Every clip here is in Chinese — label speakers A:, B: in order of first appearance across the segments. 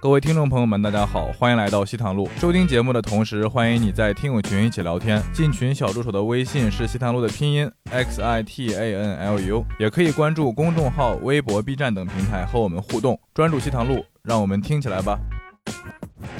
A: 各位听众朋友们，大家好，欢迎来到西塘路。收听节目的同时，欢迎你在听友群一起聊天。进群小助手的微信是西塘路的拼音 x i t a n l u，也可以关注公众号、微博、B 站等平台和我们互动。专注西塘路，让我们听起来吧。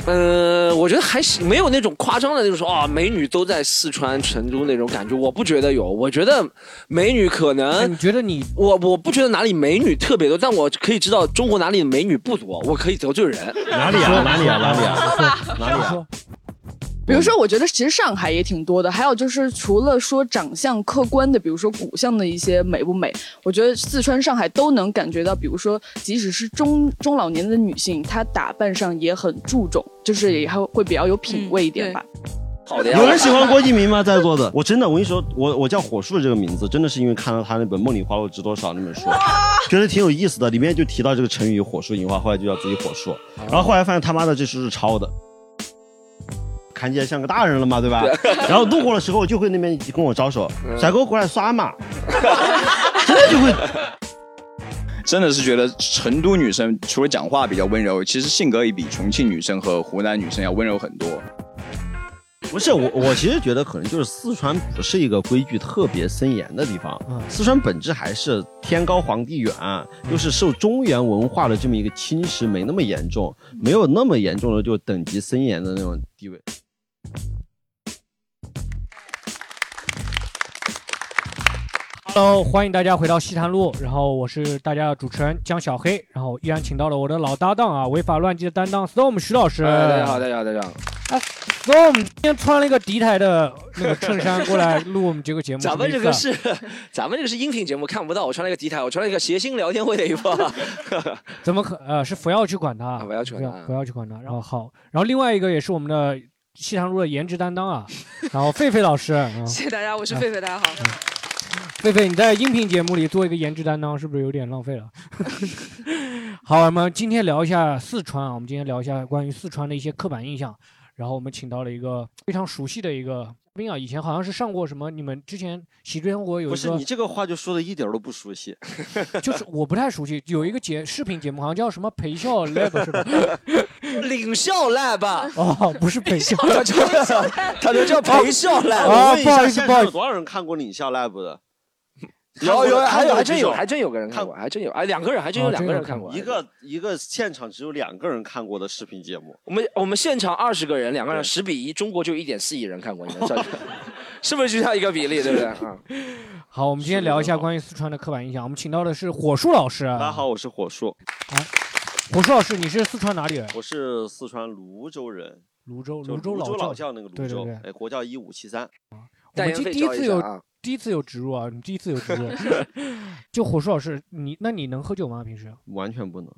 B: 呃，我觉得还行，没有那种夸张的，就是说啊、美女都在四川成都那种感觉，我不觉得有。我觉得美女可能，哎
C: 你觉得你
B: 我我不觉得哪里美女特别多，但我可以知道中国哪里的美女不多，我可以得罪人。
D: 哪里啊？哪里啊？哪里啊？哪里啊？
E: 比
D: 嗯
E: 如说，我觉得其实上海也挺多的。还有就是，除了说长相客观的，比如说骨相的一些美不美，我觉得四川、上海都能感觉到。比如说，即使是中中老年的女性，她打扮上也很注重，就是也还会比较有品味一点吧。
B: 好的呀。
D: 有人喜欢郭敬明吗？在座的，我真的，我跟你说，我我叫火树这个名字，真的是因为看到他那本《梦里花落知多少》那本书，觉得挺有意思的，里面就提到这个成语“火树银花”，后来就叫自己火树，然后后来发现他妈的这书是抄的。看起来像个大人了嘛，对吧？然后路过的时候就会那边跟我招手，小哥过来刷嘛，真的就会
F: 真的是觉得成都女生除了讲话比较温柔，其实性格也比重庆女生和湖南女生要温柔很多。
D: 不是我，我其实觉得可能就是四川不是一个规矩特别森严的地方，
B: 嗯
D: 四川本质还是天高皇帝远，又是受中原文化的这么一个侵蚀没那么严重，没有那么严重的就等级森严的那种地位。
C: Hello，欢迎大家回到西坛路，然后我是大家的主持人江小黑，然后依然请到了我的老搭档啊，违法乱纪的担当 Storm 徐老师。
B: 哎大家好，大家好，大家好。
C: Storm 今天穿了一个迪台的那个衬衫过来录我们这个节目，
B: 咱们
C: 什
B: 这
C: 么意
B: 个
C: 思啊
B: 是，咱们这个是音频节目，看不到。我穿了一个迪台，我穿了一个谐星聊天会的衣服。
C: 怎么可呃是不要去管他，
B: 不要去管啊他
C: 不要去管他。然后好，然后另外一个也是我们的西塘路的颜值担当啊，然后狒狒老师，嗯
G: 谢谢大家，我是狒狒，大家好。
C: 狒狒，你在音频节目里做一个颜值担当，是不是有点浪费了？ 好，我们今天聊一下四川啊，我们今天聊一下关于四川的一些刻板印象。然后我们请到了一个非常熟悉的一个嘉宾啊，以前好像是上过什么，你们之前《喜剧生活》有一
D: 不
C: 个，
D: 是你这个话就说的一点儿都不熟悉，
C: 就是我不太熟悉，有一个节视频节目好像叫什么陪笑 Lab 是吧？
B: 领笑 lab，
C: 哦，不是陪 笑，
B: 他就 他就叫陪笑
C: 啊
B: lab。
D: 我问一
C: 不好
D: 下
C: 意思
D: 现
C: 不好
D: 场
C: 意
D: 有
C: 思
D: 多少人看过领笑 lab 的？
B: 有有还
D: 看
B: 有
D: 过
B: 还
D: 的
B: 真
D: 举
B: 有
D: 手
B: 还真有个人看过，还真有哎两个人还真有
C: 哦
B: 两
C: 真
B: 个
C: 有
B: 人
C: 看
B: 看过
D: 一个一个现场只有两个人看过的视频节目，
B: 我们我们现场二十个人，两个人十比一，中国就一点四亿人看过，你们 算是不是就像一个比例，对 不对啊？
C: 好，我们今天聊一下关于四川的刻板印象。我们请到的是火树老师，啊
D: 大家好，我是火树，
C: 火树老师，你是四川哪里人？
D: 我是四川泸州人，
C: 泸州，泸
D: 就泸州
C: 州
D: 老
C: 教。
D: 教那个
C: 对对
D: 泸州
C: 对，啊
D: 哎，国教一五七三。
C: 我
B: 代
C: 们第
B: 言费
C: 第一
B: 交
C: 次
B: 一下
C: 有
B: 啊，
C: 第一次有植入啊，你第一次有植入。就火树老师，你那你能喝酒吗？平时？啊
D: 完全不能。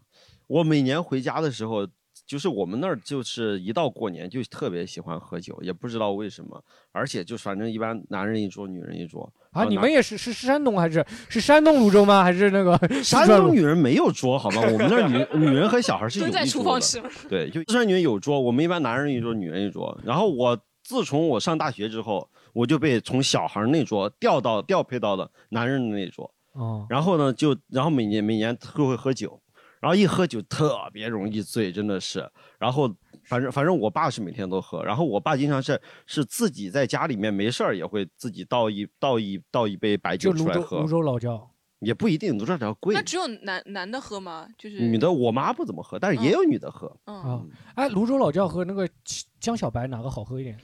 D: 我每年回家的时候，就是我们那儿就是一到过年就特别喜欢喝酒，也不知道为什么，而且就反正一般男人一桌，女人一桌
C: 啊，你
D: 拿
C: 们也是是是山东还是是山东泸州吗？还是那个 四
D: 山
C: 川
D: 东
C: 泸
D: 女人没有 桌好吗？我们那儿女女人和小孩是有
G: 蹲在
D: 一
G: 厨
D: 桌
G: 房
D: 的，
G: 吃吗？
D: 对，就四川女人有桌，我们一般男人一桌，女人一桌。然后我自从我上大学之后，我就被从小孩那桌调到调配到了男人的那桌。
C: 哦，
D: 然后呢，就然后每年每年都会喝酒，然后一喝酒特别容易醉，真的是。然后反正反正我爸是每天都喝，然后我爸经常是是自己在家里面没事儿也会自己倒一倒一倒一杯白
C: 就
D: 酒出
C: 泸
D: 来
C: 州泸
D: 喝，
C: 州老窖。
D: 也不一定，都这点贵
G: 那。只有男男的喝吗？就是
C: 嗯
D: 女的我妈不怎么喝，但是也有女的喝。
G: 嗯，
C: 啊，哎，泸州老窖和那个江小白哪个好喝一点？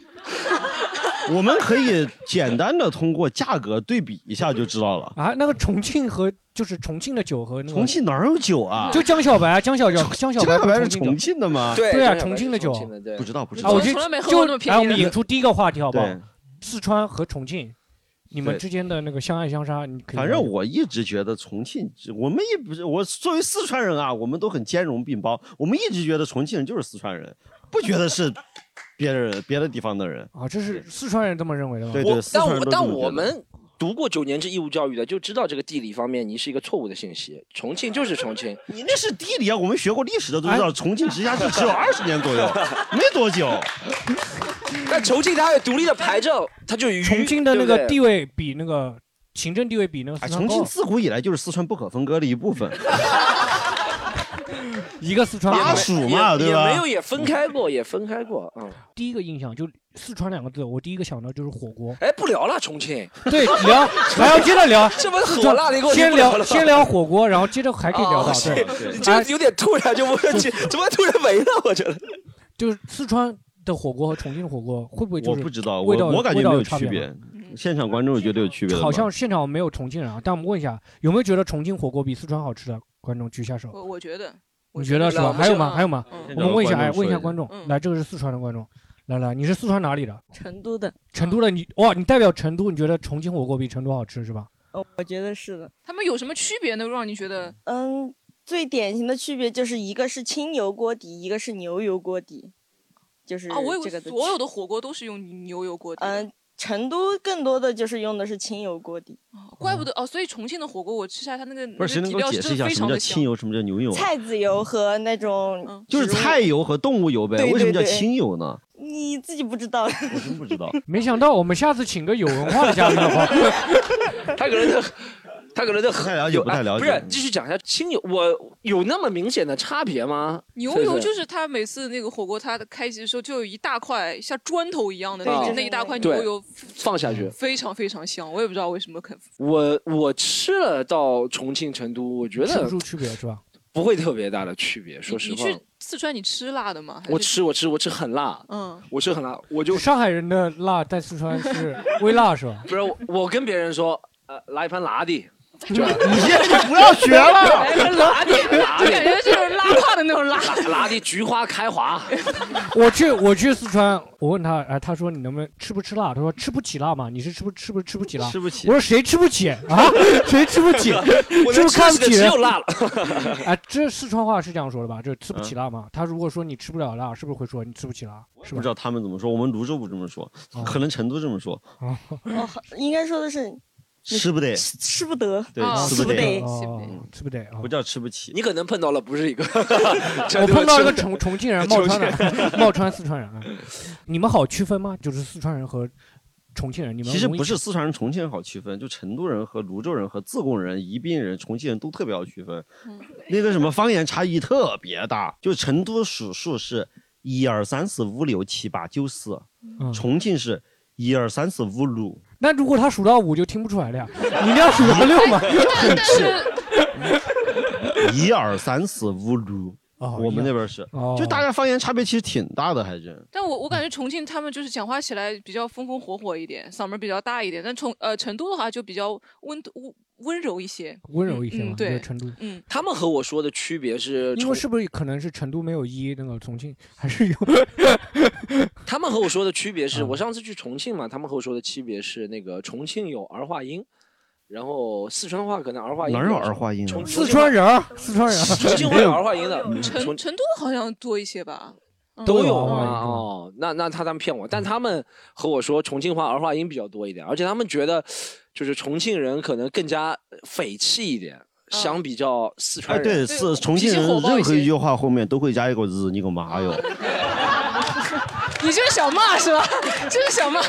D: 我们可以简单的通过价格对比一下就知道了。
C: 啊，那个重庆和就是重庆的酒和那个
D: 重庆哪有酒啊？
C: 就江小白啊，江小江江小
D: 这
C: 白
D: 个
C: 不
D: 玩意
C: 是
D: 是
C: 重庆
D: 重
C: 酒
D: 庆的吗？
C: 对啊
B: 对这两个
C: 重庆的
B: 是
C: 酒
B: 重庆的对
D: 不。知道不知
C: 啊，
D: 道。
C: 我就
G: 从来没喝过那
C: 就
G: 么便
C: 来我
G: 宜的
C: 们引出第一个话题好不好
D: 对？，
C: 四川和重庆，你们
D: 对
C: 之间的那个相爱相杀，你可以
D: 反
C: 聊
D: 正
C: 聊
D: 我一直觉得重庆，我们也不是我作为四川人啊，我们都很兼容并包。我们一直觉得重庆人就是四川人，不觉得是别人别的地方的人。
C: 啊，这是四川人这么认为的吗？
D: 对
B: 我
D: 四
B: 但
D: 川人
B: 我
D: 都这
B: 但
D: 么觉
B: 我
D: 得
B: 们读过九年制义务教育的，就知道这个地理方面你是一个错误的信息。重庆就是重庆， 啊
D: 你那是地理啊，我们学过历史的都知道，重庆直辖市只有二十年左 右，没多久。
B: 但重庆它有独立的牌照，它就 与
C: 重庆的那个地
B: 对
C: 位比那个行政地位比那个
D: 啊，
C: 四川
D: 重
C: 高
D: 庆。自古以来就是四川不可分割的一部分。
C: 一个四川
D: 巴蜀嘛，对吧？
B: 也没有，也分开过，也分开过。嗯，
C: 第一个印象就四川两个字，我第一个想到就是火锅。
B: 哎，不聊了，重庆。
C: 对， 聊还要接着聊，
B: 这不是火辣的一个问题
C: 先
B: 不
C: 聊
B: 了
C: 先聊火锅，然后接着还可以聊到啊
B: 哦
C: 对，
B: 你这个有点突然就问起，怎么突然没了？我觉得
C: 就是四川的火锅和重庆的火锅会不会就
D: 我
C: 是
D: 不知道，
C: 味
D: 我
C: 道
D: 我感觉
C: 味道
D: 没有
C: 差
D: 区
C: 别吗
D: 别。
H: 嗯
D: 现场观众觉得有区别的吗？
C: 好像现场没有重庆人啊，但我们问一下，有没有觉得重庆火锅比四川好吃的？观众举一下手。
G: 我我觉得，
C: 你觉得是吧？
G: 我觉得
C: 还有吗？
G: 嗯
C: 还有吗？
G: 嗯
C: 我们问一下，哎，
D: 让观众说
C: 问一下
D: 一下
C: 观众，
G: 嗯
C: 来，这个是四川的观众，来来，你是四川哪里的？
H: 成都的，
C: 成都的你，哇，你代表成都，你觉得重庆火锅比成都好吃是吧？
H: 哦，我觉得是的。
G: 他们有什么区别呢？让你觉得
H: 嗯，最典型的区别就是一个是清油锅底，一个是牛油锅底，就是
G: 啊，我以为
H: 这个的
G: 所有
H: 区
G: 的火锅都是用牛油锅底的，
H: 嗯、成都更多的就是用的是清油锅底，
G: 怪不得哦。所以重庆的火锅，我吃下来它那个
D: 不是谁
G: 那个底
D: 能给我
G: 料
D: 解
G: 是真
D: 释一
G: 的
D: 下
G: 非
D: 什
G: 常
D: 么叫
G: 的
D: 清
G: 香。
D: 油，什么叫牛油啊？
H: 菜籽油和那
G: 嗯
H: 种
D: 就是
H: 植物
D: 菜，油和动物油呗，
H: 对对
D: 为什么叫
H: 对
D: 清油呢？
H: 你自己不知 道。
D: 我真不知道。
C: 没想到我们下次请个有文化的嘉宾好不好？
B: 他可能在，他可能在
D: 不太了解
B: 有
D: 不太
B: 哎
D: 了
B: 不
D: 解
B: 是，继续讲一下清油，我有那么明显的差别吗？
G: 牛油就是它每次那个火锅，它开机的时候就有一大块像砖头一样的
B: 对
G: 那
B: 就是
G: 那一大块
B: 对
G: 牛油，
B: 放下去，
G: 非常非常香。我也不知道为什么肯
B: 我我吃了到重庆、成都，我觉
C: 吃不
B: 得
C: 出区别是吧？
B: 不会特别大的区别。说
G: 你
B: 实
G: 你
B: 话，
G: 去四川，你吃辣的吗？还是
B: 我吃我吃我吃 很辣，
G: 嗯，
B: 我吃很辣，我就
C: 上海人的辣在四川是微辣是吧？
B: 不是我我跟别人说，呃，来一盘辣的，
D: 你现在就不要学了。
B: 来一盘辣的，辣
G: 就感觉
B: 的，
G: 就是拉胯的那种辣。
B: 辣辣的菊花开花。
C: 我去我去四川，我问他，哎，他说你能不能吃不吃辣？他说吃不起辣嘛，你是吃不吃不吃不起辣？
D: 吃不起
C: 我说谁吃不起啊？ 谁吃不起？
B: 我
C: 是
B: 能
C: 不是看
B: 吃
C: 不
B: 的
C: 起
B: 只
C: 人
B: 有？辣了。嗯
C: 哎，这四川话是这样说的吧？这吃不起辣嘛？他如果说你吃不了辣，是不是会说你吃不起辣？是
D: 不
C: 吧
D: 知？道他们怎么说，我们泸州不这么说，可能成都这么说，
H: 哦，应该说的是
D: 吃不得，
H: 吃吃不得。
D: 对
G: 哦，
D: 吃不
H: 吃不得
D: 得，
C: 哦，吃不得啊
D: 不！叫吃不起。
B: 你可能碰到了不是 一个，
C: 我
B: 我
C: 碰到一个重重庆人，冒川的， 冒川四川人啊。你们好区分吗？就是四川人和重庆人，你们
D: 其实
C: 容易
D: 不是四川人、重庆人好区分，就成都人和泸州人和自贡人、宜宾人、重庆人都特别好区分。
G: 嗯
D: 那个什么方言差异特别大，就成都数数是一二三四五六七八九十，
C: 嗯
D: 重庆是一二三四五六，
C: 那如果他数到五就听不出来了呀， 你一定要数到六嘛。
G: 但但是
D: 一二三四五六。
C: 哦
D: 我们那边是，
C: 哦
D: 就大家方言差别其实挺大的，还真。
G: 但我我
B: 嗯
G: 感觉重庆他们就是讲话起来比较风风火火一点，嗓门比较大一点。但重呃成都的话就比较温温温柔一些。
C: 温柔一些嘛，
G: 嗯对
C: 就是成都。
G: 嗯，
B: 他们和我说的区别是
C: 因
B: 重
C: 为是不是可能是成都没有一那个重庆还是有？
B: 他们和我说的区别是
C: 嗯
B: 我上次去重庆嘛，他们和我说的区别是那个重庆有儿化音，然后四川话可能儿化音
D: 哪
B: 比
D: 有
B: 较
D: 儿
B: 少？
D: 化音啊
B: 重？
C: 四川人儿，四川人 儿。
B: 重庆会有儿化音的，
G: 成
B: 重
G: 成都好像多一些吧。嗯
B: 都
C: 有
B: 有
C: 儿化音
B: 啊。哦，那那他他们骗我，但他们和我说重庆话儿化音比较多一点，而且他们觉得就是重庆人可能更加匪气一点，相比较四
D: 哎，
B: 川
D: 对，
B: 人。
G: 对
D: 是重庆人
G: 嗯脾气火爆
D: 任
G: 一些啊
D: 何一句话后面都会加一个日，你个妈哟！
G: 你这是想骂是 吧？这是想骂。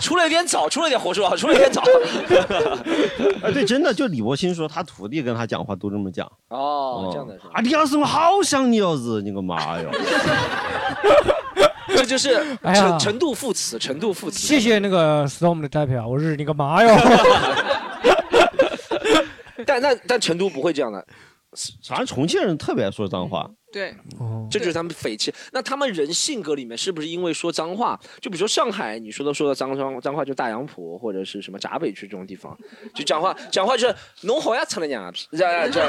B: 出了一点早，出了一点火速啊，出了一 点早。
D: 哎，对，真的，就李伯清说他徒弟跟他讲话都这么讲。
B: 哦，
D: 嗯
B: 这样的是吧
D: 啊，李老师，我好想你儿子，你个妈 哟！
B: 这就是
C: 哎呀
B: 程程度副词，程度副词。
C: 谢谢那个 storm 的代表，我日你个妈哟！
B: 但但但成都不会这样的，
D: 反正重庆人特别爱说脏话，
G: 对，
C: 哦
B: 这就是他们匪气。那他们人性格里面是不是因为说脏话？就比如说上海，你说的说的脏脏脏话，就大洋浦或者是什么闸北区这种地方，就讲话讲话就是侬好呀，成了娘屁，这这，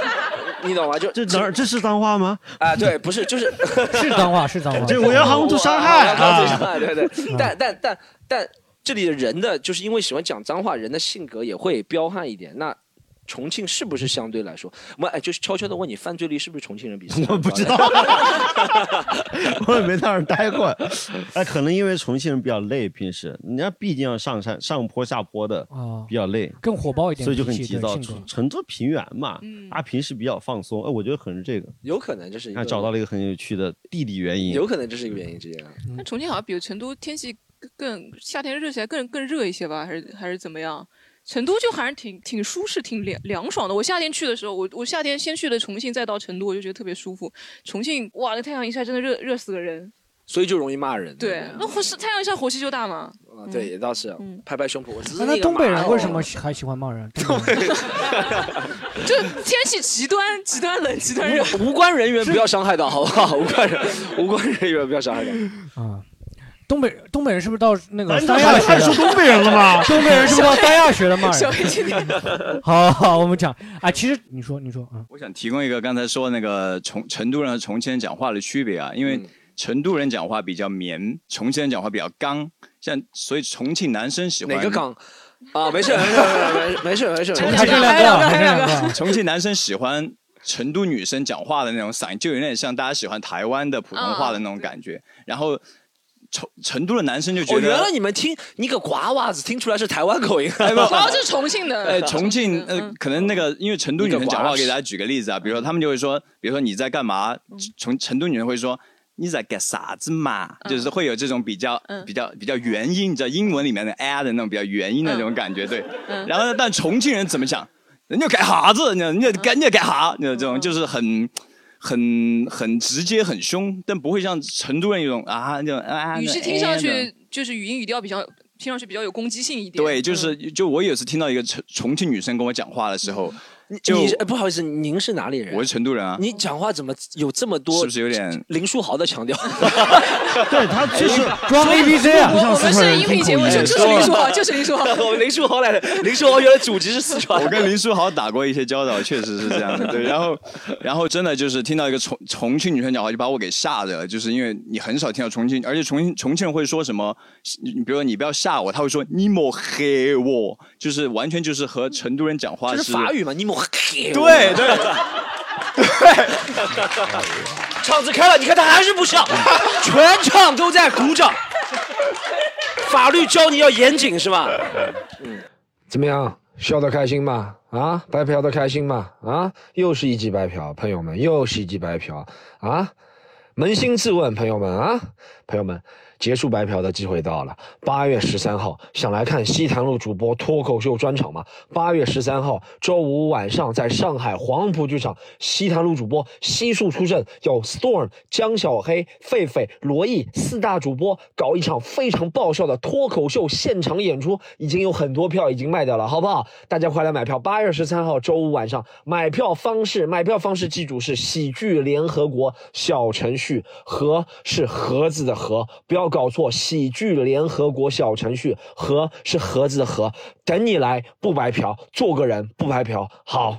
B: 你懂吗？就
D: 这哪儿这是脏话吗？
B: 啊，对，不是就是
C: 是脏话，是脏话。
D: 这我要杭州上海
B: 我要杭州上
D: 啊！
B: 海，对对。 但但但但这里的人的，就是因为喜欢讲脏话，人的性格也会彪悍一点。那重庆是不是相对来说，我们哎，就是悄悄的问你，犯罪率是不是重庆人比四川
D: 我
B: 人
D: 不
B: 高
D: 知道，我也没在那儿待过。哎，可能因为重庆人比较累，平时人家毕竟要上山上坡下坡的，
C: 啊
D: 比，较累，
C: 更火爆一点，
D: 所以就很
C: 脾气
D: 急
C: 对
D: 躁。
C: 性格
D: 成成都平原嘛，
G: 嗯
D: 他平时比较放松。哎，我觉得可能是这个。
B: 有可能这是一个
D: 看找到了一个很有趣的地理原因
B: 有。可能这是一个原因之一啊。
G: 但重庆好像比成都天气更更夏天热起来更更热一些吧，还是还是怎么样？成都就还是挺挺舒适、挺凉凉爽的。我夏天去的时候，我我夏天先去的重庆，再到成都，我就觉得特别舒服。重庆哇，那太阳一晒真的热热死个人。
B: 所以就容易骂人。
G: 对，那火是太阳一晒火气就大嘛。嗯
B: 啊，对，也倒是拍拍胸脯，我只是
C: 那
B: 个哦
C: 东北人
B: 马
C: 为什么喜还喜欢骂人？东北人
G: 就天气极端，极端冷，极端热。
B: 无无关人员不要伤害到，好不好？无关人，无关人员不要伤害到。
C: 东北东北人是不是到那个
B: 难道
C: 三亚学的？
B: 还还说东北人了吗
C: 东北人是不是到三亚学的骂人？
G: 小黑今天
C: 好好，我们讲啊，其实你说你说啊，
F: 我想提供一个刚才说那个重成都人和重庆人讲话的区别啊，因
D: 嗯
F: 为成都人讲话比较绵，重庆人讲话比较刚，像所以重庆男生喜欢
B: 哪个刚？啊，没事，没事，没事，没事，没事。
F: 重庆重庆男生喜欢成都女生讲话的那种嗓音，就有点像大家喜欢台湾的普通话的那种感觉。然后成成都的男生就觉
B: 哦，
F: 得，
B: 原来你们听你个瓜娃子听出来是台湾 口音，
F: 哎不
G: 主要是重庆的。
D: 哎
G: 嗯
F: 呃，重庆呃，可能那个因为成都女生讲
B: 一个
F: 话，
B: 娃
F: 我给大家举个例子啊，比如说他们就会说，比如说你在干
G: 嗯
F: 嘛？从成都女人会说。你在干啥子嘛？就是会有这种比较、
G: 嗯
F: 比较、比较元音，你知道英文里面的 a 的那种比较元音的那种感觉，对。
G: 嗯
F: 然后呢，但重庆人怎么想？人家干啥子？你你干你干啥？你知道
G: 嗯
F: 这种就是很、很、很直接、很凶，但不会像成都人那种啊，那种啊。
G: 语气
F: 那
G: 听上
F: 哎那种
G: 去就是语音语调比较，听上去比较有攻击性一点。
B: 嗯
F: 对，就是就我有一次听到一个重重庆女生跟我讲话的时候，就
B: 你是哎不好意思，您是哪里人？
F: 我是成都人啊，
B: 你讲话怎么有这么多？
F: 是不是有点
B: 林书豪的腔调？哎
D: 对他
B: 确实
C: 装 ABC 啊
G: 我我们是音频节目， 就就是林书豪，就是林书豪。
B: 我们林书豪来了，林书豪原来祖籍是四川。
F: 我跟林书豪打过一些交道，确实是这样的。对，然后，然后真的就是听到一个重重庆女生讲话，就把我给吓着了，就是因为你很少听到重庆，而且重庆重庆人会说什么，你比如说你不要吓我，他会说你莫黑我，就是完全就是和成都人讲话
B: 就是是法语嘛，你莫黑。
F: 对 对。
B: 场子开了，你看他还是不上，全场都在鼓掌。法律教你要严谨是吧？
I: 怎么样？笑得开心吗？啊，白嫖的开心吗？啊，又是一记白嫖，朋友们，又是一记白嫖啊！扪心自问，朋友们啊，朋友们，结束白嫖的机会到了。八月十三号，想来看西坛路主播脱口秀专场吗？八月十三号周五晚上，在上海黄浦剧场，西坛路主播悉数出阵，有 Storm、江小黑、狒狒、罗毅四大主播搞一场非常爆笑的脱口秀现场演出，已经有很多票已经卖掉了，好不好？大家快来买票！八月十三号周五晚上，买票方式，买票方式记住是喜剧联合国小程序，和是盒子的盒，不要搞错，喜剧联合国小程序，和是盒子的盒，等你来，不白嫖，做个人不白 嫖，好。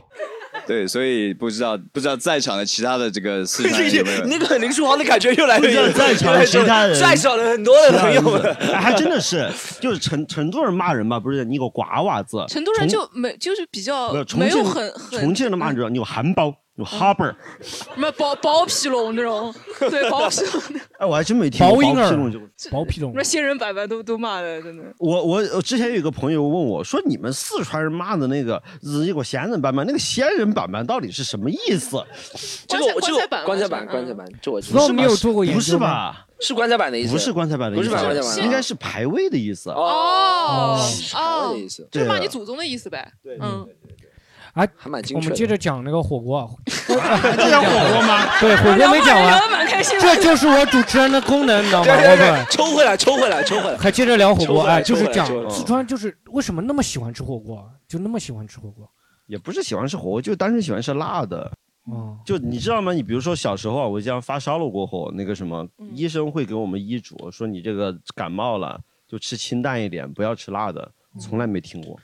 F: 对，所以不知道不知道在场的其他的这个四川人 有 没有
B: 那个林书豪的感觉越来越
D: 不知道在场的其他人
B: 在场的很多的朋友们，
D: 哎，还真的是，就是成成都人骂人吧，不是你个瓜娃子，
G: 成都人就没就是比较
D: 重没有重
G: 没有
D: 庆
G: 很
D: 重
G: 很
D: 庆人骂人，你有含苞，有哈巴儿，
G: 什么包包皮龙这种， 对包皮龙那种，
D: 哎，我还真没听过
C: 薄婴
D: 包皮龙这个
C: 儿，薄皮龙
G: 什么仙人板板都都骂的，真的。
D: 我我我之前有一个朋友问我说，你们四川人骂的那个日一个仙人板板，那个仙人板板到底是什么意思？
B: 这个我
G: 棺
B: 这
G: 材
B: 个
G: 板
B: 棺材
G: 嗯
B: 板，棺材板，这我知
C: 那
B: 道
C: 我们有做过研究
D: 不是
C: 吗
D: 吧？
B: 是棺材板的意思，
D: 不是棺材板的
B: 不
D: 意
B: 是
D: 思，
B: 棺材板的意思，
D: 应该是排位的意思。
G: 哦
B: 哦，的意思，
G: 就是骂
D: 对
G: 你
D: 啊
G: 祖宗的意思呗。对，嗯，
C: 哎，
B: 还蛮精
C: 我
B: 确
C: 们
B: 的
C: 接着讲那个火 锅啊，
D: 这叫火锅吗？
C: 对，火锅没讲
G: 聊
C: 完
G: 得，蛮开心的。
C: 这就是我主持人的功能，你知道吗？
B: 对对
C: 老板
B: 对，。抽回来，抽回来，抽回来。
C: 还接着聊火
B: 抽
C: 锅，
B: 回来
C: 哎，就是
B: 抽回来
C: 讲
B: 抽回来
C: 四川就是为什么那么喜欢吃火锅，啊就那么喜欢吃火锅。
D: 也不是喜欢吃火锅，就单纯喜欢吃辣的。
C: 哦，
D: 就你知道吗？你比如说小时候啊，我这样发烧了过后，那个什么医生会给我们医嘱说你这个感冒了就吃清淡一点，不要吃辣的。从来没听过，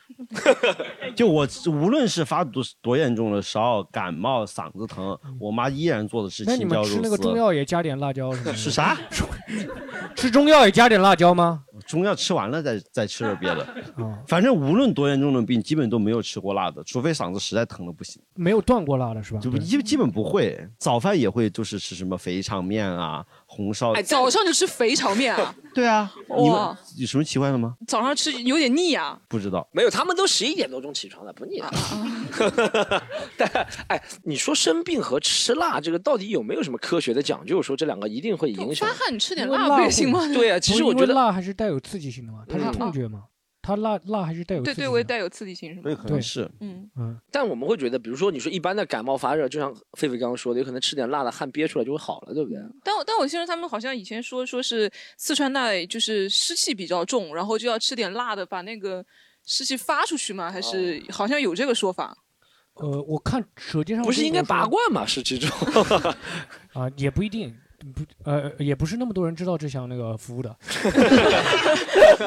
D: 就我无论是发多多严重的烧、感冒、嗓子疼，我妈依然做的是
C: 嗯那你
D: 青
C: 们
D: 椒肉
C: 吃
D: 丝。
C: 那个中
B: 啊
C: 药也加点辣椒什么的？
D: 是啥？
C: 吃中药也加点辣椒吗？
D: 中药吃完了再再吃点别的。
C: 啊，
D: 反正无论多严重的病，基本都没有吃过辣的，除非嗓子实在疼的不行。
C: 没有断过辣的是吧？
D: 就不基基本不会，早饭也会就是吃什么肥肠面啊、红烧
G: 哎，。早上就吃肥肠面啊，
D: 对啊，你们
G: 哇
D: 有什么奇怪的吗？
G: 早上吃有点腻啊。
D: 不知道，
B: 没有，他们都十一点多钟起床了，不腻啊的。
C: 嗯
B: 但哎，你说生病和吃辣这个到底有没有什么科学的讲究？说这两个一定会影响
G: 发。汗吃点
C: 因为
G: 辣
C: 辣
G: 不
C: 会
G: 也行吗？
B: 对啊，
C: 不是
B: 其实我觉
C: 因为
D: 嗯
B: 得
C: 辣还是带有刺激性的嘛，它是痛觉嘛，它辣辣还是带有
G: 对
C: 刺激
G: 对，我也带有刺激性是吗？
D: 对，可能是。
G: 嗯，
B: 但我们会觉得，比如说你说一般的感冒发热，就像狒狒刚刚说的，有可能吃点辣的汗憋出来就会好了，对不对？
G: 但我但我听说他们好像以前说说是四川那里就是湿气比较重，然后就要吃点辣的，把那个湿气发出去嘛，还是、好像有这个说法。
C: 呃，我看《舌尖上
B: 不是应该拔
C: 过
B: 罐吗？是这种
C: 啊、也不一定，不呃，也不是那么多人知道这项那个服务的。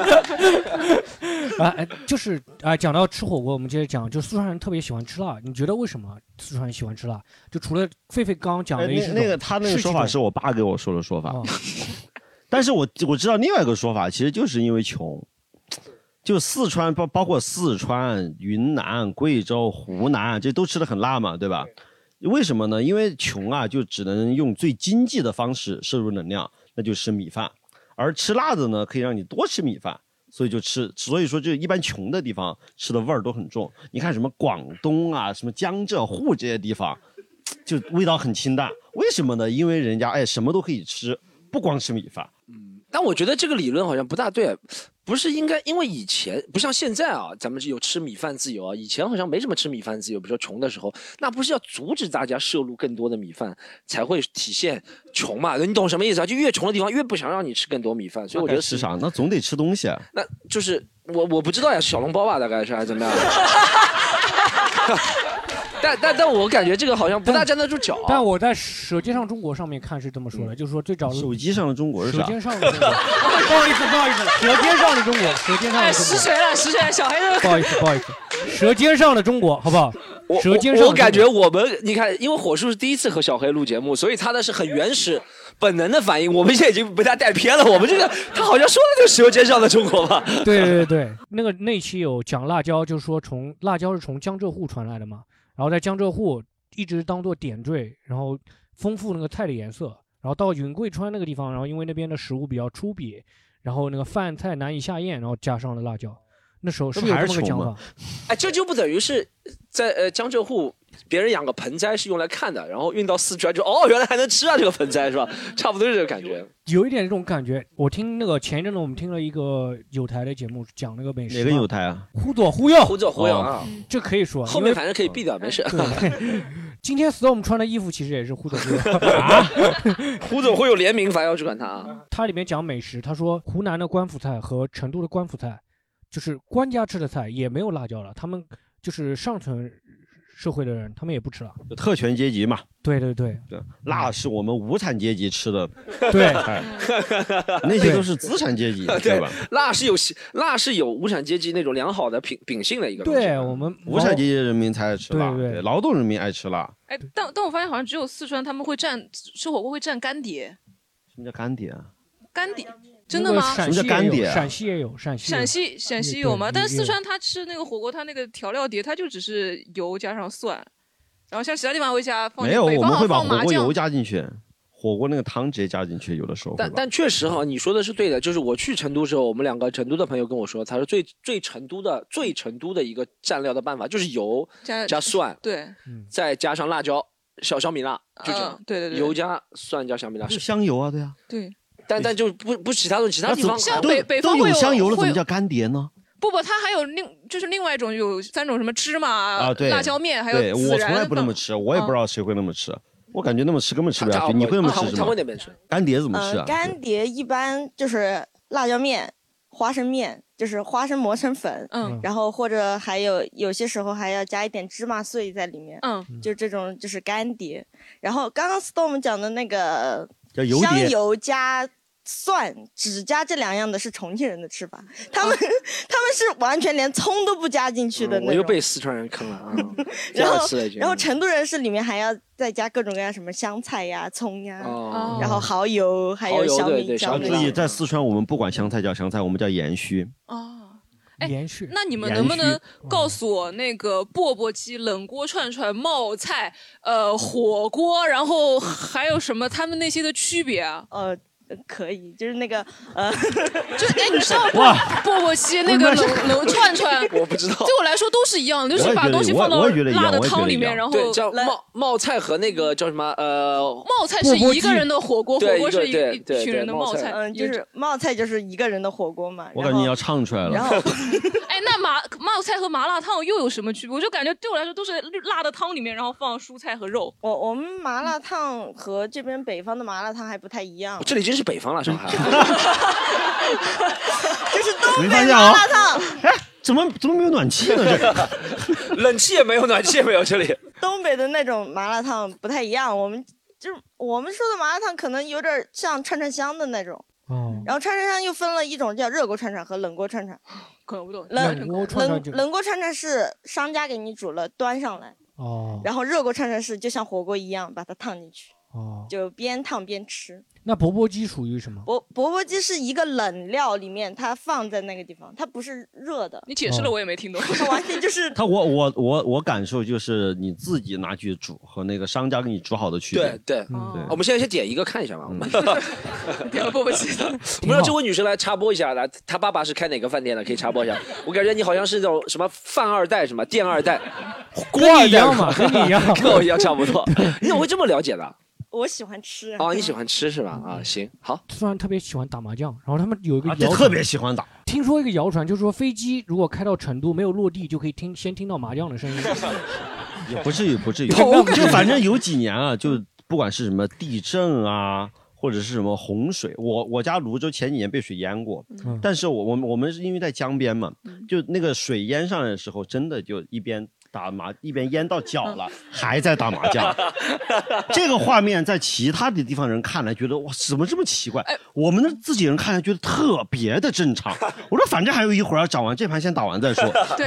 C: 啊、哎就是啊、讲到吃火锅，我们接着讲，就四川人特别喜欢吃辣，你觉得为什么四川人喜欢吃辣？就除了狒狒刚刚讲
D: 哎
C: 的一
D: 那
C: 是哦
D: 那个他那个说法是我爸给我说的说法， 但是我我知道另外一个说法，其实就是因为穷，就四川包包括四川、云南、贵州、湖南，这都吃的很辣嘛，对吧？为什么呢？因为穷啊，就只能用最经济的方式摄入能量，那就吃米饭，而吃辣的呢，可以让你多吃米饭。所以就吃，所以说就一般穷的地方吃的味儿都很重。你看什么广东啊、什么江浙沪这些地方，就味道很清淡。为什么呢？因为人家哎什么都可以吃，不光吃米饭。
B: 但我觉得这个理论好像不大对，啊不是应该因为以前不像现在啊，咱们是有吃米饭自由啊，以前好像没什么吃米饭自由，比如说穷的时候，那不是要阻止大家摄入更多的米饭才会体现穷嘛？你懂什么意思啊？就越穷的地方越不想让你吃更多米饭，所以我觉
D: 那该
B: 得
D: 吃啥？那总得吃东西啊。
B: 那就是我我不知道呀，小笼包吧，大概是还是怎 么样？ 但但但我感觉这个好像不大站得住脚。
C: 但我在《舌尖上中国》上面看是这么说的，就是说最早
D: 嗯手机上的中国是
C: 舌
D: 啥？
C: 尖上的中 国，哎不好意思，不好意思，舌尖上的中国，舌尖上的
G: 哎，
C: 中
G: 失
C: 国，
G: 锤了，失锤了，小孩子。
C: 不好意思，不好意思，舌尖上的中国，好不好？
B: 我
C: 舌尖上的
B: 我
C: 中
B: 我感觉我们，你看，因为火叔是第一次和小黑录节目，所以他的是很原始、本能的反应。我们现在已经被他带偏了。我们这个他好像说的就是《舌尖上的中国》吧？
C: 对对对，那个那期有讲辣椒，就是说从辣椒是从江浙沪传来的嘛，然后在江浙沪一直当做点缀，然后丰富那个菜的颜色，然后到云贵川那个地方，然后因为那边的食物比较粗鄙，然后那个饭菜难以下咽，然后加上了辣椒。那时候是不是有
D: 那不还
C: 这
D: 是
C: 么个讲
D: 穷
C: 法
D: 吗？
B: 哎，这就不等于是在呃江浙沪别人养个盆栽是用来看的，然后运到四川就哦，原来还能吃啊，这个盆栽是吧？差不多是这个感觉。
C: 有一点这种感觉。我听那个前一阵子我们听了一个有台的节目，讲那个美食嘛。
D: 哪个有台啊？
C: 忽左忽右，哦
B: 忽左忽右啊，
C: 这可以说。
B: 后
C: 因
B: 面
C: 为
B: 反正可以避掉，没事。
C: 今天 storm 穿的衣服其实也是忽左忽右。
B: 啊
C: 啊
B: 胡总会有联名，反正要去管他啊。
C: 它里面讲美食，他说湖南的官府菜和成都的官府菜，就是官家吃的菜也没有辣椒了，他们就是上层社会的人，他们也不吃了。
D: 有特权阶级嘛。
C: 对对对
D: 对，辣是我们无产阶级吃的，
C: 对，
D: 哎， 那些都是资产阶 级，对吧？
B: 辣是有辣是有无产阶级那种良好的品秉性的一个东西。
C: 对我们
D: 无产阶级人民才爱吃辣，
C: 对对
D: 对劳动人民爱吃辣。
G: 哎，但但我发现好像只有四川他们会蘸吃火锅会蘸干碟，
D: 什么叫干碟啊？
G: 干碟真的吗？
C: 那个
D: 什么叫干
C: 陕西也
D: 碟
C: 有，
D: 啊
C: 陕西也有，陕西也有
G: 陕西陕西
C: 对
G: 有吗？
C: 对
G: 但是
C: 也
G: 四
C: 有
G: 川他吃那个火锅，他那个调料碟，他就只是油加上蒜，然后像其他地方会加放
D: 没有，
G: 北
D: 我
G: 方
D: 们
G: 好像
D: 会把
G: 啊放
D: 火
G: 麻
D: 锅
G: 酱
D: 油，加进去，火锅那个汤直接加进去，有的时候会
B: 但
D: 吧。
B: 但确实哈，你说的是对的。就是我去成都时候，我们两个成都的朋友跟我说，他说最最成都的最成都的一个蘸料的办法就是油
G: 加
B: 加蒜，
G: 对，
B: 再加上辣椒，小小米辣，就这样
G: 嗯。对对对，
B: 油加蒜加小米辣，
D: 就是香油啊，对啊，
G: 对。
B: 但但就不不其他东西，其他
D: 那
B: 地
D: 怎
B: 方
D: 么
G: 像
D: 都
G: 北北
D: 都
G: 方会
D: 有
G: 有
D: 香油了，怎
G: 会
D: 么
G: 有
D: 叫干碟呢？
G: 不不，它还有另就是另外一种有三种什么芝麻
D: 啊，对，
G: 辣椒面，还有
D: 对
G: 孜
D: 我从
G: 然嗯
D: 来不那
G: 放
D: 么吃，我也不知道谁会那么吃，我感觉那么吃根本吃
B: 他
D: 不下去。你会那么吃是
B: 他
D: 吗
B: 会？那边吃。
D: 干碟怎么吃
H: 呃，
D: 啊？
H: 干碟一般就是辣椒面、花生面，就是花生磨成粉，
G: 嗯
H: 然后或者还有有些时候还要加一点芝麻碎在里面，
G: 嗯，
H: 就这种就是干碟。然后刚刚 storm 讲的那个
D: 叫油
H: 香
D: 碟。
H: 油加蒜，只加这两样的是重庆人的吃法，他
D: 啊
H: 们、他们是完全连葱都不加进去的
B: 嗯我
H: 那
B: 又
H: 种。
B: 被四川人坑了啊！第
H: 然
B: 二
H: 后
B: 次了已经。
H: 然后成都人是里面还要再加各种各样什么香菜呀、葱呀，
B: 哦
H: 然后蚝油，还
B: 蚝
H: 有
B: 油
H: 小
B: 对
H: 米
B: 对小
H: 椒
B: 米
H: 那些。
B: 辣
D: 所以在四川，我们不管香菜叫香菜，我们叫盐须。
G: 哦。
C: 延续。
G: 那你们
D: 延
G: 能不能
D: 续嗯
G: 告诉我那个钵钵鸡、冷锅串串、冒菜、呃火锅，然后还有什么他们那些的区别啊？
H: 呃呃可以，就是那个呃，
G: 就哎，你知道
D: 哇
G: 钵钵鸡那个冷冷串串，
B: 我不知道
G: 对我来说都 是一样的，就
B: 我
G: 是
B: 也
G: 把
B: 觉得
G: 东西
B: 我
G: 放到
B: 我也觉得一样
G: 辣的
B: 我也觉
G: 汤
B: 得
G: 里
B: 一
G: 面，
B: 样
G: 然后
B: 对叫冒冒菜和那个叫什么呃，
G: 冒菜是一个人的火锅，火
B: 对
G: 锅
B: 一个
G: 是一
B: 对
G: 一
B: 对
G: 群
B: 对
G: 人的
B: 冒
G: 冒
B: 菜
G: 菜，
H: 嗯，就是冒菜就是一个人的火锅嘛。
D: 我感觉你要唱出来
H: 然
D: 了。
H: 后
G: 哎，那麻冒菜和麻辣烫又有什么区别？我就感觉对我来说都是辣的汤里面，然后放蔬菜和肉。
H: 我我们麻辣烫和这边北方的麻辣烫还不太一样
B: 我，这里已经是北方了，上海。
H: 就是东
D: 没
H: 北麻
D: 发现啊
H: 辣烫，
D: 怎么怎么没有暖气呢？这个
B: 冷气也没有，暖气也没有，这里。
H: 东北的那种麻辣烫不太一样，我们就是我们说的麻辣烫可能有点像串串香的那种。
C: 哦，
H: 然后串串香又分了一种叫热锅串串和冷锅串串，
G: 搞哦不懂。
C: 冷锅串
H: 冷
C: 串就
H: 冷锅串串是商家给你煮了端上来，
D: 嗯
C: 哦
H: 然后热锅串串是就像火锅一样把它烫进去，
C: 哦，
H: 就边烫边吃。
C: 那钵钵鸡属于什么？
H: 钵钵钵鸡是一个冷料里面它放在那个地方，它不是热的，
G: 你解释了我也没听懂。
H: 它完全就是
D: 他我我我我感受就是你自己拿去煮和那个商家给你煮好的区别。
B: 对哦嗯对，
D: 嗯对
B: 我们现在先点一个看一下吧。我们
G: 点了钵钵鸡，
B: 我们让这位女生来插播一下，来，她爸爸是开哪个饭店的？可以插 播一下。我感觉你好像是那种什么饭二代，什么店二 代，锅
C: 跟你
B: 二代。
C: 一样嘛，跟你一样
B: 跟我一样差不多。你怎么会 这么了解的？啊
H: 我喜欢吃
C: 哦
B: 啊，你喜欢吃是吧？啊，行，好，
C: 突嗯然特别喜欢打麻将，然后他们有一个
D: 啊，
C: 谣
D: 就
C: 传
D: 特别喜欢打。
C: 听说一个谣传，就是说飞机如果开到成都没有落地，就可以听先听到麻将的声 音。
D: 也不至于，不至于，
C: 头梗
D: 就反正有几年啊，就不管是什么地震啊，或者是什么洪水，我我家泸州前几年被水淹过，
C: 嗯
D: 但是我我们我们是因为在江边嘛，就那个水淹上来的时候，真的就一边。打麻一边淹到脚
C: 嗯
D: 了，还在打 麻将，这个画面在其他的地方人看来觉得哇，怎么这么奇怪？
C: 哎
D: 我们的自己人看来觉得特别的正常。我说反正还有一会儿要涨完，这盘先打完再 说。
G: 对。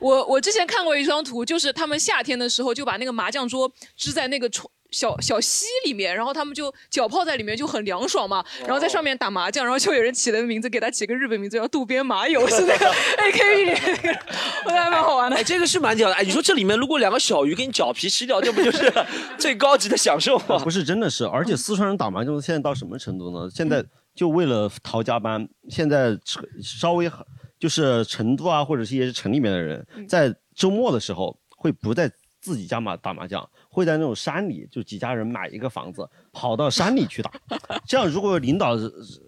G: 我我之前看过一张图，就是他们夏天的时候就把那个麻将桌支在那个床小小溪里面，然后他们就脚泡在里面就很凉爽嘛，然后在上面打麻将，然后就有人起了个名字，给他起个日本名字叫渡边麻友，是那个 AKB 里面那个，我觉得还蛮好玩的
B: 哎，。这个是蛮屌的。哎，你说这里面如果两个小鱼给你脚皮吃掉，这不就是最高级的享受吗？
D: 不是，真的是，
B: 嗯
D: 而且四川人打麻将现在到什么程度呢？现在就为了逃加班，现在车稍微好就是成都啊，或者是一些城里面的人，
B: 嗯
D: 在周末的时候会不在自己家麻打麻将，会在那种山里，就几家人买一个房子，跑到山里去打。 这样如果有领导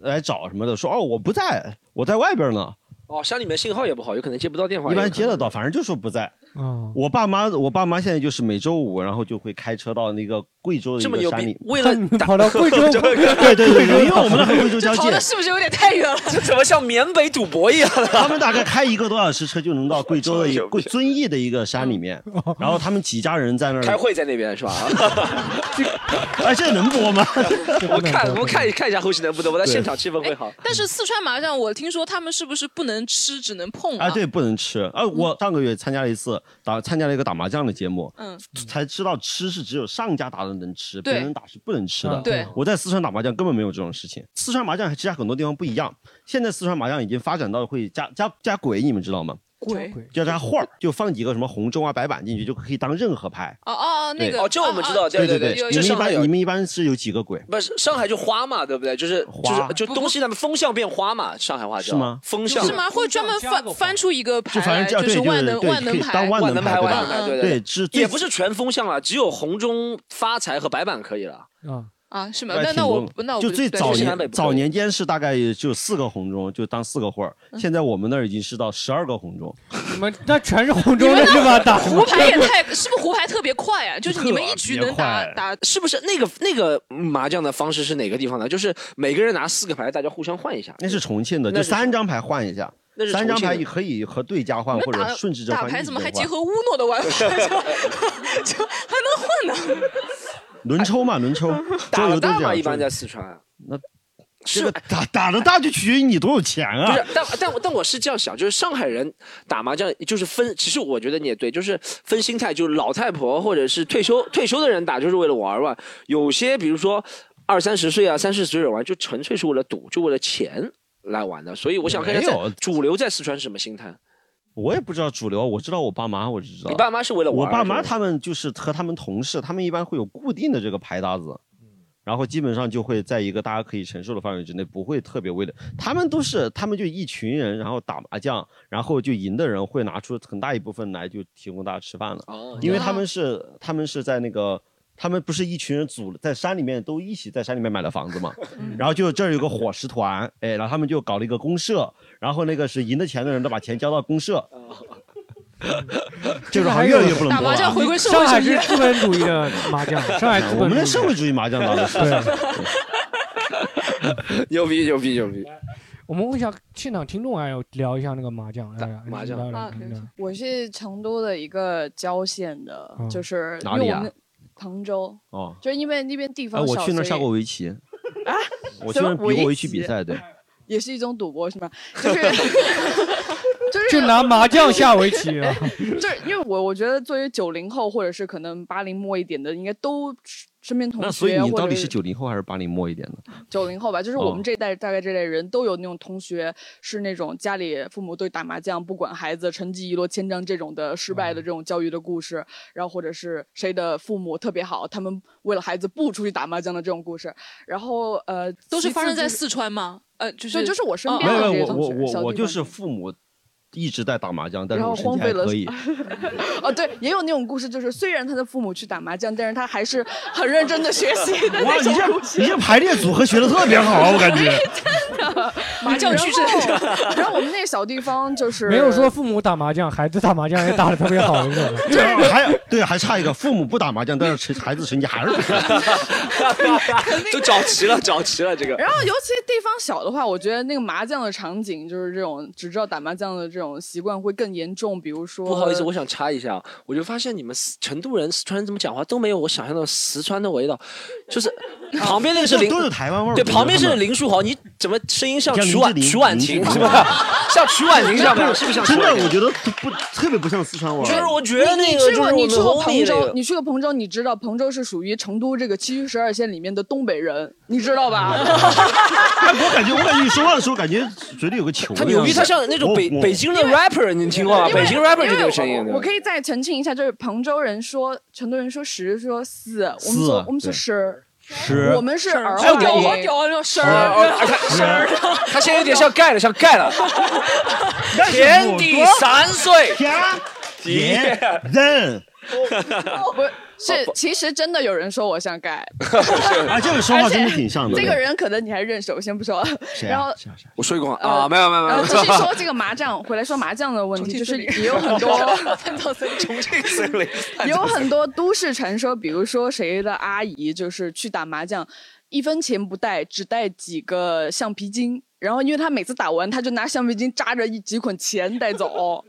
D: 来找什么的，说哦我不在，我在外边呢，
B: 哦，山里面信号也不好，有可能接不到电话。
D: 一
B: 有
D: 般
B: 可
D: 接
B: 能
D: 得到，反正就说不在。
C: 嗯，
D: 我爸妈，我爸妈现在就是每周五，然后就会开车到那个贵州的
B: 这么
D: 一
B: 牛
D: 个山里
B: 逼，，为了打
C: 跑到贵州
B: 这个
D: 对对对对，因为我们的和贵州交
G: 跑
D: 界
G: 的。是不是有点太远 了？
B: 这怎么像缅北赌博一样的？
D: 他们大概开一个多小时车就能到贵州的一个贵遵义的一个山里面，然后他们几家人在那
B: 开
D: 儿，
B: 会在那 边是吧？
D: 哎，这能播吗？
B: 我看，我看看一下后期能不能，我在
D: 对
B: 现场气氛会好。
G: 但是四川麻将，我听说他们是不是不能吃，只能碰
D: 啊，对，不能吃。啊，我上个月参加了一次打参加了一个打麻将的节目，
G: 嗯，
D: 才知道吃是只有上家打的能吃，别
G: 对嗯
D: 人打是不能吃的。嗯
G: 对
D: 我在四川打麻将根本没有这种事情。四川麻将和其他很多地方不一样，现在四川麻将已经发展到会加加加鬼，你们知道吗？
G: 鬼。
D: 就加画儿，就放几个什么红中啊、白板进去，就可以当任何牌。
G: 哦哦，哦那个
B: 哦，这我们知道，
G: 啊啊
B: 对
D: 对
B: 对，
G: 有有
D: 你
B: 就
D: 们一
B: 上海有
D: 般你们一般是有几个鬼？
B: 不是上海就花嘛，对不对？就是
D: 花
B: 就是就东西那边风向变花嘛，上海话叫
D: 是吗
B: 风向
G: 是吗？会专门翻翻出一个牌
D: 就反
G: 来，
D: 正叫
G: 是
D: 对
G: 万
D: 对
G: 能
D: 对
G: 万能
D: 可以当
G: 牌，
D: 万
B: 万
D: 能
B: 能
D: 牌
B: 牌，
D: 对
B: 万
D: 吧
B: 能牌，对
D: 对，
B: 对。
D: 是最
B: 也不是全风向了，只有红中、发财和白板可以了。
C: 啊，
G: 啊，是吗？
D: 还
G: 那
D: 挺
G: 那我
D: 多
G: 不那我
D: 就
G: 不
D: 最
G: 对
D: 早
B: 就是
G: 是
B: 南北
D: 年
B: 不
D: 早
B: 对
D: 年间是大概就四个红中，就当四个会儿。
G: 嗯
D: 现在我们那儿已经是到十二个红中，
C: 你们那全是红中的是吧？打
G: 胡牌也太是不是胡牌特别快啊？就是你们一局
D: 特别
G: 能打
D: 快
G: 打
B: 是不是那个那个麻将的方式是哪个地方的？就是每个人拿四个牌，大家互相换一下。
D: 那是重庆的，
B: 那
D: 就是三张牌换一下
B: 那是，重
D: 三
B: 庆的
D: 张牌也可以和对家换或者
G: 打
D: 顺时针
G: 打
D: 换。
G: 牌，怎么
D: 逆
G: 还
D: 时
G: 结
D: 针换
G: 合乌诺的玩法？ 就就还能混 呢？
D: 轮抽嘛？轮 抽，
B: 打
D: 桌
B: 了
D: 游都
B: 大
D: 是这
B: 嘛，
D: 样。
B: 一般
D: 桌
B: 在
D: 游
B: 四川。啊
D: 那
B: 是
D: 这个打打的大就取决于你多有钱
B: 不
D: 啊
B: 是。，但但我但我是这样想，就是上海人打麻将就是分，其实我觉得你也对，就是分心态，就是老太婆或者是退休退休的人打，就是为了玩儿嘛。有些比如说二三十岁啊、三四十岁人玩，就纯粹是为了赌，就为了钱来玩的。所以我想看一下
D: 没有
B: 在主流在四川是什么心态？
D: 我也不知道主流，我知道我爸妈，我只知道
B: 你爸妈是为了玩
D: 我
B: 儿？
D: 爸妈
B: 是吧
D: 他们就是和他们同事，他们一般会有固定的这个牌搭子，然后基本上就会在一个大家可以承受的范围之内，不会特别为了他们都是他们就一群人，然后打麻将，然后就赢的人会拿出很大一部分来就提供大家吃饭了，
B: 哦
D: 因为他们是他们是在那个。他们不是一群人组在山里面都一起在山里面买了 房子嘛，
J: 嗯
D: 然后就这儿有个伙食团，哎，然后他们就搞了一个公社，然后那个是赢的钱的人都把钱交到公社，
J: 哦
D: 这个好像越来越不能播了
G: 打麻将回归社
C: 上
G: 会
C: 海
G: 主
C: 是
G: 义。
C: 资本主义的麻将，上海资本主义
D: 我们的社会主义麻将打 的是，
C: 对。
B: 牛逼牛逼牛逼！
C: 我们问一下现场听众啊，有聊一下那个麻将，哎呀
B: 麻将
D: 哦
C: 聊聊
G: 啊
C: 聊
G: 对
C: 聊
J: 我是成都的一个郊县的，
C: 嗯
J: 就是
D: 哪里啊
J: 因为我们杭州，
D: 哦，
J: 就是因为那边地
D: 哎，
J: 方
D: 我
J: 小，
D: 去那儿
J: 所
D: 下
J: 以
D: 过围棋， 我去
J: 什么
D: 那儿比过
J: 围
D: 围棋比
J: 棋
D: 赛，对，
J: 也是一种赌博，是吗？就是 就是
C: 就拿麻将下围棋啊，
J: 就是因为我我觉得作为九零后或者是可能八零末一点的，应该都身边同
D: 那所以
J: 学
D: 你
J: 或
D: 到底
J: 者
D: 是九零后还是八零末一点的？
J: 九零后吧，就是我
D: 哦
J: 们这一代、大概这类人都有那种同学是那种家里父母对打麻将不管孩子成绩一落千丈这种的失
D: 嗯
J: 败的这种教育的故事，然后或者是谁的父母特别好，他们为了孩子不出去打麻将的这种故事，然后呃
G: 都是
J: 其次
G: 发生在
J: 就是
G: 四川吗？呃，就是
J: 对，就是我身
G: 哦
J: 边
D: 没
J: 的
D: 有
J: 这些
D: 没有，我
J: 同
D: 我
J: 学
D: 我
J: 小
D: 我
J: 地
D: 就
J: 方
D: 是父母一直在打麻将，但是
J: 然后
D: 我身体
J: 荒废
D: 还
J: 了
D: 可以。
J: 哦，对，也有那种故事，就是虽然他的父母去打麻将，但是他还是很认真的学习的
D: 哇，
J: 那
D: 你
J: 种故
D: 这
J: 事。
D: 你这排列组合学的特别好啊，我感觉。
G: 麻将矩阵。
J: 然后然后我们那个小地方就是
C: 没有 说父母打 麻将，孩子打麻将也打的特别好的那 种。
D: 还有对，还差一个父母不打麻将，但是成孩子成绩还是不错。
B: 就找齐了，找齐了这个。
J: 然后，尤其地方小的话，我觉得那个麻将的场景，就是这种只知道打麻将的这种习惯会更严重。比如说，
B: 不好意思，我想插一下啊，我就发现你们四成都人、四川人怎么讲话都没有我想象的四川的味道， 就是旁边那个是林，
D: 都是台湾味儿。
B: 对，旁边是
D: 真的
B: 林书豪，你怎么声音像
D: 像
B: 曲
D: 林
B: 婉
D: 志玲
B: 曲婉
D: 林志
B: 婷
D: 玲
B: 是吧？像曲婉婷像不像？是不是像曲
D: 真
B: 婉
D: 的，我
B: 婷？
D: 觉得不特别不像四川味儿。
B: 就是我觉得
J: 你
B: 那
J: 你
B: 个
J: 去
B: 就是
J: 过
B: 我
J: 你
B: 们
J: 去过
B: homie
J: 彭
B: 那
J: 州，
B: 个
J: 你去过彭州，你知道彭州是属于成都这个七区十二县里面的东北人，你知道 吧？
B: 嗯
D: 哎我感觉我感觉你说话的时候，感觉嘴里有个球的
B: 他
D: 样子。
B: 牛逼，他像那种
D: 我
B: 北
D: 我
B: 北京的 rapper，你听过吗？
J: 因为
B: 北京 rapper
J: 因
B: 就
J: 为
B: 那个声音
J: 我。我可以再澄清一下，就是彭州人说，成都人说十，说四，我们
D: 四
J: 说我们说
D: 对
J: 十，
D: 是
J: 我们是儿
G: 哎，
J: 化
G: 屌啊
J: 音。
G: 屌啊！声
B: 啊
G: 儿，
B: 哦，他他他现在有点像盖了，像盖 了。
D: 但是
B: 天
D: 我
B: 地
D: 多
B: 三岁，
J: 啊
D: 家天 人
J: 不是，其实真的有人说我像盖，
D: 啊，这个说话真的挺像的。
J: 这个人可能你还认识，我先不说。
D: 谁
J: 然
D: 啊
J: 后
D: 谁啊谁啊
B: 我说过吗啊，没有没有没
J: 呃，
B: 有，
J: 继续 说这个麻将，回来说麻将的问题，就是也有很 多
B: 重庆森林，
J: 有很多都市传说，比如说谁的阿姨就是去打麻将，一分钱不带，只带几个橡皮筋，然后因为她每次打完，她就拿橡皮筋扎着一几捆钱带走，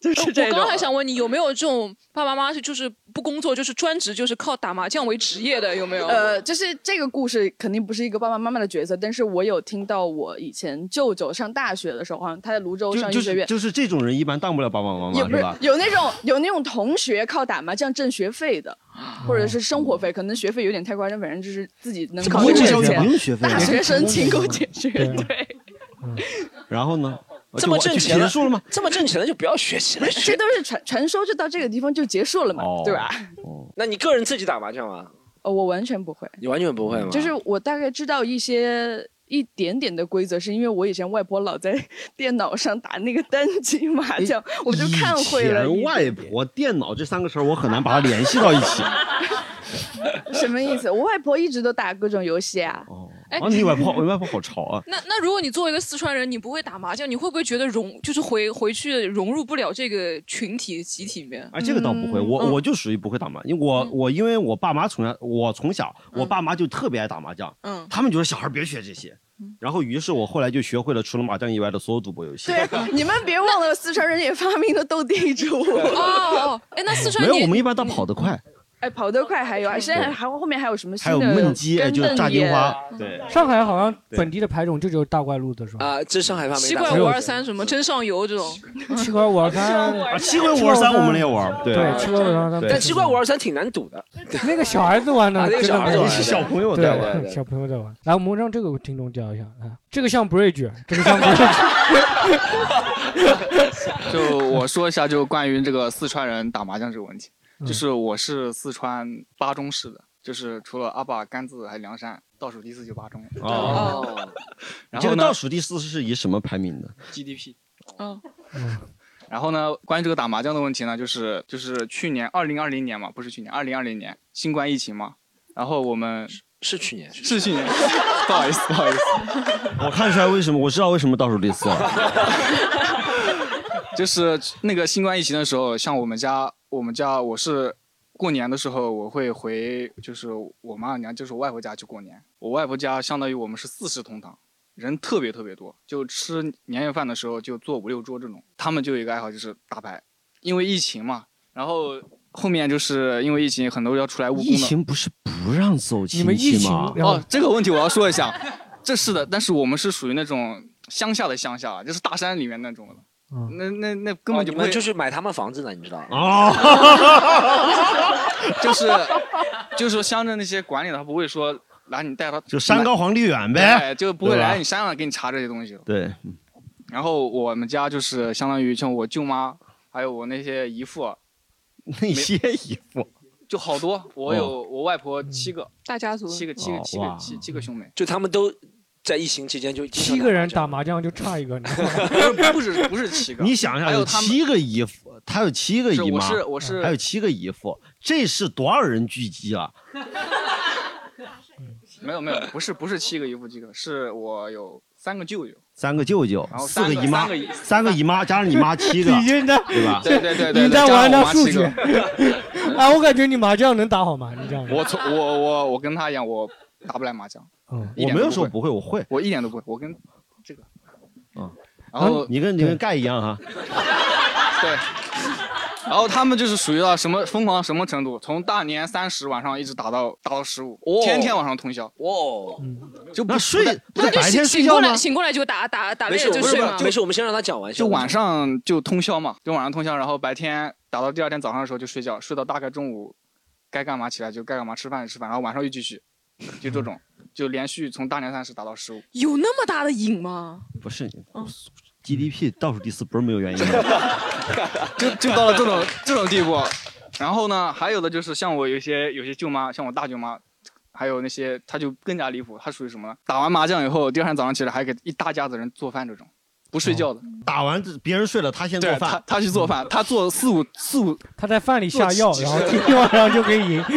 J: 就是这
G: 我
J: 种。啊
G: 刚刚还想问你，有没有这种爸爸妈妈是就是不工作，就是专职，就是靠打麻将为职业的，有没有？
J: 呃，就是这个故事肯定不是一个爸爸妈妈的角色，但是我有听到我以前舅舅上大学的时候，好像他在泸州
D: 就
J: 上
D: 就
J: 医学
D: 是
J: 院，
D: 就是这种人一般当不了爸爸妈妈
J: 也不
D: 是
J: 是
D: 吧？
J: 有那种有那种同学靠打麻将挣学费的，
B: 啊
J: 或者是生活费，可能学费有点太夸张，反正就是自己能
D: 这
J: 靠
D: 不
J: 着挣
D: 用学费，不
J: 钱。
D: 用学费
J: 大
D: 啊。
J: 学生勤工俭学，
C: 对
J: 对，
D: 然后 呢？
B: 这么
D: 就
B: 挣
D: 就
B: 钱了
D: 结束了吗？
B: 这么挣钱的就不要学习了。
J: 这都是传传说，就到这个地方就结束了嘛
D: 哦，
J: 对吧？
B: 那你个人自己打麻将吗？
J: 哦，我完全不会，
B: 你完全不会吗？
J: 就是我大概知道一些。一点点的规则，是因为我以前外婆老在 电脑上打那个单机麻将，我 就看会了
D: 哎以
J: 一点
D: 前外
J: 点。
D: 婆、电脑这三个词儿，我很难把它联系到一 起。
J: 什么意思？我外婆一直都打各种游戏啊。
D: 哦，
G: 哎
D: 啊，你外婆，我外婆好潮啊！
G: 那那如果你作为一个四川人，你不会打麻将，你会不会觉得融就是回回去融入不了这个群体集体里面？嗯
D: 哎，这个倒不
J: 嗯
D: 会，我我就属于不会打麻，因为我我因为我爸妈从小，我从小
J: 嗯
D: 我爸妈就特别爱打麻将，
G: 嗯，
D: 他们觉得小孩别学这些，
J: 嗯
D: 然后于是我后来就学会了除了麻将以外的所有赌博游 戏。
J: 对，你们别忘了，四川人也发明了斗地 主。
G: 哦哦，哎，
J: 啊
G: 那四川
D: 没
G: 你
D: 有，我们一般倒跑得快，
J: 哎，跑得快还有啊，现在还后面还有什么新
D: 还有
J: 的？
D: 焖鸡，哎，就是炸金花。，
K: 对，
C: 上海好像本地的牌种就只有大怪路子是吧？
B: 啊，这上海话没
G: 七
B: 打
G: 怪
B: 过
G: 五二三什么真上游这种，
J: 嗯
C: 七块五二三，
D: 啊，七回五二三我们也玩，对
C: 对，七块五二三，
D: 对
B: 但七怪五二三挺难赌的，
C: 那个小孩子玩
B: 啊
C: 的，
B: 那个
C: 真的
B: 小孩
C: 没
B: 子玩
C: 意
B: 的
C: 思
B: 是小
D: 朋友
C: 对
B: 对对对
C: 小朋友在玩。来，我们让这个听众聊一下啊，这个像 bridge，这个像 bridge，
L: 就我说一下，
D: 嗯
L: 就关于这个四川人打麻将这个问题，就是我是四川巴中市的，就是除了阿坝、甘孜还有凉山，倒数第四就巴中。
D: 哦，
L: 然
D: 这
L: 后
D: 个
L: 呢
D: 倒数第四是以什么排名的？
L: GDP。
G: 嗯，
L: 然后呢，关于这个打麻将的问题呢，就是就是去年二零二零年嘛，不是去年二零二零年新冠疫情嘛，然后我们
B: 是去年
L: 是去年， 不好意思不好意思，
D: 我看出来为什么，我知道为什么倒数第 四了。
L: 就是那个新冠疫情的时候，像我们家我们家我是过年的时候我会回就是我妈娘就是我外婆家去过年，我外婆家相当于我们是四世同堂，人特别特别多，就吃年夜饭的时候就坐五六桌这种。他们就有一个爱好就是打牌，因为疫情嘛，然后后面就是因为疫情，很多要出来务工的。
D: 疫情不是不让走亲戚吗？
L: 哎哦，这个问题我要说一下，这是的，但是我们是属于那种乡下的乡下，就是大山里面那种的。那那那根本就
B: 哦你
L: 不
B: 们
L: 会
B: 就是买他们房子呢，你知道？
D: 啊
L: 就是就是乡镇那些管理的，他不会说来你带他
D: 就山高皇帝远
L: 对
D: 呗
L: 就不会
D: 对吧
L: 来你山上给你查这些东西。
D: 对，
L: 然后我们家就是相当于像我舅妈，还有我那些姨父，啊
D: 那些哦衣服
L: 就好 多，我有我外婆七个，
G: 大家族
L: 七个七个
C: 哦
L: 七个
C: 哇
L: 七七个兄妹，
B: 就他们都在疫情期间就
C: 七个人打麻将就差一个，你知道吗，
L: 不是不是七个，
D: 你想想，
L: 还有
D: 有
L: 他们
D: 七个姨父，他有七个
L: 是
D: 姨
L: 我
D: 妈，
L: 是我是
D: 还有七个姨父，这是多少人聚集啊？
L: 没有没有，不是不是七个姨父七个，是我有三个舅舅，
D: 三个舅舅
L: 然，后
D: 四
L: 哦三个
D: 姨妈
L: 三个姨，
D: 三个姨妈加上 你妈七个
C: 你现在
D: 对吧？
L: 对对对对，
C: 你在
L: 加
C: 玩
L: 上
C: 他
L: 我妈
C: 数
L: 七
C: 学
L: 个。
C: 啊？我感觉你麻将能打好吗？你这样，
L: 我从我我我跟他一样，我打不来麻 将，一
D: 嗯我
L: 点都
D: 没有
L: 不
D: 说
L: 会
D: 不会，我会。
L: 我一点都不会，我跟这个，
D: 嗯，
L: 然后
D: 嗯你跟你跟盖一样哈，
L: 对，然后他们就是属于到什么疯狂到什么程度，从大年三十晚上一直打到打到十五，天天晚上通宵，
B: 哇，
D: 嗯
L: 就不
D: 那睡不
G: 那
D: 是
G: 就
D: 白
G: 醒
D: 天睡
G: 醒
D: 觉
G: 过
D: 吗
G: 来，？醒过来就打打打
B: 没
G: 累
B: 事，
G: 了
B: 我
G: 就
B: 们
G: 睡嘛
B: 没。事，我们先让他讲完。
L: 就晚上就通宵嘛，就晚上通宵，然后白天打到第二天早上的时候就睡觉，睡到大概中午，该干嘛起来就该干嘛，吃饭就吃饭，然后晚上又继续，就这种，就连续从大年三十打到十五。
G: 有那么大的瘾吗？
D: 不是你
L: 嗯
D: GDP 倒数第四不是没有原因的。
L: 就就到了这种这种地步。然后呢，还有的就是像我有些有些舅妈，像我大舅妈，还有那些她就更加离谱，她属于什么呢？打完麻将以后，第二天早上起来还给一大家子人做饭，这种不睡觉
B: 哦
L: 的。
D: 打完这别人睡了，他先做
L: 对，她
D: 饭。
L: 她去做 饭，她做四五四五，
C: 他在饭里下药，
L: 做
C: 然后
L: 几
C: 今天晚上就可以赢。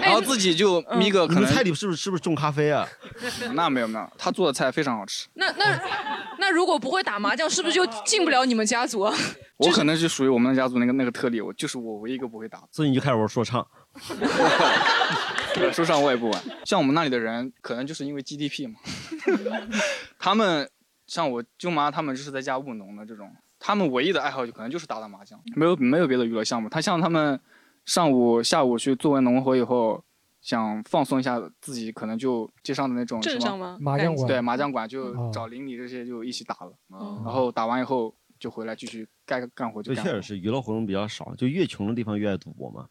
G: 哎
L: 然后自己就
C: 嗯
L: 咪个
D: 你
L: 可
D: 们
L: 能
D: 菜里是不是是不是种咖啡啊？
L: 那没有没有，她做的菜非常好吃。
G: 那那那如果不会打麻将，是不是就进不了你们家族啊？
L: 我可能是属于我们家族那个那个特例，我就是我唯一一个不会打的。
D: 所以你就开始玩 说唱。
L: 说唱我也不玩。像我们那里的人，可能就是因为 GDP 嘛， 他们像我舅妈他们就是在家务农的这种，他们唯一的爱好就可能就是打打麻将，没有没有别的娱乐项目。他像他们上午下午去做完农活以后，想放松一下自己，可能就街上的那种
G: 镇
L: 什
G: 上
L: 么
G: 吗？
C: 麻将馆
L: 对麻将馆
C: 哦
L: 就找邻里这些就一起打了，嗯
G: 哦
L: 然后打完以后就回来继续该干活就
D: 这
L: 干
D: 确
L: 活。
D: 实是娱乐活动比较少，就越穷的地方越爱赌博嘛。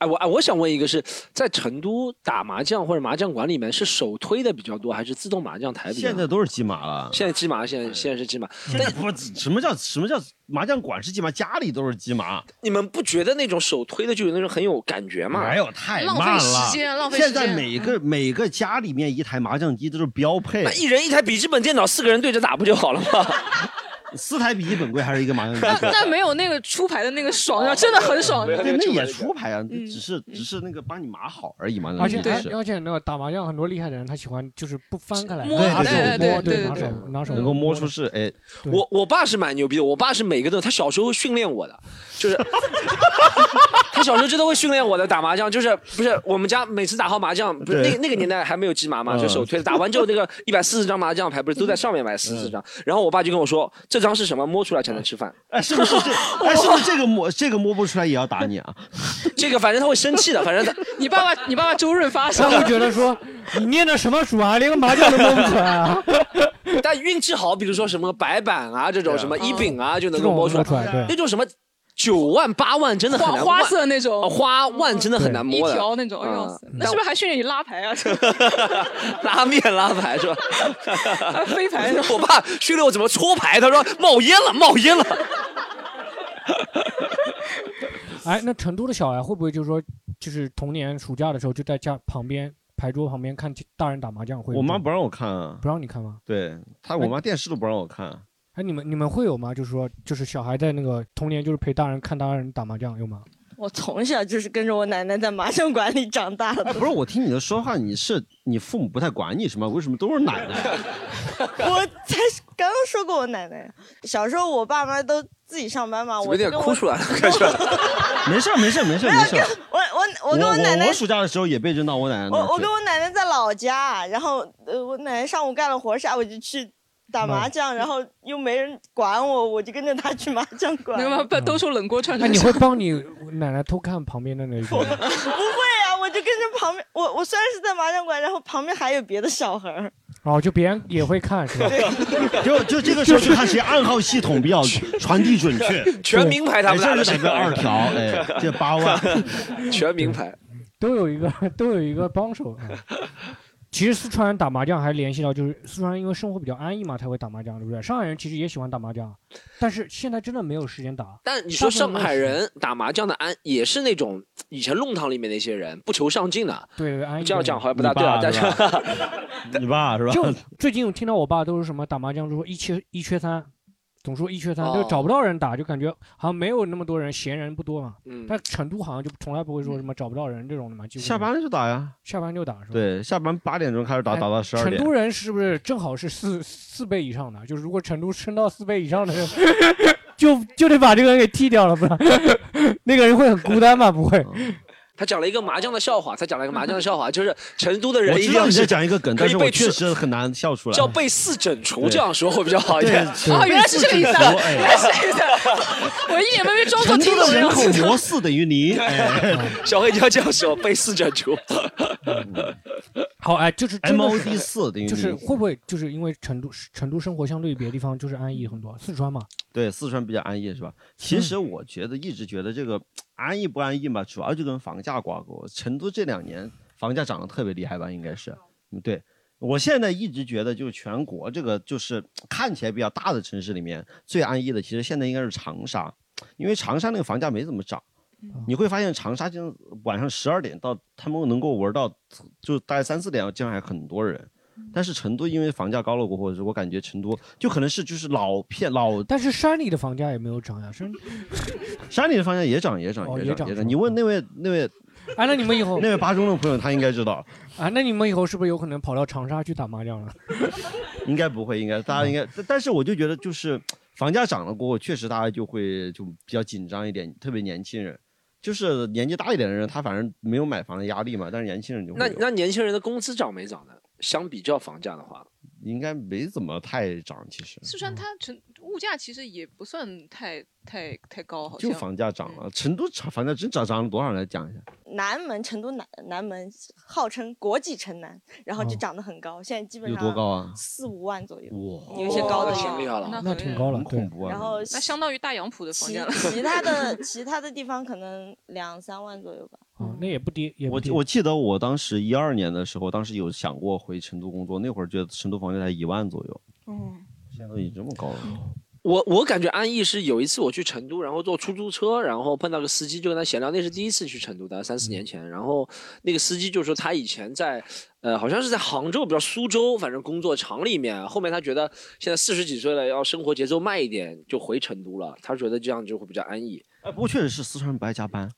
B: 哎，我哎，我想问一个是在成都打麻将或者麻将馆里面是手推的比较多，还是自动麻将台比较
D: 现
B: 多？
D: 在都是鸡麻了。哎
B: 现在鸡麻，现在现在是鸡麻。
D: 现在不什么叫什么叫麻将馆是鸡麻，家里都是鸡麻，
B: 你们不觉得那种手推的就有那种很有感觉吗？
D: 没有太
G: 浪
D: 慢
G: 费
D: 了。
G: 时间浪费时
D: 现
G: 间嗯
D: 在每个每个家里面一台麻将机都是标配
G: 哎
B: 那，一人一台笔记本电脑，四个人对着打不就好了吗？
D: 四台笔记本贵还是一个麻将机贵？
G: 但没有 那个出牌的那个爽，啊，真的很爽。嗯
D: 对，那也出牌啊，只是只是那个帮你码好 而已嘛，那
C: 而且
D: 只是
C: 而且那个打麻将很多厉害的人，他喜欢就是不翻开来
G: 摸
C: 拿手
D: 对对
B: 啊
C: 摸，
G: 对对
C: 拿手
G: 对
C: 拿手
D: 能够摸出是哎，
C: 对
B: 我我爸是蛮牛逼的，我爸是每个都，他小时候训练我的， 就是他小时候真的会训练我的打麻将，就是不是我们家每次打好麻将，不是
D: 对
B: 那那个年代还没有鸡麻嘛，
D: 嗯
B: 就手推，打完之后 那个一百四十张麻将牌不是都在上面买四十四张，然后我爸就跟我说这张是什么，摸出来才能吃饭，
D: 哎，是不是 这？哎，是不是这个摸这个摸不出来也要打你啊？
B: 这个反正他会生气的，反正他
G: 你爸爸，你爸爸周润发是
C: 他
G: 吧
C: 会？觉得说你念的什么书啊，连个麻将都摸不出来啊，
B: 但运气好，比如说什么白板啊这种什么一饼啊就
C: 这
B: 能够
C: 种
B: 摸
C: 摸
D: 哦
B: 出来，
C: 出来，
B: 那
C: 对，
B: 种什么九万八万真的很
G: 花
B: 难，
G: 花
B: 万
G: 色那
B: 呃
G: 种，
B: 花万真的很难
G: 一
B: 摸的。
G: 条那种，哎呦
B: 嗯
G: 我死那是不是还训练你拉牌啊？
B: 拉面拉牌是吧？
G: 飞牌是吧
B: 我爸训练我怎么搓牌，他说冒烟了，冒烟了。
C: 哎，那成都的小孩会不会就是说就是童年暑假的时候就在家旁边牌桌旁边看大人打麻将会。
D: 我妈不让我看啊，
C: 不让你看吗？
D: 对她，我妈电视都不让我看。啊
C: 哎，你们你们会有吗？就是说，就是小孩在那个童年，就是陪大人看大人打麻将，有吗？
H: 我从小就是跟着我奶奶在麻将馆里长大
G: 哎
H: 的。
D: 哎不是，我听你的说话，你是你父母不太管你是吗？为什么都是奶 奶？
H: 我才刚说过我奶奶。小时候我爸妈都自己上班嘛，我
D: 有点
H: 就跟
D: 哭
H: 我
D: 出来了 没事儿没事儿没事儿没事儿。
H: 我我我跟我奶奶
D: 我暑假的时候也被扔到我奶奶那儿
H: 我我
D: 去
H: 跟我奶奶在老家，然后呃，我奶奶上午干了活，下午就去打
D: 嗯
H: 麻将，然后又没人管我，我就跟着她去麻将馆。
G: 能
D: 嗯
G: 把都说冷锅串
C: 那
G: 串。
C: 你会帮你奶奶偷看旁边的那个？
H: 不会啊，我就跟着旁边，我我虽然是在麻将馆，然后旁边还有别的小孩儿。
C: 哦，就别人也会看是 吧？
D: 就就这个时候就看谁暗号系统比较传递准确，
B: 全名牌他们
D: 哎
B: 俩
D: 这
B: 的
D: 是个二条，哎， 这八万，
B: 全名牌。
C: 都有一个都有一个帮手。啊其实四川人打麻将还联系到，就是四川人因为生活比较安逸嘛，才会打麻将，对不对？上海人其实也喜欢打麻将，但是现在真的没有时间打。
B: 但你说
C: 大部
B: 上
C: 分
B: 海
C: 都是
B: 人打麻将的安也是那种以前弄堂里面那些人不求上进的，
C: 对对安逸
B: 这样
C: 的
B: 讲好像不
D: 哎你
B: 大对啊
D: 爸，
B: 但
D: 是
B: 是
D: 吧 你爸是吧？
C: 就最近我听到我爸都是什么打麻将，就说一缺一缺三，总说一缺三，
B: 哦
C: 就找不到人打，就感觉好像没有那么多人，闲人不多嘛。
B: 嗯
C: 但成都好像就从来不会说什么找不到人这种的嘛，就
D: 下班就打呀，
C: 下班就打是吧？
D: 对，下班八点钟开始打，
C: 哎
D: 打到十二
C: 成
D: 点
C: 都。人是不是正好是四四倍以上的？就是如果成都升到四倍以上的人， 就就得把这个人给踢掉了， 不然那个人会很孤单吧？不
D: 嗯
C: 会，
B: 他讲了一个麻将的笑话，他讲了一个麻将的 笑话，就是成都的人
D: 我
B: 一
D: 知
B: 定
D: 道
B: 要
D: 你在
B: 是
D: 讲一个梗，
B: 可
D: 但
B: 以
D: 是我
B: 被
D: 确
B: 斥
D: 实很难笑出来。
B: 叫 被四整除，这样说会比较好一点。
D: 对
G: 啊，原来是这个意思啊，
D: 哎
G: 原来是这个意思啊， 我一脸被被装作
D: 成
G: 听
D: 都
G: 懂
D: 的人
G: 然后
D: 口模式等于 零，哎
B: 小黑就要这样说，被四整除。
D: 嗯
C: 好哎，就是真的是
D: MOD 四等于
C: 就是
D: 零
C: 会不会就是因为成都成都生活相对于别的地方就是安逸很多，四川嘛，
D: 对，四川比较安逸是吧？其实我觉得一直觉得这个安逸不安逸嘛，主要就跟房价挂钩。成都这两年房价涨得特别厉害吧？应该是，嗯，对。我现在一直觉得，就是全国这个就是看起来比较大的城市里面最安逸的，其实现在应该是长沙，因为长沙那个房价没怎么涨。你会发现长沙经晚上十二点到，他们能够玩到，就大概三四点，经常还很多人。但是成都因为房价高了过后，我感觉成都就可能是就是老片老
C: 但是山里的房价也没有涨呀，山
D: 山里的方向也涨，也涨，
C: 哦
D: 也
C: 也
D: 涨，
C: 涨
D: 也
C: 是
D: 涨。你问那位那位
C: 哎，那你们以后
D: 那位巴中的朋友，他应该知道，
C: 啊，那你们以后是不是有可能跑到长沙去打麻将了？
D: 应该不会，应该大家应该。
C: 嗯
D: 但但是我就觉得，就是房价涨了过后，确实大家就会就比较紧张一点，特别年轻人，就是年纪大一点的人，他反正没有买房的压力嘛，但是年轻人就会
B: 那
D: 有
B: 那年轻人的工资涨没
D: 哦
B: 涨呢？相比较房价的话，
D: 应该没怎么太涨，其实
G: 四川它成物价其实也不算太太太高，好像
D: 就房价涨了。成都涨房价真涨涨了多少？来讲一下。
H: 南门，成都南南门号称国际城南，然后就
D: 哦
H: 长得很高，现在基本
D: 有
H: 上
D: 多高啊
H: 四五万左右，
D: 哇
H: 有一些高的
G: 哇
H: 也有
G: 挺厉害了
C: 那挺高了，对。
D: 怖啊
H: 然后
G: 那相当于大洋浦的房
H: 其
G: 价了。
H: 其 他的其他的地方可能两三万左右吧。
C: 哦，那也不低，也不
D: 嗯我
C: 低。
D: 我记得我当时一二年的时候，当时有想过回成都工作，那会儿觉得成都房价才一万左右，
H: 嗯，
D: 现在都已经这么高了。
C: 哦
B: 我我感觉安逸是有一次我去成都，然后坐出租车，然后碰到个司机就跟他闲聊，那是第一次去成都，大概三四年前。然后那个司机就说他以前在呃好像是在杭州，不知道苏州，反正工作厂里面。后面他觉得现在四十几岁了，要生活节奏慢一点，就回成都了。他觉得这样就会比较安逸。
D: 哎，不过确实是四川人不爱加班。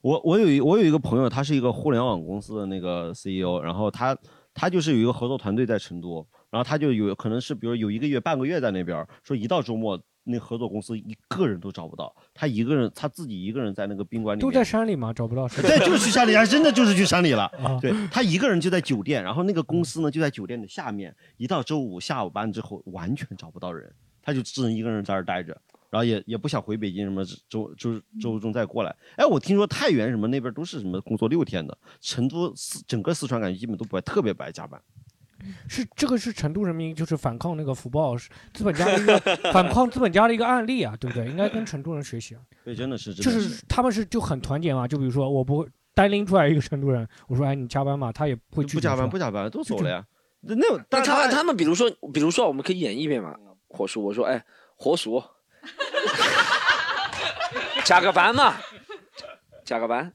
D: 我我有一我有一个朋友，他是一个互联网公司的那个 CEO，然后他他就是有一个合作团队在成都，然后他就有可能是比如有一个月半个月在那边儿，说一到周末那合作公司一个人都找不到，他一个人他自己一个人在那个宾馆里
C: 都
D: 面
C: 在山里嘛，找不到谁。
D: 对，就是去山里，还真的就是去山里了。
C: 啊
D: 对他一个人就在酒店，然后那个公司呢就在酒店的下面。一到周五下午班之后，完全找不到人，他就只能一个人在这儿待着，然后也也不想回北京什么周周
C: 嗯
D: 周中再过来。哎，我听说太原什么那边都是什么工作六天的，成都四整个四川感觉基本都不爱特别不爱加班。
C: 是这个是成都人民就是反抗那个福报是资本家的一个反抗资本家的一个案例啊，对不对？应该跟成都人学习啊，
D: 对，真的是，真
C: 就
D: 的
C: 是他们是就很团结嘛。就比如说我不会单拎出来一个成都人，我说哎你加班嘛，他也不会拒绝
D: 不加
C: 是
D: 班
C: 吧
D: 不加班都走了呀。那那
B: 但他们他们比如说比如说我们可以演绎一遍嘛，火叔我说哎火叔，加个班嘛，加个班，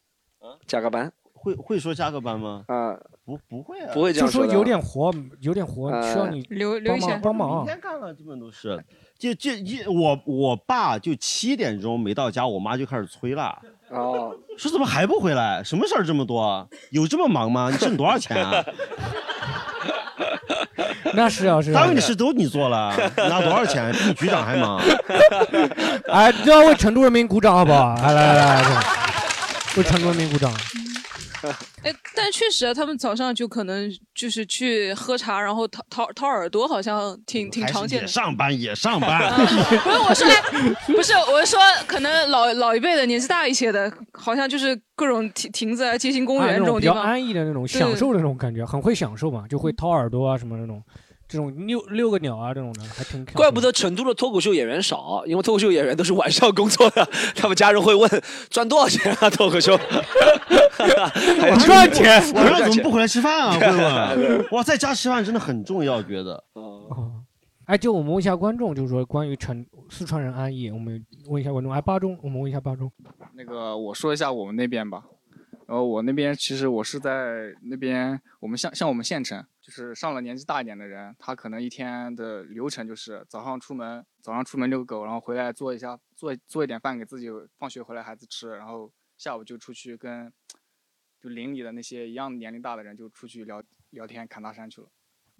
B: 加个班，
D: 啊会会说加个班吗？
B: 啊，
D: 不不会啊，
B: 不会这样
C: 就说
B: 的
C: 有点活，有点活，
D: 呃
C: 需要你
D: 留留
C: 帮
D: 一些
C: 忙帮忙啊
D: 明。天干了，基本都是。就就一我我爸就七点钟没到家，我妈就开始催了。
B: 哦，
D: 说怎么还不回来？什么事儿这么多？有这么忙吗？你挣多少钱啊？
C: 那是啊，是啊
D: 单位的事都你做了，你拿多少钱？比你局长还忙。
C: 哎，都要为成都人民鼓掌好不好？来来来来，来为成都人民鼓掌。
G: 哎，但确实啊，他们早上就可能就是去喝茶，然后掏掏掏耳朵，好像
D: 嗯
G: 挺挺常见
D: 也
G: 的。
D: 上班也上班，
G: 不是 我说来，不是我说，可能老老一辈的年纪大一些的，好像就是各种亭亭子啊、街心公
C: 啊
G: 园
C: 那
G: 这
C: 种
G: 种
C: 比
G: 地
C: 较
G: 方，
C: 安逸的那种
G: 对
C: 享受的那种感觉，很会享受嘛，就会掏耳朵啊什么那种，这种遛遛个鸟啊这种的，还挺
B: 怪不得成都的脱口秀演员少，因为脱口秀演员都是晚上工作的，他们家人会问赚多少钱啊？脱口秀
D: 我
B: 赚钱
D: 我说怎么不回来吃饭啊？
B: 对
D: 会问。哇，在家吃饭真的很重要，觉得。
B: 哦
C: 哎，就我们问一下观众，就是说关于成四川人安逸，我们问一下观众。哎，巴中，我们问一下巴中，
L: 那个我说一下我们那边吧，然后我那边其实我是在那边，我们像像我们县城，就是上了年纪大一点的人，他可能一天的流程就是早上出门，早上出门遛狗，然后回来做一下做做一点饭给自己放学回来孩子吃，然后下午就出去跟就邻里的那些一样年龄大的人就出去聊聊天侃大山去了。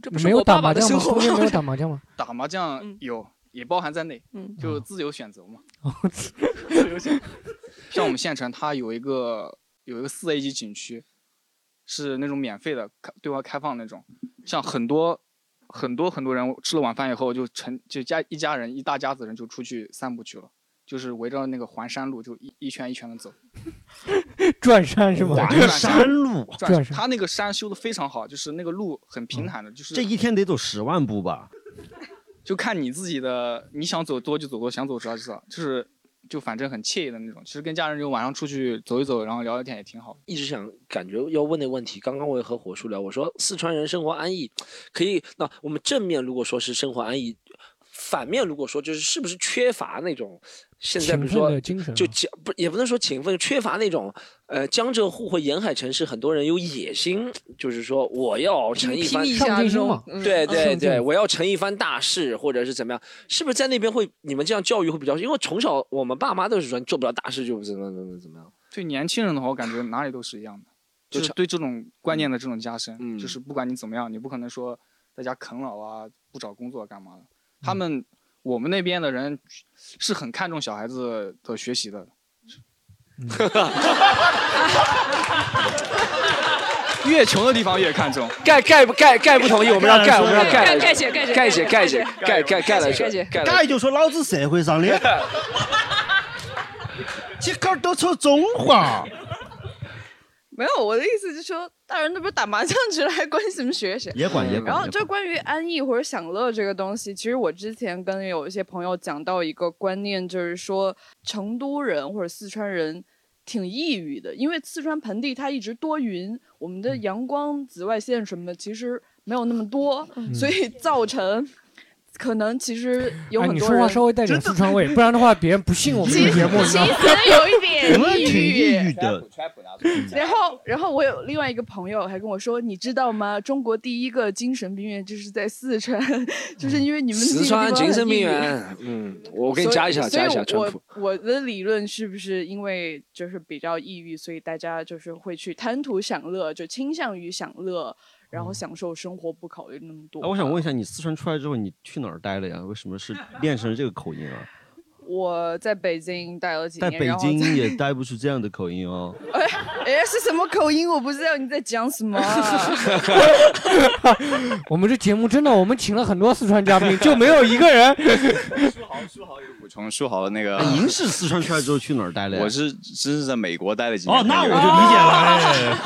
G: 这
C: 没有打麻将吗？中间没有打麻将吗？嗯哦
L: 打麻将有，也包含在内，
G: 嗯
L: 就自由选择嘛。自由选择。 像我们县城，它有一个有一个四 A 级景区，是那种免费的，开对外开放那种。像很多很多很多人吃了晚饭以后，就成就家一家人一大家子人就出去散步去了，就是围着那个环山路就一一圈一圈的走。
C: 转山是吗？
L: 转山
D: 路
L: 转它那个山修的非常好，就是那个路很平坦的，就是
D: 这一天得走十万步吧？
L: 就看你自己的，你想走多就走多，想走少就少，就是就反正很惬意的那种。其实跟家人就晚上出去走一走，然后聊聊天也挺好。
B: 一直想感觉要问那问题，刚刚我也和火叔聊，我说四川人生活安逸，可以。那我们正面如果说是生活安逸，反面如果说就是是不是缺乏那种现在比如
C: 勤奋
B: 说
C: 的精神啊
B: 就江不也不能说勤奋，缺乏那种呃江浙沪或沿海城市很多人有野心，就是说我要成一番
G: 拼一下上进心这种嘛嗯
B: 对
G: 嗯
B: 对
G: 上进
B: 对，我要成一番大事，或者是怎么样？是不是在那边会你们这样教育会比较？因为从小我们爸妈都是说你做不了大事就怎么怎么怎么样。
L: 对年轻人的话，我感觉哪里都是一样的，
B: 就
L: 就是
B: 差
L: 对这种观念的这种加深，
B: 嗯
L: 就是不管你怎么样，你不可能说在家啃老啊，不找工作干嘛
B: 嗯
L: 的。他们、我们那边的人是很看重小孩子的学习的。
C: 嗯
L: 越穷的地方越看重，
B: 盖盖不盖盖不同意，我们让盖，我们让盖来
G: 盖
B: 着
G: 姐盖姐
B: 盖姐盖
G: 盖姐
B: 姐盖盖盖来
G: 盖
B: 着
G: 姐
B: 盖
D: 盖
B: 来着。
D: 就说老子社会上 的，这个都出中华。
J: 没有，我的意思就是说，大人都不是打麻将去了，还关心什么学习？
D: 也管也管
J: 然后
D: 也管
J: 就关于安逸或者享乐这个东西，其实我之前跟有一些朋友讲到一个观念，就是说成都人或者四川人。挺抑郁的，因为四川盆地它一直多云，我们
C: 嗯
J: 的阳光、紫外线什么的其实没有那么多，所以造成可能其实有
C: 哎，
J: 很
C: 你
J: 多
C: 说
J: 人、
C: 话稍微带点四川味，不然的话别人不信我们这个节目，你知道吗？
J: 点抑郁。
D: 的。
J: 然后，然后我有另外一个朋友还跟我说，你知道吗？中国第一个精神病院就是在四川， 就是因为你们那个
B: 四
J: 地方很
B: 川精神
J: 抑
B: 病
J: 郁
B: 院，嗯，我给你加一下，
J: 所以
B: 加一下
J: 所
B: 川
J: 以
B: 普。
J: 我我的理论是不是因为就是比较抑郁，所以大家就是会去贪图享乐，就倾向于享乐，然
B: 嗯
J: 后享受生活，不考虑那么多。
D: 哎，
F: 啊
D: 我想问一下，你四川出来之后，你去哪儿待了呀？为什 么是练成这个口音啊？
J: 我在北京待了几
D: 在
J: 年，
D: 北
J: 然后
D: 京
J: 在
D: 也待不出这样的口音哦。
J: 哎哎是什么口音？我不知道你在讲什么 啊、
C: 我们这节目真的，我们请了很多四川嘉宾，就没有一个 人。
F: 补充说好那个，
D: 哎您是四川出来之后去哪儿待了 呀？
F: 我是真是在美国待了几年。
D: 哦那我就理解了哎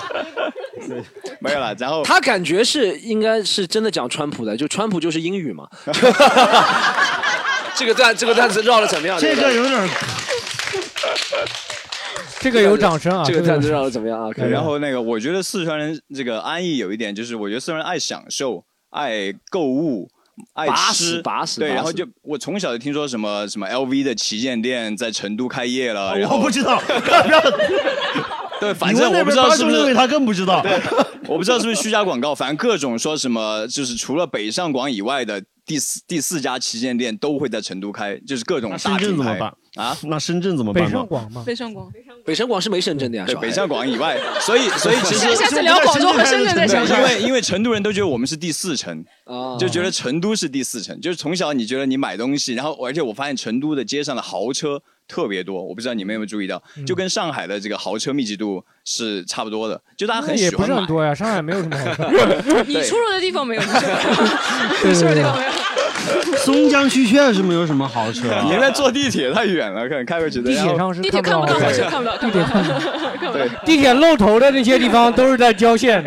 F: 解了。没有了，然后
B: 他感觉是应该是真的讲川普的，就川普就是英语嘛。 这个段这个段子绕的怎么样？
D: 这个有点，
C: 这个有掌声啊！
B: 这个段
C: 段
B: 子
C: 子
B: 绕的怎么样啊？
F: 然后那个，我觉得四川人这个安逸有一点，就是我觉得四川人爱享受、爱购物、爱
B: 把
F: 吃
B: 死、把死
F: 对，
B: 把
F: 然后
B: 死
F: 就我从小就听说什
D: 哦
F: 么什么 LV 的旗舰店在成都开业了，然后
D: 我不知道。
F: 对，反
D: 你
F: 正
D: 问那
F: 我不知道是不
D: 边八中那
F: 是
D: 位他更不知道
F: 对，我不知道是不是虚假广告，反正各种说什么，就是除了北上广以外的第四第四家旗舰店都会在成都开，就是各种
D: 那
F: 大
D: 深圳
F: 品
D: 怎么
F: 牌
D: 办
F: 啊？
D: 那深圳怎么
F: 办呢
C: 广嘛，
G: 北上广，
B: 北上广是没深圳的呀，
F: 对
B: 小，孩
F: 北上广以外，所以所以其实
G: 下下次聊广州和深圳再想想
F: 因为因为成都人都觉得我们是第四城，
B: 啊
F: 就觉得成都是第四城，就是从小你觉得你买东西，然后而且我发现成都的街上的豪车特别多，我不知道你们有没有注意到，就跟上海的这个豪车密集度是差不多的，就大家
C: 那
F: 很
C: 也
F: 喜
C: 不
F: 欢
C: 是
F: 买
C: 很。 多呀，上海没有什 么好看。
G: 你出入的地方没有，你
D: 对
G: 出入的地方没有。
D: 松江区确实没有什么豪车、啊。
F: 你在 坐地铁太远了，看开过去的。
C: 地铁
F: 然后
C: 上是
G: 地铁看不到，火车看不到，看不到，看不到。
C: 地铁露头的那些地方都是在郊县，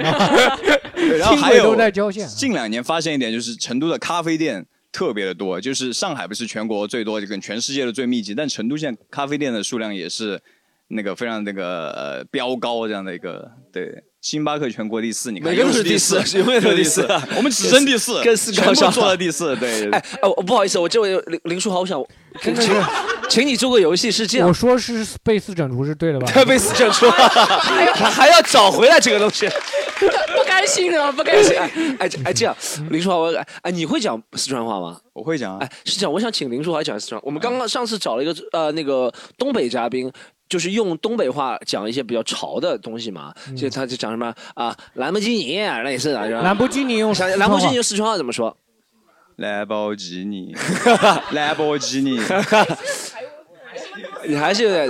F: 对然后
C: 轻
F: 还
C: 轨
F: 有
C: 都在郊县。
F: 近两年发现一点，就是成都的咖啡店特别的多，就是上海不是全国最多，就跟全世界的最密集，但成都现在咖啡店的数量也是那个非常那个呃飙高这样的一个对。星巴克全国第四，你看
B: 每个都
F: 又
B: 是
F: 是
B: 第四
F: 四，
B: 永远都
F: 又是
B: 是第
F: 第
B: 四
F: 四，我们只争第四，
B: 更是更是
F: 全
B: 高
F: 部
B: 尚
F: 做到第四， 对。
B: 哎哎，我不好意思，我这位林林书豪，我想请 请请你做个游戏，是这样
C: 我，说是被四整除是对的吧？
B: 被死 整出，
J: 哎
B: 还还要找回来这个东西。
G: 不甘心的，不甘
B: 哎
G: 心。
B: 哎这哎，这样，
C: 嗯
B: 林书豪，我哎，你会讲四川话吗？
F: 我会讲啊
B: 哎，，是这样，我想请林书豪讲四川。我们刚刚上次找了一个
C: 嗯
B: 呃那个东北嘉宾，就是用东北话讲一些比较潮的东西嘛，
C: 嗯
B: 就他就讲什么啊，兰博基尼类似的，是吧
C: 兰博基尼用
B: 想
C: 四
B: 兰博基
C: 川
B: 尼
C: 话
B: 用四川话怎么说？
F: 兰博基尼，兰博基尼，
B: 你还是有点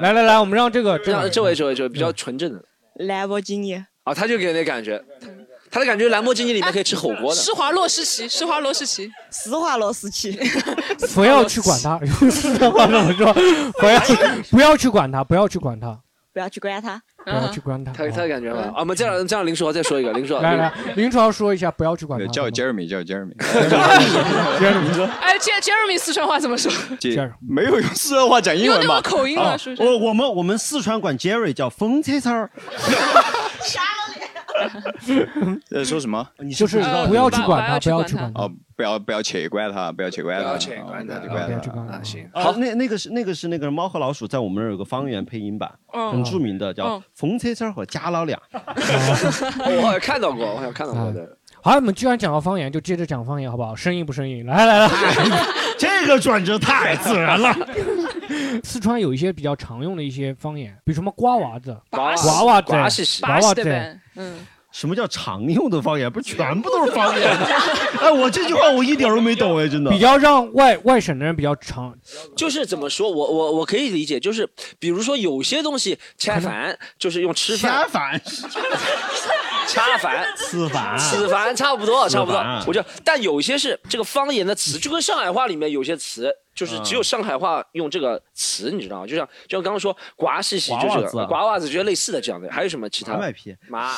C: 来来来，我们让这个这
B: 让
C: 个
B: 这位这位这位比较纯正的
H: 兰博基尼，
B: 啊，他就给人那感觉，他的感觉兰博基尼里面可以吃火锅的。
G: 施华洛世奇，施华洛世 奇，
H: 施华洛世奇，
C: 不要去管他，用四川话怎么说？不
J: 哎
C: 要不要去管他，不要去管他，
H: 不要去管他。
C: 不
J: 嗯
C: 要去管他。
B: 他他
C: 好
B: 的感觉嘛，啊，我们这样这样，林书豪再说一个，林书啊豪，
C: 来来，林床说一下，不要去管
F: 对
C: 他。
F: 叫
C: 好吗
F: Jeremy，叫 Jeremy，
G: 哎，Jer Jeremy 四川话怎么说？
F: 这没有用四川话讲英
G: 有那
F: 文吧
G: 种？口音了，是不是？
D: 啊我我们我们四川管 Jerry 叫风车车 儿，
F: 呃，说什么？
D: 你
C: 就是
D: 不知道
C: 不
D: 的
C: 要去管
G: 呃不
C: 他，
G: 要
C: 不要
G: 去管
C: 去
G: 他
C: 管他，
F: 哦，不要不要且怪他，不要且怪他，
B: 不要且管他
F: 啊不
C: 不要
F: 要
C: 去
F: 且怪
C: 管他。
B: 行，
D: 啊，那那个是那个是那个猫和老鼠，在我们那儿有个方言配音版，很著名的叫
G: 嗯
D: 冯车车和加老啊两。
B: 啊我好像看到过，我好像看到过的。
C: 好，我们居然讲到方言，就接着讲方言好不好？生硬不生硬？来来来，
D: 这个转折太自然了。
C: 四川有一些比较常用的一些方言，比如什么瓜娃子、
B: 娃
C: 娃娃子、
B: 娃是是
C: 娃
G: 巴
C: 娃
G: 西
C: 子
G: 的。呗，嗯，
D: 什么叫常用的方言？ 不是全部都是方言吗？ 哎，我这句话我一点都没懂哎，真的
C: 比。较让外外省的人比较常，
B: 就是怎么说，我我我可以理解，就是比如说有些东西恰饭，就是用吃
D: 恰
B: 饭
D: 饭，
B: 恰饭。
D: 吃饭，
B: 此凡差不多，差不多
D: 此凡。
B: 我就，但有些是这个方言的词，就跟上海话里面有些词，
D: 嗯
B: 就是只有上海话用这个词，你知道吗？就像就像刚刚说“瓜西西”，就
D: 瓜
B: 是
D: 娃子啊
B: 瓜娃子，觉得类似的这样的。还有什么其他
D: 麻
B: 的？
D: 麦皮，
B: 妈。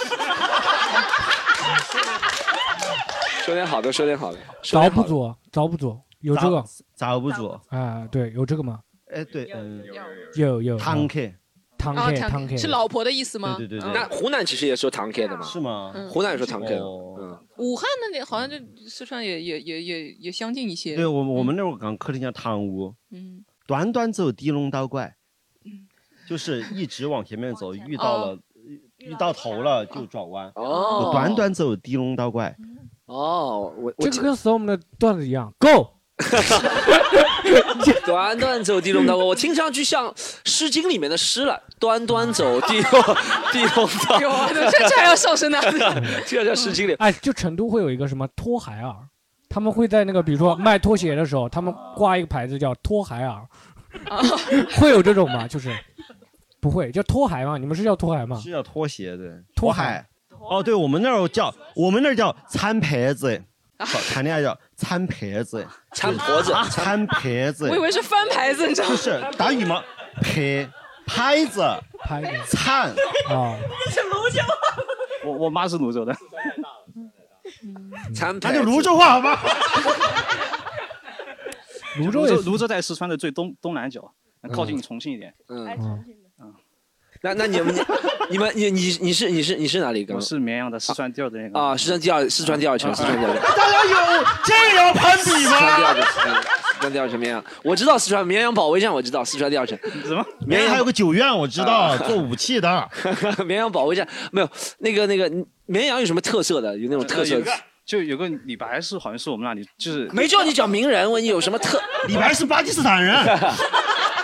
B: 说点好的，说点好的。说
C: 凿
B: 点好
C: 不
B: 的
C: 左，凿不左，有这个
D: 咋咋不住？
C: 啊？对，有这个吗？
D: 哎，对，嗯，
C: 有有
D: 汤 K，
C: 汤
G: 哦
C: K
G: 堂
C: 汤 K
G: 是老婆的意思吗？
D: 对对对
G: 嗯
B: 那湖南其实也说唐 K 的嘛，
D: 是吗？
B: 湖南也说唐 K 的。
D: 哦
B: 嗯，
G: 武汉那里好像就四川也也也也也相近一些
D: 对。我们我们那会儿讲客厅叫汤屋，
G: 嗯，
D: 短短走地龙刀怪，就是一直嗯往前面走，遇到了遇到头了就转弯。
B: 啊哦，
D: 短短走地龙刀怪，
B: 哦，我我
C: 这个跟 Storm 的段子一样，Go
B: 端端走地龙刀，我听上去像《诗经》里面的诗了。端端走地龙 地龙
G: 有
B: 刀，
G: 啊，这这还要上升呢。
B: 这个叫《诗经》里。
C: 哎，就成都会有一个什么拖鞋儿，他们会在那个比如说卖拖鞋的时候，他们挂一个牌子叫拖鞋儿，
G: 哦
C: 会有这种吗？就是不会叫拖鞋吗？你们是叫拖鞋吗？
D: 是叫拖鞋对，
C: 拖
D: 海。哦，对，我们那儿叫我们那儿叫餐牌子，好谈恋爱叫餐牌子，
B: 缠婆子，
D: 餐牌子
G: 我以，为是翻牌子，你知道
D: 就
G: 吗？
D: 是打羽毛拍拍子
C: 拍的
D: 餐。
C: 啊，
L: 我我妈是泸州的，
B: 缠
D: 咱就泸州话好吗？
C: 泸州
L: 泸
C: 也
L: 州
C: 是
L: 泸州在四川的最东东南角，靠近重庆一点。
B: 嗯，
C: 嗯
B: 那那 你们你们你你你是你是你是哪里？刚
L: 我是绵阳的四川第二的那个
B: 啊，四川第二，四川第二城，四川第二城，
D: 大家有这个要攀比
B: 四川第
D: 吗？
B: 二城。那第二城绵阳，我知道四川绵阳保卫战，我知道四川第二城。
D: 什么？
B: 绵阳
D: 还有个九院，我知道
B: 啊
D: 做武器的。
B: 绵阳保卫战没有那个那个绵阳有什么特色的？有那种特色
M: 有？个就有个李白是好像是我们那里就是
B: 没叫你讲名人，问你有什么特？
D: 李白是巴基斯 坦人，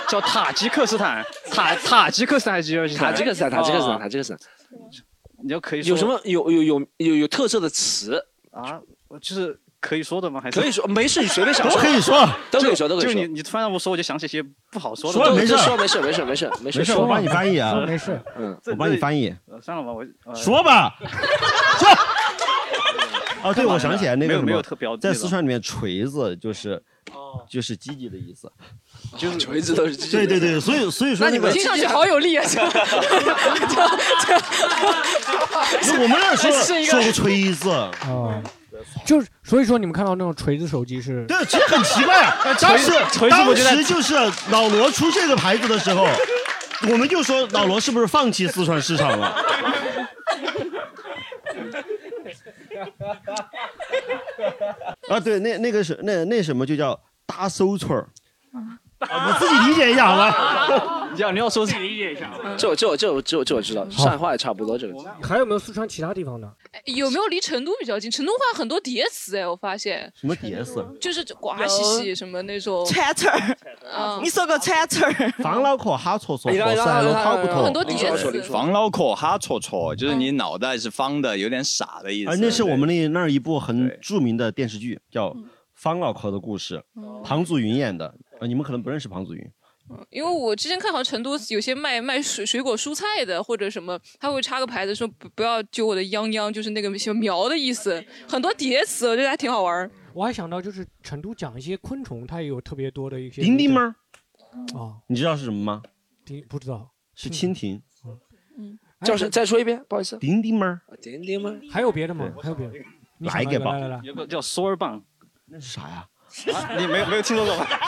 M: 叫塔吉克斯坦，塔塔吉克斯坦还是吉尔吉斯
B: 塔
M: 坦？
B: 吉克斯坦，塔吉克斯坦，
M: 啊
B: 塔吉克斯坦。
M: 你要可以说
B: 有什么有有有有有特 色的词
M: 啊？我就是可以说的吗？还是
B: 可以说没事你随便想说
D: 可以说
B: 都可以
M: 就
B: 说都可以
M: 就
B: 说
M: 你你突然让我说，我就想起一些不好说的。
B: 都都说没事没事没事没事，说
D: 我帮你翻译啊，
M: 没
C: 事，
B: 嗯，
D: 我帮你翻译。
M: 呃算了吧，我呃
D: 说吧，哦，对，我想起来那
M: 没
D: 个
M: 有
D: 什么
M: 没有特标的
D: 在
M: 那种
D: 四川里面，锤子就是就是积极的意思，
B: 就是锤子都是积极
D: 对
B: 的
D: 对对，所以所以说那个
G: 听上去好有力啊！这这这，
D: 那我们那说
G: 是一个
D: 说锤子，
C: 哦，就是所以说你们看到那种锤子手机是，哎
D: 对， 其实很奇怪啊。当时当时就是老罗出这个牌子的时候，我们就说老罗是不是放弃四川市场了？ 啊，对，那那个是那那什么就叫大搜村儿，啊我自己理解一下好吧？
M: 你要你要说自己
C: 理解一下。
B: 这我这我这我这我这我知道，上话也差不多这个。
C: 还有没有四川其他地方的？
G: 有没有离成都比较近？成都话很多叠词哎，我发现
D: 什么叠词？
G: 就是瓜兮兮什么那种。
H: 串串
G: 嗯，
H: 啊你说个串串儿，
D: 防脑壳哈戳戳，
H: 哎呀
D: 火山路跑不
G: 很多
D: 脱。
G: 叠词。哎
F: 防脑壳哈戳戳，就是你脑袋是方的，有点傻的意思。
D: 啊，那是我们那那儿一部很著名的电视剧，叫《方脑壳的故事》，庞祖云演的。啊，你们可能不认识庞祖云。
G: 因为我之前看好像成都有些卖卖水水果蔬菜的或者什么，他会插个牌子说不不要揪我的秧秧，就是那个什么苗的意 思，很多叠词，我觉得还挺好玩儿。
C: 我还想到就是成都讲一些昆虫，它也有特别多的一些
D: 丁丁吗？
C: 哦，
D: 你知道是什么吗？
C: 丁不知道
D: 是蜻蜓。
B: 叫声再说一遍，不好意思。啊
D: 丁丁吗？
B: 点点吗？
C: 还有别的吗？还有别的？你想
D: 来一
C: 到
D: 个
C: 的
D: 吧
C: 来来来，
M: 有个叫梭儿棒，
D: 那是啥呀？
M: 啊你没有没有听说过吧？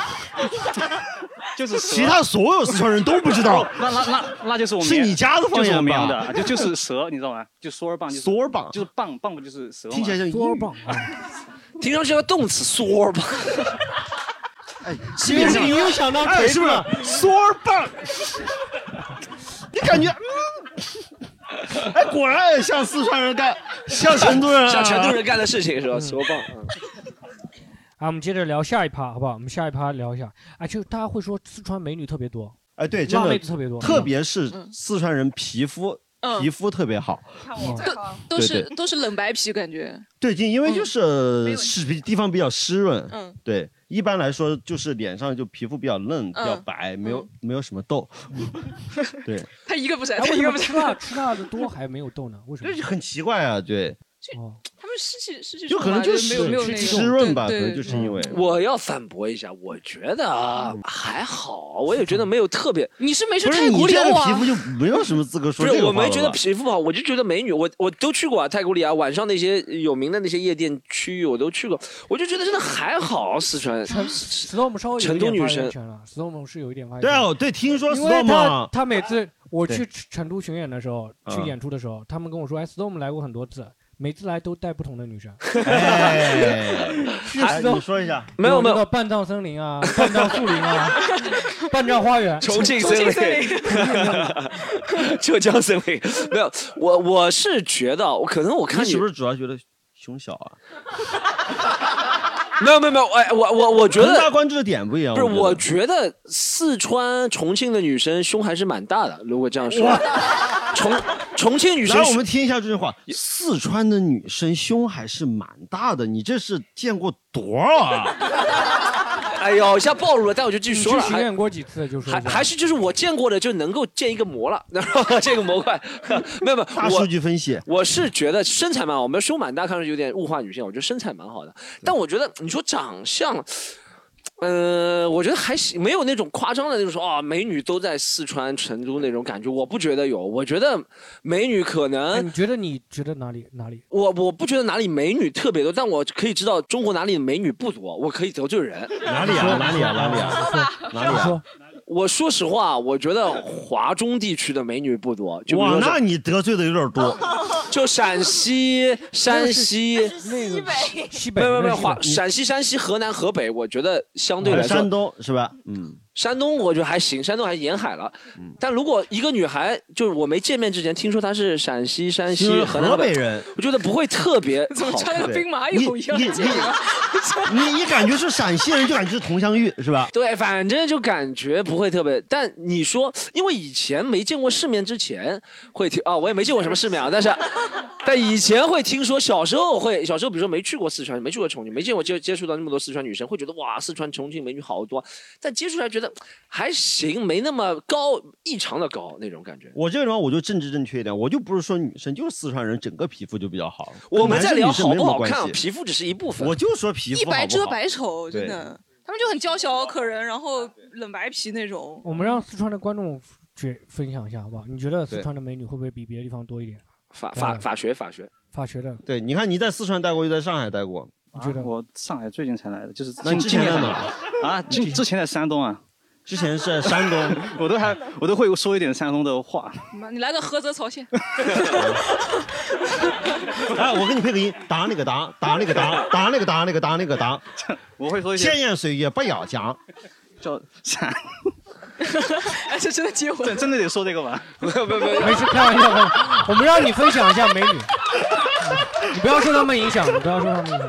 M: 就是蛇
D: 其他所有四川人都不知道
M: 那那那那就是我们
D: 是你家的方
M: 就是我
D: 言
M: 们
D: 吧
M: 的啊就就是蛇，你知道吗？就梭儿棒，就是
D: 梭儿棒，
M: 就是棒棒不就是蛇吗？
D: 听起来像英语。
B: 听上去像动词，梭吧。
D: 是不是
C: 你又想到
D: 哎，
C: 锤
D: 是
C: 子
D: 哎不是
C: 了
D: 梭儿棒？你 感觉， 嗯，哎，果然也像四川人干，像成都人啊，
B: 像成都人干的事情是吧？梭棒。嗯
C: 啊，我们接着聊下一趴，好不好？我们下一趴聊一下。哎，就大家会说四川美女特别多，
D: 哎，对，真
C: 辣
D: 的
C: 妹子特别多，嗯
D: 特别是
B: 嗯
D: 四川人皮肤
G: 嗯
D: 皮肤特别好。
G: 都都是
D: 嗯对对
G: 都是冷白皮感觉，
D: 对，就
B: 嗯
D: 因为就是是比地方比较湿润，
G: 嗯
D: 对，一般来说就是脸上就皮肤比较嫩，比较
G: 嗯
D: 白，没有没有什么 痘，对，
G: 他一个不是，
C: 哎
G: 他
C: 为
G: 一
C: 什
G: 个
C: 么
G: 不是
C: 吃。辣吃辣的多还没有痘呢？为什么？
D: 这很奇怪啊，对，
G: 他们湿气湿气
D: 就
G: 重
D: 可能
G: 吧
D: 就
G: 没有没有那
D: 是
G: 个
D: 湿润吧，可
G: 对
D: 能
G: 对
D: 就是因为
B: 我要反驳一下，我觉得啊还好，我也觉得没有特别。
G: 嗯你是没
D: 不是你这样的
G: 啊
D: 皮肤就没有什么资格
B: 啊不
D: 说这
B: 是，
D: 个
B: 我
D: 话了吧
B: 没觉得皮肤不好，我就觉得美女，我我都去过啊，太古里啊，晚上那些有名的那些夜店区域我都去过，我就觉得真的还好，四川。
C: Storm 稍微有一
B: 成都
C: 点
B: 女
C: 发言
B: 生
C: 权了，Storm 是有一点发言
D: 对
C: 权。
D: 啊，我对，听说
C: 因为他
D: storm
C: 他每次我
D: 对
C: 去成都巡演的时候，去
D: 嗯
C: 演出的时候，他们跟我说，哎，Storm 来过很多次，每次来都带不同的女生。
D: 哎，
C: 是
D: 哎
C: Storm
D: 你说一下，
B: 没有没有
C: 那个半藏森林啊，半藏树林 啊，半藏花园，
B: 重庆森林， 浙江森林，没有，我我是觉得，我可能我看
D: 你
B: 你
D: 是不是主要觉得胸小啊？
B: 没有没有没有，哎，我我我觉
D: 可能大家
B: 得
D: 关注的点不一样，
B: 不是，我
D: 觉
B: 觉得四川重庆的女生胸还是蛮大的，如果这样说，重重庆女
D: 得
B: 生
D: 来，我们听一下这句话：四川的女生胸还是蛮大的，你这是见过多少啊？
B: 哎呦，一下暴露了，但我就继续
C: 你
B: 说
C: 去
B: 了，
C: 巡
B: 还
C: 演过几次就说
B: 还
C: 一下
B: 还是就是我见过的就能够建一个模了，然后 这个模块，没有没
D: 大
B: 有，
D: 数
B: 我
D: 据分析，
B: 我是觉得身材蛮好，我们胸蛮大，看上去有点物化女性，我觉得身材蛮好的，但我觉得你说长相。呃，我觉得还行，没有那种夸张的那种说啊、美女都在四川成都那种感觉，我不觉得有。我觉得美女可
C: 哎
B: 能
C: 你觉得你 觉得哪里哪里？
B: 我我不觉得哪里美女特别多，但我可以知道中国哪里美女不多，我可以得罪人。
D: 哪里啊？哪里啊？哪里啊？哪里
C: 你
D: 啊？
C: 说
B: 我说实话，我觉得华中地区的美女不多。就比如
D: 哇
B: 说，
D: 那你得罪的有点多。
B: 就陕西、山西、
C: 西北、 西
B: 没有没有没有华
D: 你哦
B: 陕西、山西、河南、河北，我觉得相对来说，
D: 山东是吧？嗯，
B: 山东我觉得还行，山东还沿海了。但如果一个女孩，就是我没见面之前听说她是陕西、山西
D: 听说、
B: 河南、
D: 河北人
B: 我觉得不会特别
G: 怎么
B: 好
G: 穿
B: 看
G: 得跟兵马俑一样
D: 你你
G: 这个
D: 你你感觉是陕西人，就感觉是佟湘玉是吧？
B: 对，反正就感觉不会特别。但你说，因为以前没见过世面之前会听啊、我也没见过什么世面啊，但是， 但以前会听说，小时候会，小时候比如说没去过四川，没去过重庆，没见过接接触到那么多四川女生，会觉得哇，四川、重庆美女好多。但接触来觉得还行，没那么高，异常的高那种感觉。
D: 我这个地方我就政治正确一点，我就不是说女生，就是四川人整个皮肤就比较好。
B: 我们在
D: 跟
B: 聊
D: 男生
B: 好
D: 女生没
B: 不
D: 什么
B: 好看啊，
D: 关系
B: 皮肤只是一部分。
D: 我就说皮肤
G: 一白遮
D: 好不好
G: 百丑，真的，他们就很娇小可人，然后冷白皮那种。
C: 我们让四川的观众觉分享一下好不好？你觉得四
D: 对
C: 川的美女会不会比别的地方多一点？
B: 法
C: 法
B: 法学法学
C: 法学的，
D: 嗯 对，你看你在四川待过，又在上海待过，
C: 你
B: 啊
C: 觉得？
M: 我上海最近才来的，就是
D: 那
M: 今
D: 你之前
M: 今年
D: 在
M: 才
D: 哪
M: 来的啊，今之前在山东啊，
D: 之前是在山东，
M: 我都还我都会说一点山东 的话。
G: 妈你来个菏泽曹县，
D: 哎，我给你配个音，打那个打，打那个打，打那个打那个打那个打，
M: 我会说一些
D: 闲言碎语不要讲。
M: 叫啥？
G: 而且真的结婚，
M: 真真的得说这个吧？
B: 不不不
C: 没事，开玩笑，开玩笑。我们让你分享一下美女，你不要受他们影响，你不要受他们影响。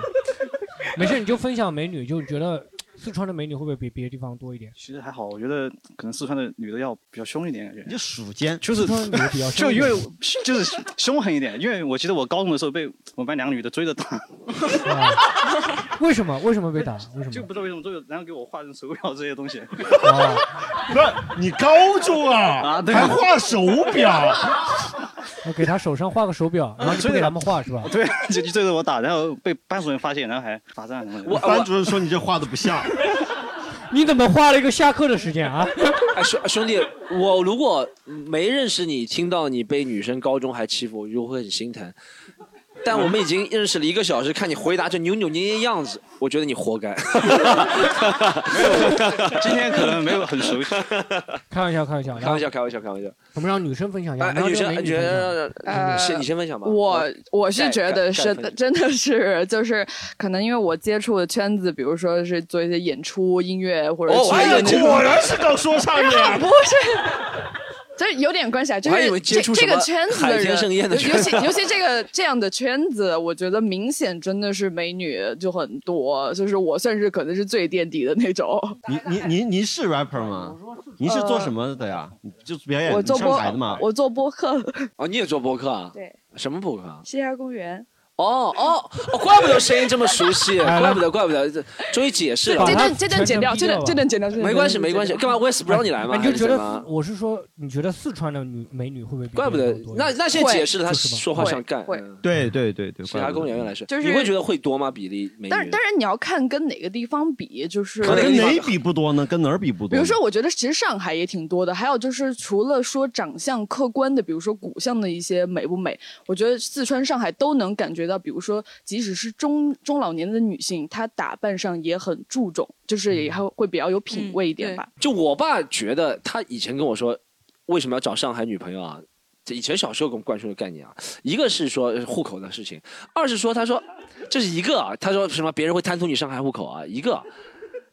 C: 没事，你就分享美女，就你觉得四川的美女会不会比别的地方多一点？
M: 其实还好，我觉得可能四川的女的要比较凶一点，感觉。
D: 你就属奸，
M: 就是
C: 四川女的比较
M: 就
C: 凶一
M: 因为
C: 点
M: 我就是凶狠一点，因为我记得我高中的时候被我们班两个女的追着打，
C: 为什么？为什么被打？为什
M: 就
C: 么？
M: 不知道为什么追着，然后给我画成手表这些东西。
C: 哦，
D: 不是你高中啊，
M: 啊对啊
D: 还画手表，
C: 我 给她手上画个手表，然后就不给他们画是吧？
M: 对，就就追着我打，然后被班主任发现，然后还罚站什么的。
D: 班主任说你这画的不像。
C: 你怎么画了一个下课的时间啊？
B: 哎，兄兄弟，我如果没认识你，听到你被女生高中还欺负，我就会很心疼。但我们已经认识了一个小时，看你回答这扭扭捏捏样子，我觉得你活该。
M: 今天可能没有很熟悉。
C: 开玩笑，开玩笑，
B: 开玩笑，开玩笑，开玩笑。
C: 我们让女生分享一下，
B: 哎
C: 我，们让
B: 女
C: 这
B: 生，
C: 个美
B: 你
C: 女
B: 觉
C: 分享
B: 得
J: 呃
B: 你先你先分享吧。
J: 我我是
B: 盖
J: 觉
B: 盖
J: 得
B: 盖
J: 是
B: 分享
J: 真的是就是可能因为我接触的圈子，比如说是做一些演出、音乐或者
B: 哦
J: 是
B: 哎呀
J: 演出
B: 果然
D: 是搞说唱的 呀
J: 不是。这有点关系啊，就
B: 我还以
J: 是
B: 为接
J: 这
B: 触
J: 这
B: 什么
J: 个圈子的
B: 海天盛宴
J: 人，
B: 的
J: 尤
B: 圈
J: 尤 其
B: 子
J: 尤其这个这样的圈子，我觉得明显真的是美女就很多，就是我算是可能是最垫底的那种。
D: 你你你你是 rapper 吗？你是做什么的呀？你就是表演
J: 我做
D: 上
J: 播
D: 台的吗？，
J: 我做播客，
B: 哦，你也做播客 啊？
J: 对，
B: 什么播客啊？
J: 西夏公园。
B: 哦哦 哦，怪不得声音这么熟悉，
C: 哎
B: 怪不得怪不得，这终于解释
J: 这
B: 了。
J: 这段这段剪掉，这段这段剪掉，这段
B: 没关系
J: 剪掉
B: 没关系，
J: 这段剪掉
B: 干嘛 Wes 不让你来嘛？
C: 哎你就
B: 还是
C: 觉
B: 怎么
C: 得，我是说，你觉得四川的女美女会不会比
B: 怪不
C: 别
B: 得
C: 的地方多一
B: 那
C: 点
B: 那些解释了他
C: 就是吧
B: 说话像干。
J: 会
B: 嗯
D: 对对对对，
B: 其他公园原来是，
J: 就是
B: 你会觉得会多吗？比例美女？
J: 当然，当然你要看跟哪个地方比，就是
D: 跟哪比不多呢？跟哪儿比不多？
J: 比如说，，我觉得其实上海也挺多的。还有就是，除了说长相客观的，比如说骨相的一些美不美，我觉得四川、上海都能感觉到。比如说，即使是中中老年的女性，她打扮上也很注重，就是
D: 嗯
J: 也还会比较有
G: 嗯
J: 品味一点吧。
B: 就我爸觉得，他以前跟我说，为什么要找上海女朋友啊？这以前小时候给我们灌输的概念啊，一个是说呃户口的事情，二是说他说这是一个啊，他说什么别人会贪图你上海户口啊，一个。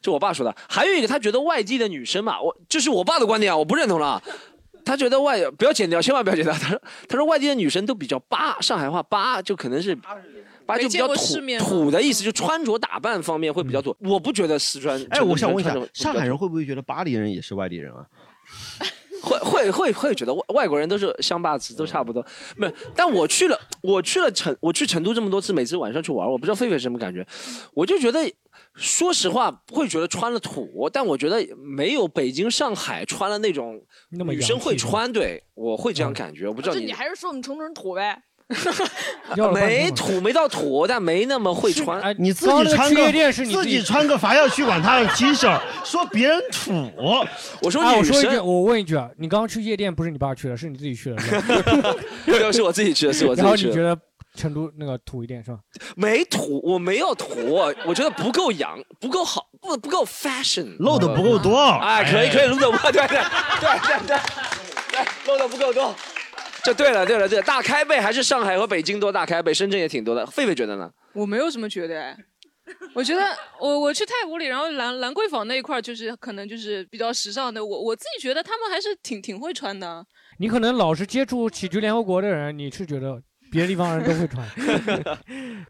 B: 这我爸说的，还有一个他觉得外地的女生嘛，我这是我爸的观点啊，我不认同了啊。他觉得外不要剪掉，千万不要剪掉。他说他说外地的女生都比较巴，上海话巴就可能是巴
G: 没
B: 就比
G: 见
B: 较
G: 过
B: 土
G: 世面嗯嘛
B: 土的意思，就穿着打扮方面会比较土。我不觉得四川
D: 嗯哎，我想问一下
B: 穿着，
D: 上海人会不会觉得巴黎人也是外地人啊？
B: 会会会会觉得外外国人都是乡巴子，都差不多。
C: 嗯
B: 没有，但我去了，我去了成，我去成都这么多次，每次晚上去玩，我不知道狒狒是什么感觉，我就觉得，说实话不会觉得穿了土，但我觉得没有北京、上海穿了那种
C: 那么
B: 女
C: 洋
B: 生会
C: 气嗯
B: 穿，对我啊会这样感觉，我不知道
J: 就
B: 你
J: 你还是说我们成都人土呗？
C: 要了半天
B: 没
C: 嘛
B: 土没到土，但没那么哦会穿。啊
C: 哎
D: 你自
C: 刚
D: 己
C: 刚那个
D: 穿
C: 去
J: 哦
C: 夜
D: 个
C: 店是你
D: 自己穿个伐要去管
B: 哎
D: 他的 T 恤，说别人土。
B: 我说
C: 哎，我
B: 女
C: 说一句，
B: 生，
C: 我问一句啊，你刚刚去夜店不是你爸去的，是你自己去的，是吧
B: 对，是我自己去的，是我自
C: 然后
B: 己
C: 你
B: 去
C: 觉
B: 的。
C: 得成都那个土一点是吧？
B: 没土，我没有土，我觉得不够洋，不够好，不不够 fashion，
D: 露的不够多。啊
B: 哎，可以可以，卢总，对对对对对，露的不够多。这对了对了对了，大开背还是上海和北京多大开背，深圳也挺多的。狒狒觉得呢？
G: 我没有什么觉得哎，我觉得我我去太古里，然后兰兰桂坊那一块儿就是可能就是比较时尚的，我我自己觉得他们还是挺挺会穿的。
C: 你可能老是接触喜剧联合国的人，你是觉得别的地方人都会 穿。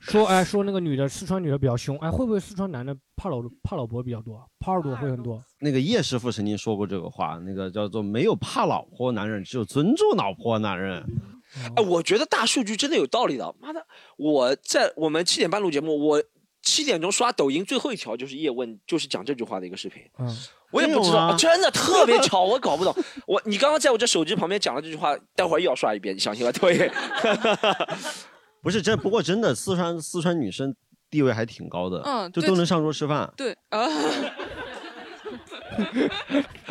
C: 说哎，说那个女的，四川女的比较凶，哎，会不会四川男的怕老怕老婆比较多，啊怕耳朵会很多？
D: 那个叶师傅曾经说过这个话，那个叫做没有怕老婆男人，只有尊重老婆男人。
B: 哎，我觉得大数据真的有道理的。妈的，我在我们七点半录节目，我七点钟刷抖音最后一条就是叶问，就是讲这句话的一个视频。
C: 嗯，
B: 我也不知道，真的特别巧，我搞不懂。我你刚刚在我这手机旁边讲了这句话，待会儿又要刷一遍，你相信吧？对，
D: 不是这，不过真的四川四川女生地位还挺高的，
G: 嗯
D: 就
G: 对
D: 都能上桌吃饭。
G: 对啊，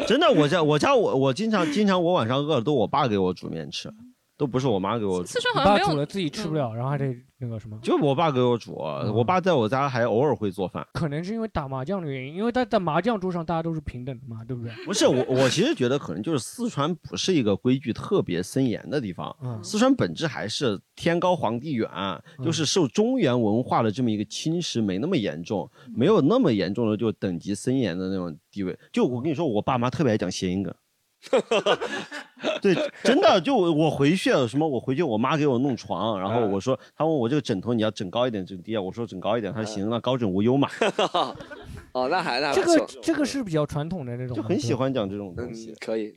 D: 真的，我家我家我我经常经常我晚上饿了都我爸给我煮面吃，都不是我妈给我煮。
G: 四川
C: 你爸煮了自己吃
G: 嗯
C: 不了，然后还得那个什么。
D: 就我爸给我煮，
C: 嗯
D: 我爸在我家还偶尔会做饭。
C: 可能是因为打麻将的原因，因为在在麻将桌上大家都是平等的嘛，对不对？
D: 不是我，我其实觉得可能就是四川不是一个规矩特别森严的地方，
C: 嗯
D: 四川本质还是天高皇帝远，就是受中原文化的这么一个侵蚀没那么严重，
B: 嗯
D: 没有那么严重的就等级森严的那种地位。就我跟你说，我爸妈特别爱讲谐 音梗。对，真的，就我我回去了什么，我回去我妈给我弄床，然
B: 嗯
D: 后我说，她问我这个枕头你要枕高一点，枕低啊？我说枕高一点，她说行，那高枕无忧嘛。
B: 嗯 哦，那 还那还
C: 这
B: 不错
C: 个这个是比较传统的那种，
D: 就很喜。欢讲这种东西。
B: 嗯，可以。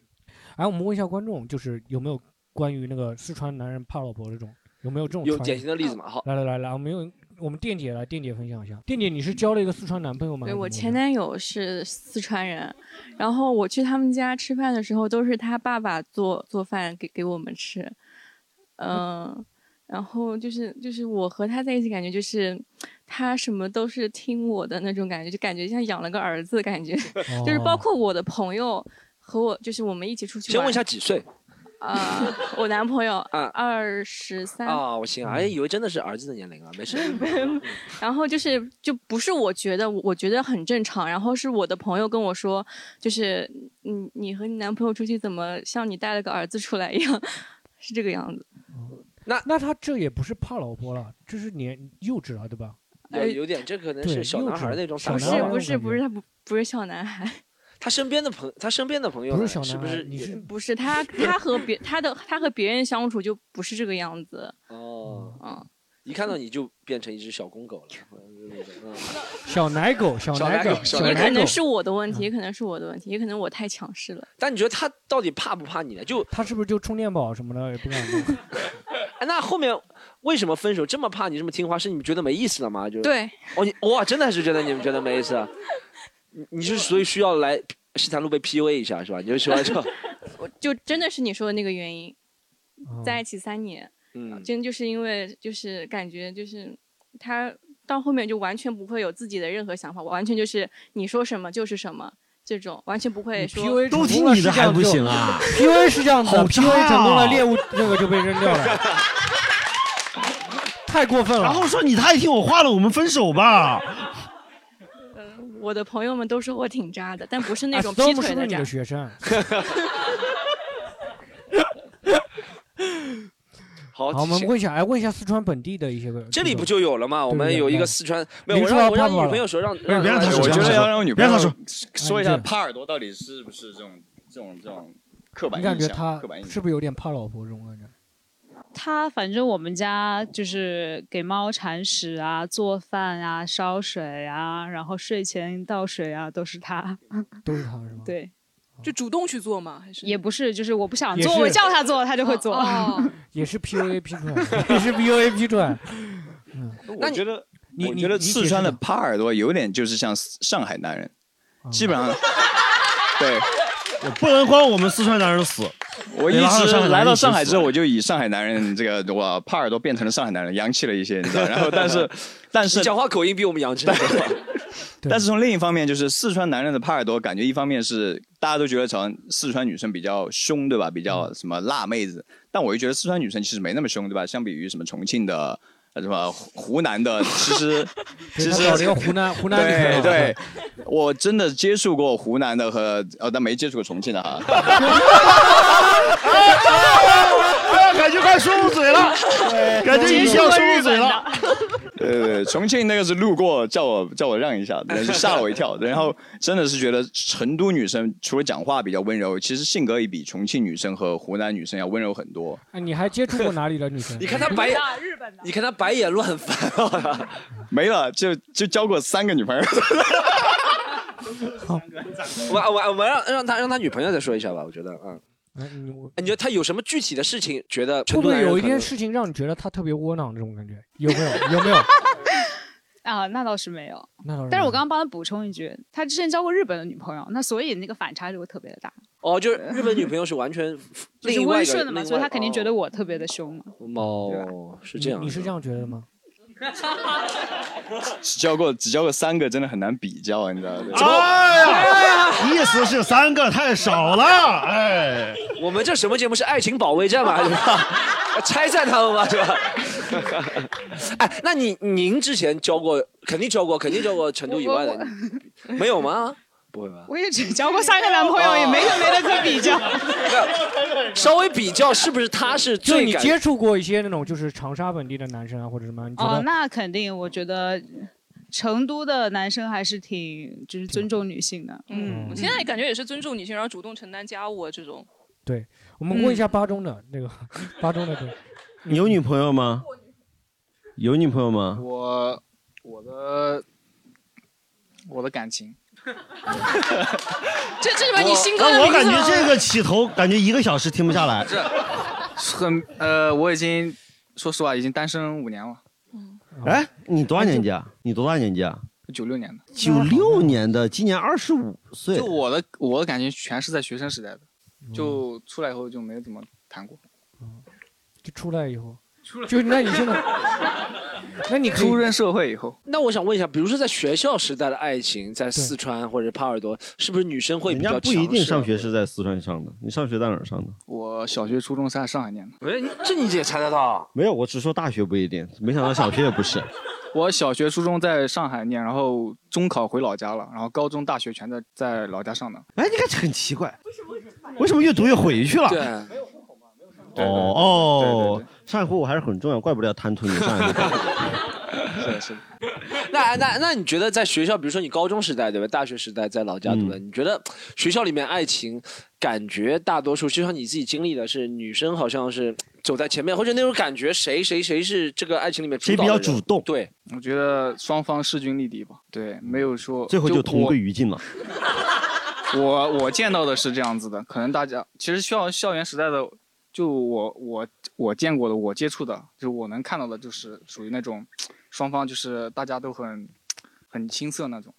C: 哎，我们问一下观众，就是有没有关于那个四川男人怕老婆这种，有没有这种
B: 有
C: 传
B: 典型的例子吗好
C: 来来来来，我们用我们店姐来，店姐分享一下。店姐，你是交了一个四川男朋友吗？
N: 对我
C: 还是
N: 前男友是四川人，然后我去他们家吃饭的时候，都是他爸爸做做饭给给我们吃，嗯、然后就是就是我和他在一起，感觉就是他什么都是听我的那种感觉，就感觉像养了个儿子，感觉就是包括我的朋友和我，就是我们一起出去玩。
B: 先问一下几岁？
N: 啊、我男朋友
B: 嗯
N: 二十三
B: 啊、我行
C: 嗯
B: 啊，哎，以为真的是儿子的年龄了，啊没事。
N: 然后就是就不是我觉得，我觉得很正常。然后是我的朋友跟我说，就是你你和你男朋友出去怎么像你带了个儿子出来一样，是这个样子。
C: 那那他这也不是怕老婆了，这是年幼稚了，对吧？哎
B: 有有点，这可能
C: 对
B: 是小男孩
C: 幼稚
B: 那种
C: 小
B: 打
N: 不
B: 扮
N: 是不是不
C: 是，
N: 他不不是小男孩，
B: 他身边的朋，他身边的朋友
C: 不
B: 呢
C: 是小男
B: 不
C: 孩
B: 是
C: 你
B: 也
C: 是
N: 不是他他和别他的他和别人相处就不是这个样子。
B: 哦，
N: 嗯，
B: 一看到你就变成一只小公 狗了，好像是那种嗯
C: 小奶狗，小
B: 小奶
C: 狗
B: 狗，小
N: 也
C: 奶
N: 可
C: 狗
N: 能是我的问题，也可能是我的问题，也可能我太强势了。
B: 但你觉得他到底怕不怕你呢？就
C: 他是不是就充电宝什么的也不敢弄？
B: 哎那后面为什么分手这么怕你这么听话？是你们觉得没意思了吗？就
N: 对，
B: 哦，你哇，真的是觉得你们觉得没意思啊？你你是所以需要来西坦路被 PUA 一下是吧？你就喜 欢这，
N: 我就真的是你说的那个原因，在一起三年。
B: 嗯，
N: 真就是因为就是感觉就是他到后面就完全不会有自己的任何想法，完全就是你说什么就是什么这种，完全不会说
C: PUA 成功了是这样就
B: 啊
C: ？PUA 是这样子的
N: 好渣
C: ，PUA 成功了，
N: 啊
C: 猎物那个就被扔掉 了，太过分了。
D: 然后说你太听我话了，我们分手吧。
N: 呃我的朋友们都说我挺渣的，但不 是那种
C: s t
N: 劈
C: o m
N: 腿
C: 是啊
N: 的
C: 不是你
N: 渣
C: 的。 学生？
B: 好，
C: 好，我们
B: 行
C: 问一下，哎，问一下四川本地的一些个，
B: 这里不就有了吗？我们有一个四川，没有
C: 林
B: 我
C: 书
B: 让
C: 豪
B: 我
C: 怕
B: 让
C: 不
B: 你
C: 怕
B: 女朋友
C: 了
B: 说让，
D: 哎
C: 别让
B: 让
C: 他说
F: 我
C: 别
F: 觉
C: 让
F: 得
C: 他
F: 要
C: 说
F: 让我女
C: 别
F: 朋
C: 让
F: 友
C: 他
F: 说
C: 哎
F: 一下
C: 你这
F: 帕耳朵到底是不是这种这种这种刻板
C: 你
F: 印象？
C: 感觉他
F: 刻板印象
C: 是不是有点怕老婆这种感觉？
O: 他反正我们家就是给猫铲屎啊、做饭啊、烧水啊，然后睡前倒水啊，都是他。
C: 都是他是吗？
O: 对，
G: 就主动去做嘛，还是哦
O: 也不是，就是我不想
C: 也
O: 做，
C: 是
O: 我叫他做，他就会做。
C: 也是 PUA P 出来的， 也是 PUA P 出来的。
G: 哦
F: 我觉得，
C: 你
F: 我
C: 你
F: 觉得
C: 你解
F: 四川
C: 释
F: 的
C: 一下
F: 耙耳朵有点就是像上海男人，基本 上，对，
D: 不能嗯光我们四川男人死。
F: 我一
D: 得让上
F: 直
D: 海男人
F: 来到
D: 一起
F: 上海
D: 死
F: 之后，我就以上海男人这个我 耙耳朵变成了上海男人，洋气了一些，你知道。然后，但是，但是
B: 你讲话口音比我们洋气很多。
F: 但是从另一方面，就是四川男人的耙耳朵，感觉一方面是大家都觉得好像四川女生比较凶，对吧？
C: 嗯
F: 比较什么辣妹子，但我又觉得四川女生其实没那么凶，对吧？相比于什么重庆的。呃什么湖南的？其 实
C: 对
F: 其
C: 他
F: 实
C: 搞了一个湖南湖南女生啊
F: 对对，我真的接触过湖南的和呃，但没接触过重庆的哈。
D: 感觉快说入嘴 了， 感觉一笑说入嘴了。
F: 对对对，重庆那个是路过叫我叫我让一下，但是吓了我一跳。然后真的是觉得成都女生除了讲话比较温柔，其实性格也比重庆女生和湖南女生要温柔很多。
C: 哎你还接触过哪里的女生？ 哎
B: 你看他白眼， 你看他白眼乱翻，啊
F: 没了，就就交过三个女朋友。
B: 我们我们我们让让他让他女朋友再说一下吧，我觉得啊，
C: 哎你我
B: 你觉得他有什么具体的事情觉得
C: 会
B: 成
C: 不
B: 都
C: 会
B: 男人
C: 有一
B: 可能
C: 件事情让你觉得他特别窝囊这种感觉？有没有？有 没有？
O: 啊，那倒是没有。
C: 那倒是没有
O: 但是我刚刚帮他补充一句，他之前交过日本的女朋友，那所以那个反差就会特别的大，
B: 哦，就是日本女朋友是完全
O: 就
B: 另
O: 是
B: 外
O: 温
B: 一个
O: 顺的嘛，
B: 另
O: 所以
B: 外
O: 他肯定觉得我特别的凶嘛。
F: 啊
B: 哦，是这样
C: 你你是这样觉得的吗？
F: 只交过只交过三个，真的很难比较啊，你知道吗？
D: 哎呀，意思是三个太少了，哎。
B: 我们这什么节目是爱情保卫战嘛，是吧？ 拆散他们嘛，是吧？哎，那你您之前交过，肯定交过，肯定交过成都以外的，没有吗？不会吧？
O: 我也只交过三个男朋友，也没什么没得可比较。
B: 稍微比较，是不是他是
C: 就
B: 最
C: 你
B: 感
C: 接触过一些那种就是长沙本地的男生啊，或者什么？你觉
O: 哦，
C: 得
O: 那肯定，我觉得成都的男生还是挺就是尊重女性的。嗯
G: 我现在感觉也是尊重女性，然后主动承担家务啊这种。
C: 对，我们问一下
O: 嗯
C: 巴中的那个巴中的对，
D: 你有女朋友吗？
C: 嗯
D: 有女朋友吗？
L: 我我的我的感情，
G: 这这是不是
D: 我
G: 你新歌的
D: 那我
G: 名
D: 感
G: 字吗
D: 觉这个起头，感觉一个小时停不下来。
L: 很呃，我已经说实话已经单身五年了，
C: 嗯
D: 哎，你多大年纪啊？
C: 哎
D: 你多大年纪啊？
L: 九六年的。
D: 九六年的，今年二十五岁嗯
L: 就。我的我的感情全是在学生时代的，就出来以后就没怎么谈过。
C: 就出来以后，就那你现 在，那你
L: 出任社会以后，
B: 那我想问一下，比如说在学校时代的爱情，在四川或者帕尔多，是不是女生会
D: 人
B: 比
D: 家
B: 较
D: 不
B: 强
D: 一定
B: 势啊
D: 上学是在四川上的，你上学在哪儿上的？
L: 我小学、初中是在上海念的。
B: 喂，这你也查得
C: 啊
B: 到？
D: 没有，我只说大学不一定，没想到小学也 不是。
L: 我小学、初中在上海念，然后中考回老家了，然后高中、大学全在在老家上的。
D: 哎，你看这很奇怪，为什么越读越回去了？
L: 对
D: 哦哦，上海户口还是很重要，怪不得要贪图你上海户口。
L: 是是。
B: 那那那你觉得在学校，比如说你高中时代对吧，大学时代在老家读的，
D: 嗯
B: 你觉得学校里面爱情感觉大多数，就像你自己经历的是，女生好像是走在前面，或者那种感觉谁谁谁是这个爱情里面主导的人
D: 动？
B: 对，
L: 我觉得双方势均力敌吧。对，没有说
D: 最后就同
L: 我
D: 归于尽了。
L: 我我见到的是这样子的，可能大家其实校校园时代的，就我我我见过的，我接触的，就我能看到的，就是属于那种双方就是大家都很很青涩那种，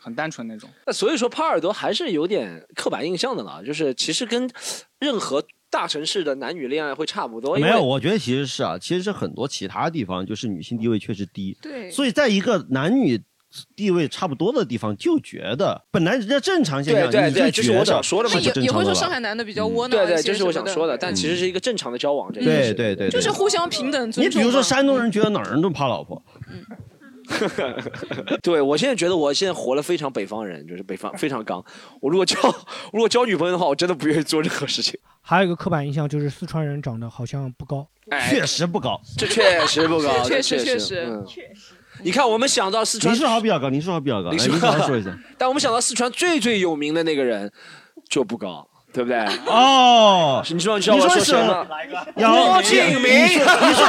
L: 很单纯那种。
B: 那所以说，帕尔多还是有点刻板印象的了，就是其实跟任何大城市的男女恋爱会差不多。因
D: 没
B: 为
D: 有，我觉得其实是啊，其实是很多其他地方就是女性地位确实低，
B: 对
D: 所以在一个男女地位差不多的地方，就觉得本来人家正常现象，
B: 对对对，
D: 你觉
B: 就是
D: 得
B: 我想说的嘛，
D: 是不正
G: 也
D: 常
G: 会
D: 的
G: 说
D: 吧嗯
G: 上海男的比较窝囊
B: 对
G: 一
B: 对，
G: 些
B: 就是我想
G: 什么的
B: 说的，但其实是一个正常的交往，这个
D: 对
B: 是
D: 对对，
G: 就是
D: 对
G: 互相平等尊重
D: 你
G: 嘛。
D: 比如说山东人觉得哪儿人都怕老婆，
B: 对我现在觉得我现在活了非常北方人，就是北方非常刚。我如果交如果交女朋友的话，我真的不愿意做任何事情。
C: 还有一个刻板印象就是四川人长得好像不高，
D: 确实不高，
B: 哎这确实不 高，
G: 确
B: 实嗯
G: 实
B: 确
G: 确实
B: 确实。你看，我们想到四川
D: 林，书豪比较高，林书豪比较高，哎来
B: 林
D: 林
B: 书
D: 书
B: 豪
D: 豪说一下。
B: 但我们想到四川最最有名的那个人就不高，对不对？
D: 哦，
B: 你知道你知道我
D: 你
B: 要
D: 说
B: 说
D: 是
B: 谁吗？
D: 杨
B: 郭敬明，
D: 你说你说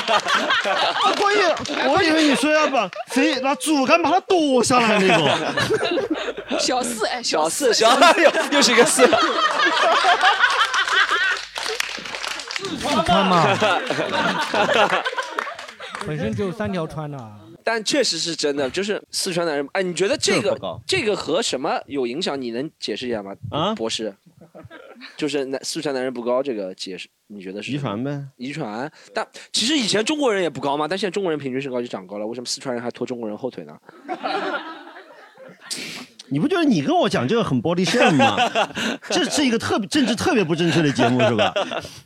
D: 啊，关键我以为你说要把谁拿竹竿把他剁下来那种。
G: 小四哎，
B: 小四，
G: 四
B: 小又又是一个四。
C: 你看 嘛，本身就三条川的啊，
B: 但确实是真的，就是四川男人。哎，你觉得这
C: 就是
B: 个
C: 不高
B: 这个和什么有影响？你能解释一下吗？啊，博士，就是男四川男人不高这个解释你觉得是
D: 遗传呗？
B: 遗传，但其实以前中国人也不高嘛，但现在中国人平均身高就长高了，为什么四川人还拖中国人后腿呢？
D: 你不觉得你跟我讲这个很 body shame 吗？这是一个特别政治特别不正确的节目是 吧？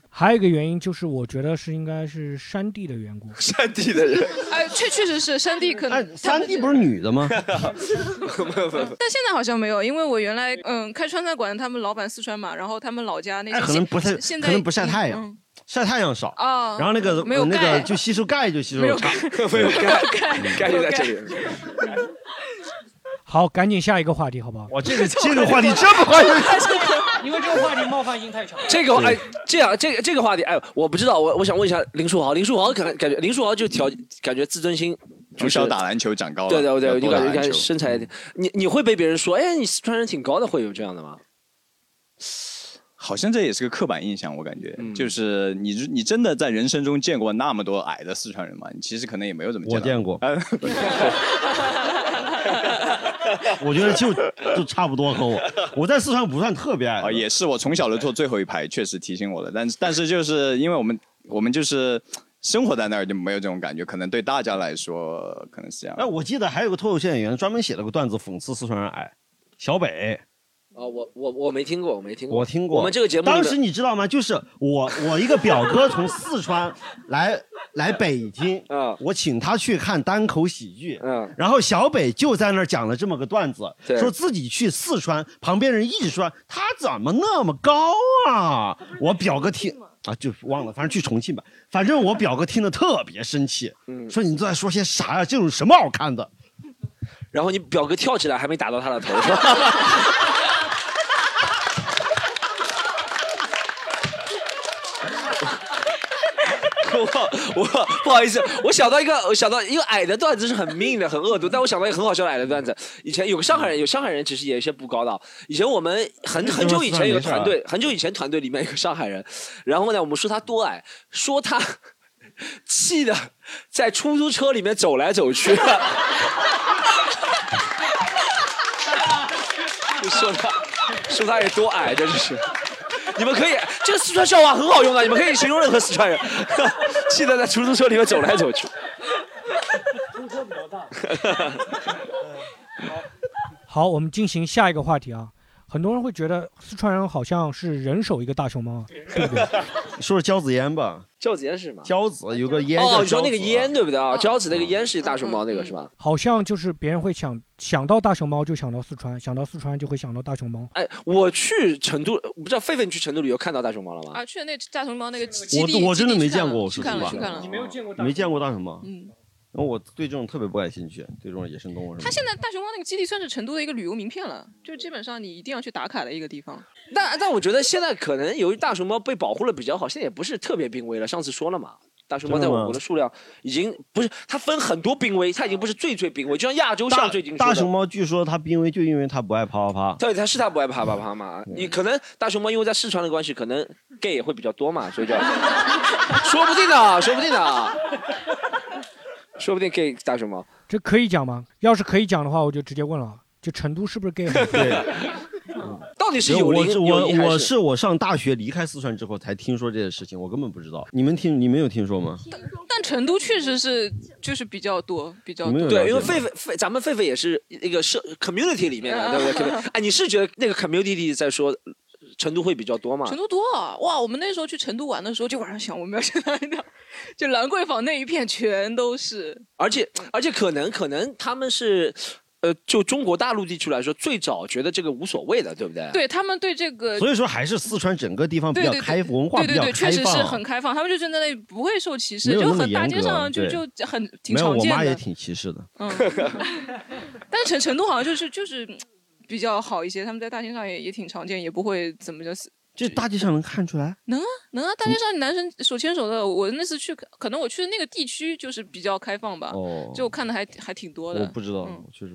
C: 还有一个原因就是，我觉得是应该是山地的 缘故。
B: 山地的人，
G: 哎，确确实是山地可
D: 哎
G: 能他们
D: 地不是女 的吗？
G: 但现在好像没有，因为我原来嗯开川菜馆，他们老板四川嘛，然后他们老家那些
D: 哎，可能不晒，
G: 现现在
D: 可能不晒太
G: 嗯
D: 阳，晒太阳少
G: 啊
D: 然后那个
G: 没有
D: 那
G: 钙
D: 个就吸收钙就吸收
G: 没有
D: 差
B: 没有
G: 钙
B: 概率在这里。
C: 好，赶紧下一个话题，好不好？
D: 我
B: 这个这个话题这么
C: 快
B: 快
C: 就
B: 就，
C: 因为这个话题冒犯性太强。
B: 这个哎，这样这个这个话题哎，我不知道，我我想问一下林书豪，林书豪感感觉林书豪就调感觉自尊心
F: 从小打篮球长高了，
B: 对对
F: 要
B: 对，
F: 多
B: 你
F: 打
B: 感觉
F: 篮
B: 感觉
F: 球嗯
B: 身材也挺，你你会被别人说，哎，你四川人挺高的，会有这样的吗？
F: 好像这也是个刻板印象，我感觉、就是你你真的在人生中见过那么多矮的四川人吗？你其实可能也没有怎么见
D: 我见过，
F: 哎
D: 我觉得就就差不多和我，我在四川不算特别矮
F: 啊，也是我从小就坐最后一排，确实提醒我了。但是但是就是因为我们我们就是生活在那儿就没有这种感觉，可能对大家来说可能是这样。
D: 哎，我记得还有个脱口秀演员专门写了个段子讽刺四川人矮，小北。
B: 啊，我我我没听过，我没听过，
D: 我听过，
B: 我们这个节目里面
D: 当时你知道吗？就是我我一个表哥从四川来来北 京，
B: 啊
D: 我请他去看单口喜剧，
B: 嗯
D: 然后小北就在那儿讲了这么个段子，
B: 对
D: 说自己去四川，旁边人一直说他怎么那么高啊？我表哥听啊，就忘了，反正去重庆吧，反正我表哥听得特别生气，说你都在说些啥呀、这有什么好看的？
B: 然后你表哥跳起来还没打到他的头， 是吧？我我不好意思，我想到一个，我想到一个矮的段子是很命的，很恶毒，但我想到一个很好笑的矮的段子。以前有个上海人，有上海人其实也有些不高的。以前我们很很久以前有个团队，很久以前团队里面有个上海人，然后呢，我们说他多矮，说他气的在出租车里面走来走去。就说他，说他有多矮，真的是。你们可以，这个四川笑话很好用的，你们可以形容任何四川人。 气得在出租车里面走来走去。
C: 出车比较大。好，我们进行下一个话题啊。很多人会觉得四川人好像是人手一个大熊猫，啊对不对？
D: 说说椒子烟吧，
B: 椒子烟是什么？
D: 椒子有个烟叫
B: 哦，你
D: 椒
B: 说那
D: 子嗯
B: 个烟对不对啊？椒子那个烟是大熊猫那个是吧？
C: 好像就是别人会想想到大熊猫就想到四川，想到四川就会想到大熊猫。
B: 哎，我去成都，我不知道狒狒你去成都旅游看到大熊猫了吗？
G: 啊，去那大熊猫那个基地，
D: 我我真的
G: 基地
D: 没
G: 去看
D: 见过，
G: 了
D: 我
G: 去
D: 说
G: 看
D: 实
G: 了
D: 话，
G: 去看了，
D: 没见过大熊猫。
G: 嗯，
D: 然后我对这种特别不感兴趣，对这种野生动物什么的。
G: 他现在大熊猫那个基地算是成都的一个旅游名片了，就基本上你一定要去打卡的一个地方。
B: 但但我觉得现在可能由于大熊猫被保护的比较好，现在也不是特别濒危了。上次说了嘛，大熊猫在
D: 真的吗
B: 我国的数量已经不是它分很多濒危，它已经不是最最濒危，就像亚洲象最近
D: 大熊猫据说它濒危就因为它不爱啪啪啪。
B: 对，它是它不爱爬爬爬嘛。你可能大熊猫因为在四川的关系，可能 gay 也会比较多嘛，所以就说不定的，说不定的，说不定 gay 大熊猫。
C: 这可以讲吗？要是可以讲的话，我就直接问了啊，就成都是不是 gay？很多
B: 到底是有
D: 我
B: 灵
D: 是
B: 有
D: 我
B: 灵还
D: 我是我上大学离开四川之后才听说这件事情，我根本不知道。你们听你们有听说吗？
G: 但成都确实是就是比较多，比较
D: 你们
G: 多。
D: 有
B: 对，因为
D: 了解
B: 狒狒狒，咱们狒狒也是那个社 community 里面的，对不对狒狒？哎，你是觉得那个 community 在说呃成都会比较多吗？
G: 成都多啊！哇，我们那时候去成都玩的时候，就晚上想我们要去哪里呢？ 就兰桂坊那一片全都是。
B: 而且而且可能可能他们是，呃，就中国大陆地区来说，最早觉得这个无所谓的，对不对？
G: 对他们对这个，
D: 所以说还是四川整个地方比
G: 对
D: 较
G: 对
D: 开
G: 对
D: 放，文化
G: 对
D: 比
G: 对
D: 较
G: 对，确
D: 开
G: 实是很
D: 放。啊
G: 开放，他们就在那里不会受歧视，
D: 没有
G: 就
D: 那么
G: 很大
D: 严
G: 街
D: 格
G: 上就
D: 对
G: 就很挺
D: 没有，
G: 常
D: 我
G: 见
D: 妈也
G: 的。
D: 挺歧视的。
G: 嗯， 但是成成都好像就是就是嗯比较好一些，他们在大街上也也挺常见，也不会怎么着。
D: 这大街上能看 出来，
G: 能啊能啊，大街上男生手牵手的，我那次去，可能我去的那个地区就是比较开放吧，
D: 哦
G: 就看的还还挺多的。
D: 知道，确实。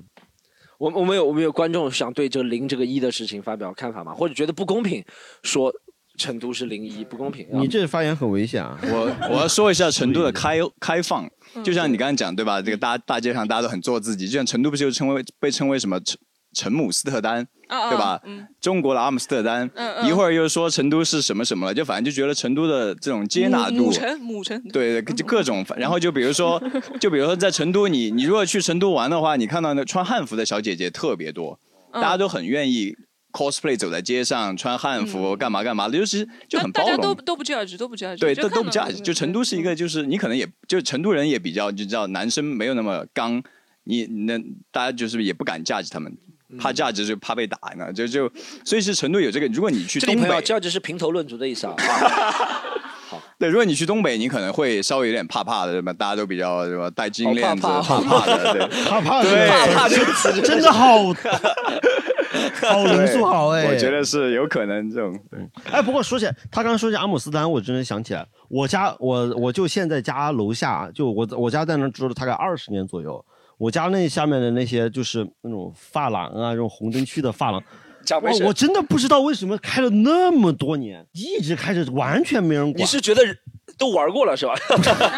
B: 我我们有我们有观众想对这零这个一的事情发表看法吗？或者觉得不公平，说成都是零一不公平？啊
D: 你这发言很危险啊！
F: 我我要说一下成都的开开放，
G: 嗯
F: 就像你刚刚讲对吧？这个大大街上大家都很做自己，就像成都不是又称为被称为什么成姆斯特丹，
G: 啊啊
F: 对吧？
G: 嗯
F: 中国的阿姆斯特丹，
G: 嗯嗯
F: 一会儿又说成都是什么什么了，就反正就觉得成都的这种接纳
G: 母
F: 度
G: 母，城母城，
F: 对对，就各种。然后就比如说， 就比如说在成都，你你如果去成都玩的话，你看到那穿汉服的小姐姐特别多，
G: 嗯
F: 大家都很愿意 cosplay 走在街上穿汉服干嘛干嘛的，就是就很
G: 嗯大
F: 包
G: 家
F: 容
G: 都。都不 judge，都不 judge，
F: 对，
G: 就
F: 都
G: 看
F: 都不
G: 到
F: 加
G: 那个，
F: 就成都是一个，就是你可能也就成都人也比较，就知道男生没有那么刚，你那大家就是也不敢价值他们，
D: 嗯
F: 怕价值就怕被打呢，就就所以是成都有这个，如果你去
B: 这里
F: 东
B: 朋
F: 北
B: 友，，这就是评头论足的意思啊。
F: 对，如果你去东北，你可能会稍微有点怕怕的，对吧？大家都比较什么戴金链子，
B: 哦怕 怕
F: 怕 的，对，
D: 怕怕
F: 对，
D: 怕 怕这个词真的真的好好人数好哎
F: 我觉得是有可能这种，对
D: 哎，不过说起来，他刚刚说起阿姆斯特丹，我真的想起来，我家我我就现在家楼下，啊就我我家在那儿住了大概二十年左右，我家那下面的那些就是那种发廊啊，这种红灯区的发廊。
B: 长辈
D: 我
B: 是
D: 我真的不知道为什么开了那么多年，一直开着，完全没人管。
B: 你是觉得都玩过了是吧？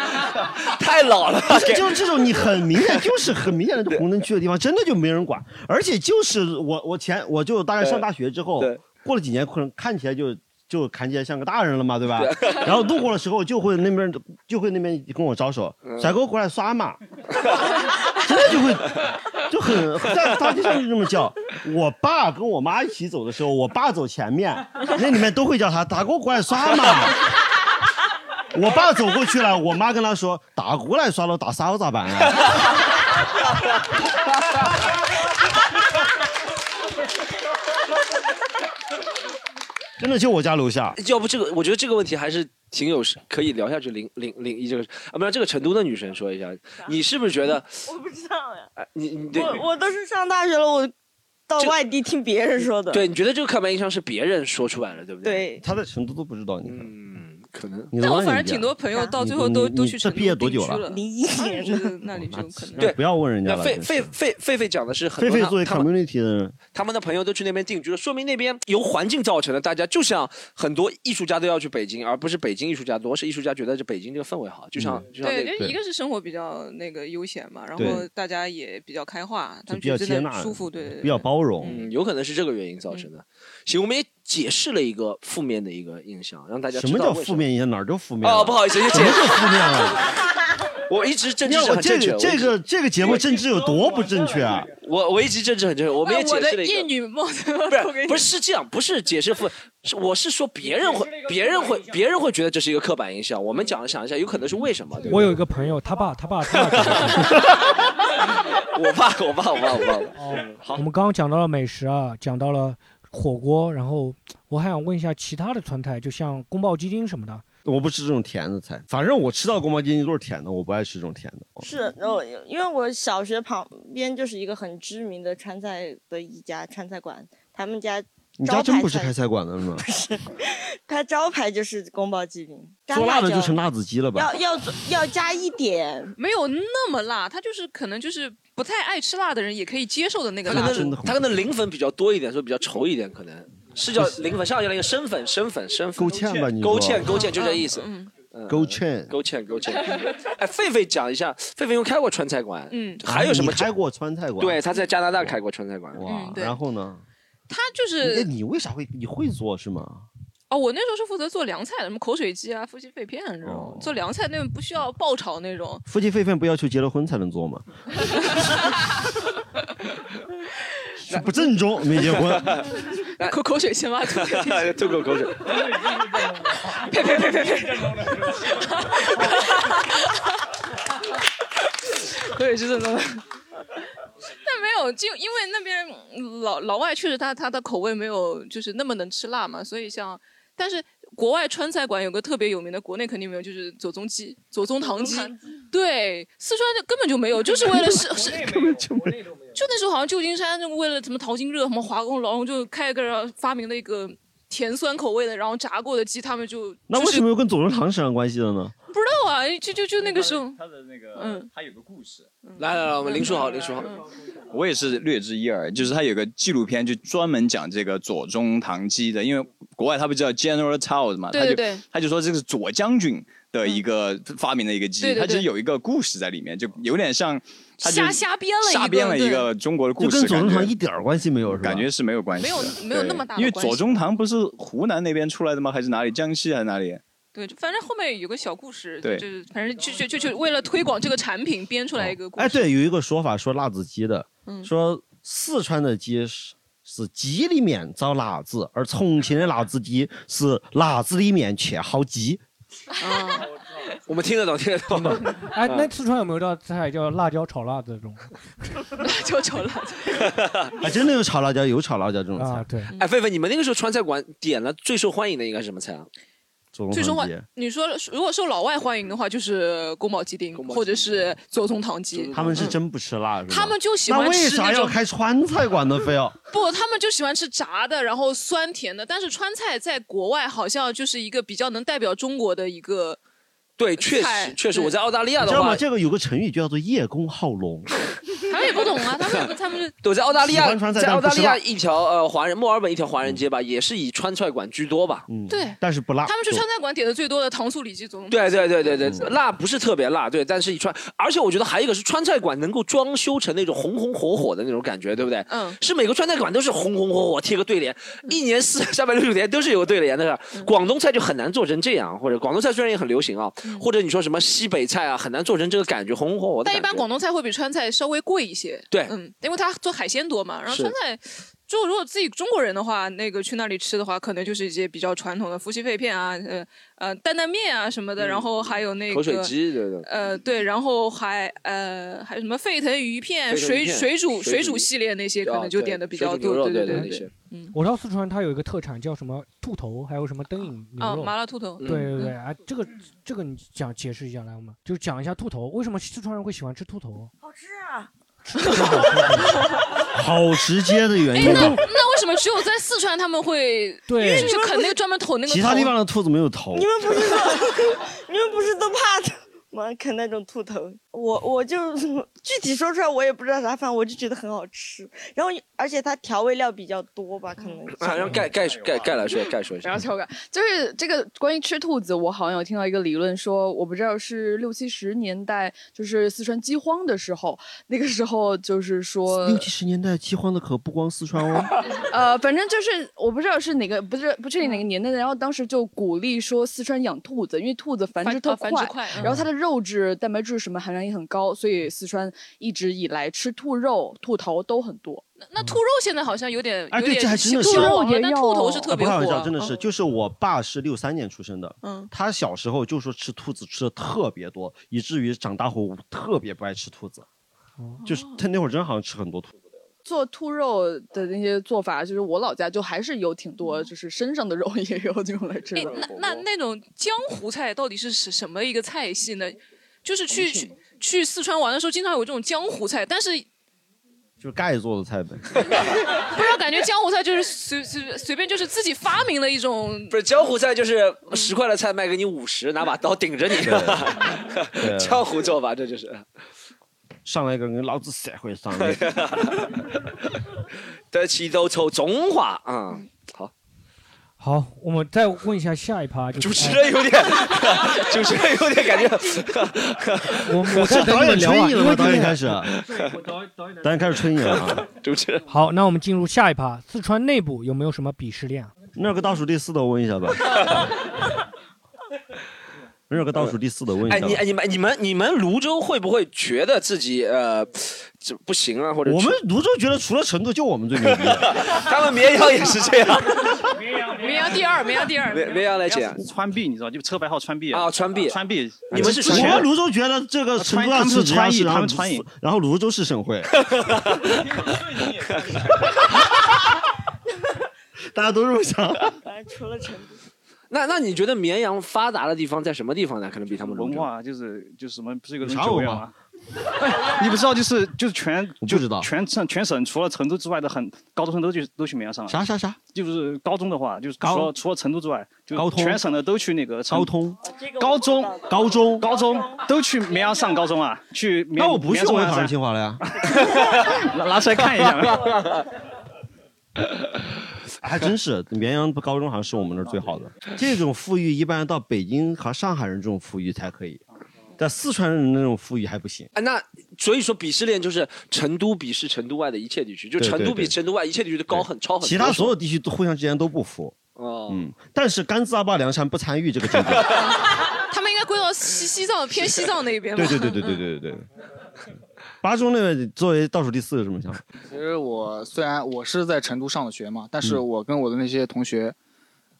B: 太老了
D: 不，是，就是这种你很明显， 就是很明显的这红灯区的地方，真的就没人管。而且就是我，我前我就大概上大学之后，过了几年，可能看起来就就看起来像个大人了嘛，对吧？然后路过的时候就会那边就会那边跟我招手，
B: 嗯
D: 甩哥过来刷嘛， 真的就会就很在大街上就这么叫。我爸跟我妈一起走的时候，我爸走前面，那里面都会叫他打过过来刷嘛。我爸走过去了，我妈跟他说：“打过来刷了，打啥咋办啊？”真的就我家楼下。
B: 呃要不这个，我觉得这个问题还是挺有可以聊下去。零零零一这个啊，不是这个成都的女生说一下，你是不是觉得
H: 我不知道呀，
B: 哎你你对
H: 我我都是上大学了，我到外地听别人说的。
B: 对，你觉得这个刻板印象是别人说出来的，对不对？
H: 对，
D: 他在成都都不知道你可
B: 能。可能
D: 你
G: 但
D: 的
G: 我
D: 问
G: 反
D: 你
G: 正挺
D: 家
G: 多朋友到
D: 你
G: 最后都
D: 你
G: 都
D: 你
G: 去
D: 这
G: 成
D: 毕业多
G: 定
D: 久
G: 居
D: 了？
G: 零一年，就是那里就可能
D: 那不要问人家
B: 那
D: 了。
B: 狒
D: 真是
B: 狒狒狒狒讲的是很
D: 狒
B: 多
D: 狒
B: 他
D: 作为
B: 他们
D: community 的人，
B: 他们的朋友都去那边定居了，说明那边由环境造成的。大家就像很多艺术家都要去北京，而不是北京艺术家多，是艺术家觉得这北京这个氛围好，就像、
D: 嗯
B: 就像那
G: 对，就一个是生活比较那个悠闲嘛，然后
B: 对
G: 大家也比较开化，他
B: 就
G: 们
B: 比较
G: 觉得
B: 接纳
G: 舒服，对对对，
D: 比较包容。
B: 嗯，有可能是这个原因造成的。行，我们也解释了一个负面的一个印象，让大家
D: 什
B: 知
D: 么
B: 道
D: 叫
B: 为
D: 负面印象？哪儿就负面了？
B: 哦，不好意思，也
D: 什
B: 解
D: 么叫负面了？
B: 我一直政治
D: 你
B: 是
D: 看我
B: 很
D: 这
B: 正确
D: 个
B: 的，
D: 这个这个节目政治有多不正确啊？
B: 我我一直政治很正确，我们也解
G: 我
B: 释
G: 的
B: 了
G: 一
B: 一 个。
G: 女梦，
B: 不是不是是这样，不是解释负，是我是说别人会别人会别人会觉得这是一个刻板印象。我们讲了想一下，有可能是为什么？对 不
C: 我有一个朋友，他爸，他爸，他爸。
B: 对我怕我怕我怕我怕。
D: 哦
B: 我怕
C: 我
B: 好，
C: 们刚刚讲到了美食啊，讲到了火锅，然后我还想问一下其他的川菜，就像宫保鸡丁什么的。
D: 我不吃这种甜的菜，反正我吃到宫保鸡丁都是甜的，我不爱吃这种甜的。
H: 是，然后因为我小学旁边就是一个很知名的川菜的一家川菜馆，他们家
D: 你
H: 招
D: 家
H: 牌
D: 真不是
H: 菜
D: 开菜馆的是吗？
H: 它招牌就是宫保鸡丁，干
D: 做辣的
H: 椒
D: 就成辣子鸡了吧
H: 要？要要加一点，
G: 没有那么辣，他就是可能就是不太爱吃辣的人也可以接受的那个
B: 他
G: 辣
B: 可
G: 度。
B: 能他可能零粉比较多一点，所以比较稠一点，可能是叫零粉，上海叫那个生粉，生粉，生粉。勾
D: 芡吧你说
B: 勾芡，勾芡就这意思。嗯，
D: 勾芡。
B: 勾芡，勾芡。 哎，狒狒讲一下，狒狒因为开过川菜馆，
G: 嗯
B: 还有什么
D: 你开过川菜馆？
B: 对，他在加拿大开过川菜馆。
D: 哇
G: 嗯，对
D: 然后呢？
G: 他就
D: 那
G: 是
D: 哎你为啥会你会做是吗？
G: 哦，我那时候是负责做凉菜的，什么口水鸡啊、夫妻肺片这种，做凉菜那种不需要爆炒那种。
D: 夫妻肺片不要求结了婚才能做吗？ 是不正宗，没结婚。
G: 口口 水先吧，吐
B: 吐口口水。
G: 呸呸呸呸呸！口水是正宗的。但没有，就因为那边嗯老老外确实他他的口味没有就是那么能吃辣嘛，所以像但是国外川菜馆有个特别有名的，国内肯定没有，就是左宗鸡、左宗棠鸡。对，四川就根本就没有，就是为了 是是
D: 根本就没有。
G: 就那时候好像旧金山就为了什么淘金热、什么华工劳工就开个发明了一个甜酸口味的，然后炸过的鸡，他们就
D: 那
G: 就
D: 为
G: 是
D: 什么又跟左宗棠扯上关系了呢？
G: 不知道啊，就就就那个时候，
F: 他的那个
G: 嗯，
F: 他有个故事，
B: 来来来，我们林书豪，林书豪，
F: 我也是略知一二，就是他有个纪录片就专门讲这个左宗棠鸡的，因为国外他不叫 General Tao 嘛，
G: 对对对
F: 他就他就说这个是左将军的一个发明的一个记忆，
G: 对对
F: 它其实
G: 对
F: 有一个故事在里面，就有点像它就
G: 瞎瞎编了一个
F: 瞎编了一个
G: 对
F: 中国的故
D: 就
F: 事，
D: 跟左宗棠
F: 感觉
D: 一点儿关系没有，是吧？
F: 感觉是没有关系的，
G: 没有没有那么大的
F: 对因为
G: 关系
F: 左宗棠不是湖南那边出来的吗？还是哪里？江西还是哪里？
G: 对，就反正后面有个小故事，
F: 对
G: 就是反正就就就就为了推广这个产品编出来一个故事。
D: 哎，对，有一个说法说辣子鸡的，
G: 嗯
D: 说四川的鸡是是鸡里面找辣子，而重庆的辣子鸡是辣子里面切好鸡。
B: 我们听得懂，听得懂。
C: 哎，
D: 啊
C: 那四川有没有道菜叫辣椒炒辣子这种？
G: 就丑了。
D: 啊，真的有炒辣椒，有炒辣椒这种菜。
C: 啊，对，
B: 哎，狒狒，你们那个时候川菜馆点了最受欢迎的应该是什么菜啊？
D: 左
G: 最受欢，你说如果受老外欢迎的话，就是宫保鸡丁，或者是左宗棠鸡。
D: 他们是
G: 嗯
D: 真不吃辣，是吧？
G: 他们就喜欢
D: 那为
G: 吃那
D: 啥要
G: 种
D: 开川菜馆呢？非要？
G: 不，他们就喜欢吃炸的，然后酸甜的。但是川菜在国外好像就是一个比较能代表中国的一个
B: 对，确
G: 菜
B: 实确实，我在澳大利亚
D: 你
B: 的
D: 知道
B: 话
D: 吗？，这个有个成语叫做叶公好龙。
G: 他们也不懂啊，他们也不他们是
B: 对，我在澳大利
D: 喜
B: 亚，
D: 欢川菜
B: 在
D: 但
B: 澳
D: 不
B: 大
D: 吃
B: 利亚
D: 辣
B: 一条呃华人墨尔本一条华人街吧，也是以川菜馆居多吧。
D: 嗯，
G: 对，
D: 但是不辣
G: 他们去川菜馆点的最多的糖醋里脊左宗棠。
B: 对对对对
D: 嗯
B: 对，辣不是特别辣，对，但是一川，而且我觉得还有一个是川菜馆能够装修成那种红红火火的那种感觉，对不对？
G: 嗯，
B: 是每个川菜馆都是红红火火，贴个对联，一年四三百六十天都是有个对联的事儿。
G: 嗯
B: 广东菜就很难做成这样，或者广东菜虽然也很流行啊，或者你说什么西北菜啊，很难做成这个感觉红红火火的
G: 嗯但
B: 感
G: 一
B: 觉。
G: 般广东菜会比川菜稍微贵一些。
B: 对
G: 嗯，因为他做海鲜多嘛，然后
B: 是
G: 川菜。就如果自己中国人的话，那个去那里吃的话，可能就是一些比较传统的夫妻肺片啊，呃呃担担面啊什么的，然后还有那个
B: 嗯口水鸡，对对。
G: 呃，对，然后还呃还有什么沸腾鱼片、
B: 沸腾
G: 水
B: 鱼片
G: 水煮
B: 水煮
G: 煮
B: 鱼
G: 系列那些，可
B: 啊
G: 能就
B: 对
G: 点的比
B: 水
G: 较
B: 煮牛
G: 多。
B: 肉
G: 对
B: 对
G: 对
B: 那些
J: 嗯
C: 我知道四川它有一个特产叫什么兔头，还有什么灯影牛
G: 啊
C: 肉、
G: 麻辣兔头
C: 对
G: 嗯
C: 对对，
G: 嗯
C: 啊，这个这个你讲解释一下来，我们就讲一下兔头，为什么四川人会喜欢吃兔头？
H: 好吃啊！
D: 好直接的原
G: 哎，
D: 因
G: 那
D: 啊。
G: 那为什么只有在四川他们会
D: 对
G: 因为去啃那个专门捅那个
D: 其他地
G: 头
D: 方的兔子没有头。
H: 你们不是说 你们不是都怕吗？啃那种兔头，我我就具体说出来我也不知道啥，饭，我就觉得很好吃。然后而且它调味料比较多吧，可 能。
B: 啊，让盖盖盖盖 来说，盖说一
J: 然
B: 下
J: 后。敲个，就是这个关于吃兔子，我好像有听到一个理论说，我不知道是六七十年代，就是四川饥荒的时候，那个时候就是
G: 呃
J: 说
D: 六七十年代饥荒的可不光四川哦。
J: 呃，反正就是我不知道是哪个，不是不确定
G: 嗯
J: 哪个年代的。然后当时就鼓励说四川养兔子，因为兔子繁殖
G: 繁
J: 特
G: 啊繁
J: 快，
G: 殖快嗯
J: 然后它的肉质、蛋白质什么含量也很高，所以四川一直以来吃兔肉、兔头都很多。
G: 那兔肉现在好像有点
D: 哎，
G: 有
D: 对，这还
G: 点
D: 真的是
G: 消亡了，但兔头是特别
D: 哎
G: 火
D: 不
G: 啊。
D: 开玩笑，真的是。
G: 嗯
D: 就是我爸是六三年出生的，
G: 嗯
D: 他小时候就说吃兔子吃的特别多，以至于长大后特别不爱吃兔子。就是
G: 哦
D: 他那会儿真好像吃很多兔子。
J: 做兔肉的那些做法，就是我老家就还是有挺
D: 嗯
J: 多，就是身上的肉 也有这种来吃的。
G: 哎那那种江湖菜到底是什什么一个菜系呢？就是去去去四川玩的时候，经常有这种江湖菜，但是
D: 就是盖做的菜呗，
G: 不知道感觉江湖菜就是随随随便就是自己发明了一种
B: 不是江湖菜，就是十块的菜卖给你五十，拿把刀顶着你。
D: 对
B: 江湖做法，这就是。
D: 上来一个人跟老子社会上面，
B: 得起都抽中华啊、嗯好，
C: 好，我们再问一下下一趴，就是哎
B: 主持人有点，主持人有点感觉。
C: 我我在等你们聊啊，因为真的
D: 导演开始吹你了啊。
B: 主持人，
C: 好，那我们进入下一趴，四川内部有没有什么鄙视链啊？
D: 那有个倒数第四的，我问一下吧。 那有个倒数第四的，我问一
B: 哎，
D: 下吧。
B: 你哎你们你们你们泸州会不会觉得自己呃这不行啊，或者
D: 我们泸州觉得除了成都，就我们最牛逼。
B: 他们绵阳也是这样。
G: 绵阳第二，绵阳第二，
B: 绵绵阳来讲，
M: 川币你知道，就车牌号川币
B: 啊，川币，
M: 川币，
B: 你们是啊
M: 之前
D: 我们泸州觉得这个成都要
M: 他们是
D: 吃
M: 川
D: 艺，
M: 艺，
D: 然
M: 他
D: 后
M: 们川艺，
D: 然后泸州是 省会，大家都这么想。
H: 反正除了成都，
B: 那那你觉得绵阳发达的地方在什么地方呢？可能比他们
M: 文化啊就是就是什么不是有个
B: 有
M: 东
B: 啥
M: 西九
B: 文
M: 月
B: 化
M: 吗？哎， 你不知道就是就是全就
D: 知道
M: 全省全省除了成都之外的很高中生都去都去绵阳上了。
D: 啥啥啥？
M: 就是高中的话，就是
D: 高
M: 除了除了成都之外，就
D: 高
M: 是
D: 通
M: 全省的都去那个成
D: 高通
M: 高中
D: 高中
M: 高中都去绵阳上高中啊，去绵
D: 那我不去，
M: 绵阳
D: 我
M: 中
D: 也
M: 南
D: 考上
B: 啊
M: 山
D: 清华 了呀。
M: 拿拿出来看一下。
D: 还真是绵阳高中好像是我们那儿最好的。这种富裕一般到北京和上海人这种富裕才可以，但四川人那种富裕还不行。
B: 啊，那所以说鄙视链就是成都鄙视成都外的一切地区，就
D: 对
B: 成
D: 对
B: 都比
D: 对
B: 成都外一切地区都高很超很多。
D: 其他所有地区都互相之间都不服。
B: 哦，
D: 嗯，但是甘孜阿坝凉山不参与这个争 端。
G: 他们应该归到西西藏偏西藏那边吧？
D: 对对对对对对对对。八中那位作为倒数第四有什么想法？
L: 其实我虽然我是在成都上的学嘛，但是
D: 嗯
L: 我跟我的那些同学，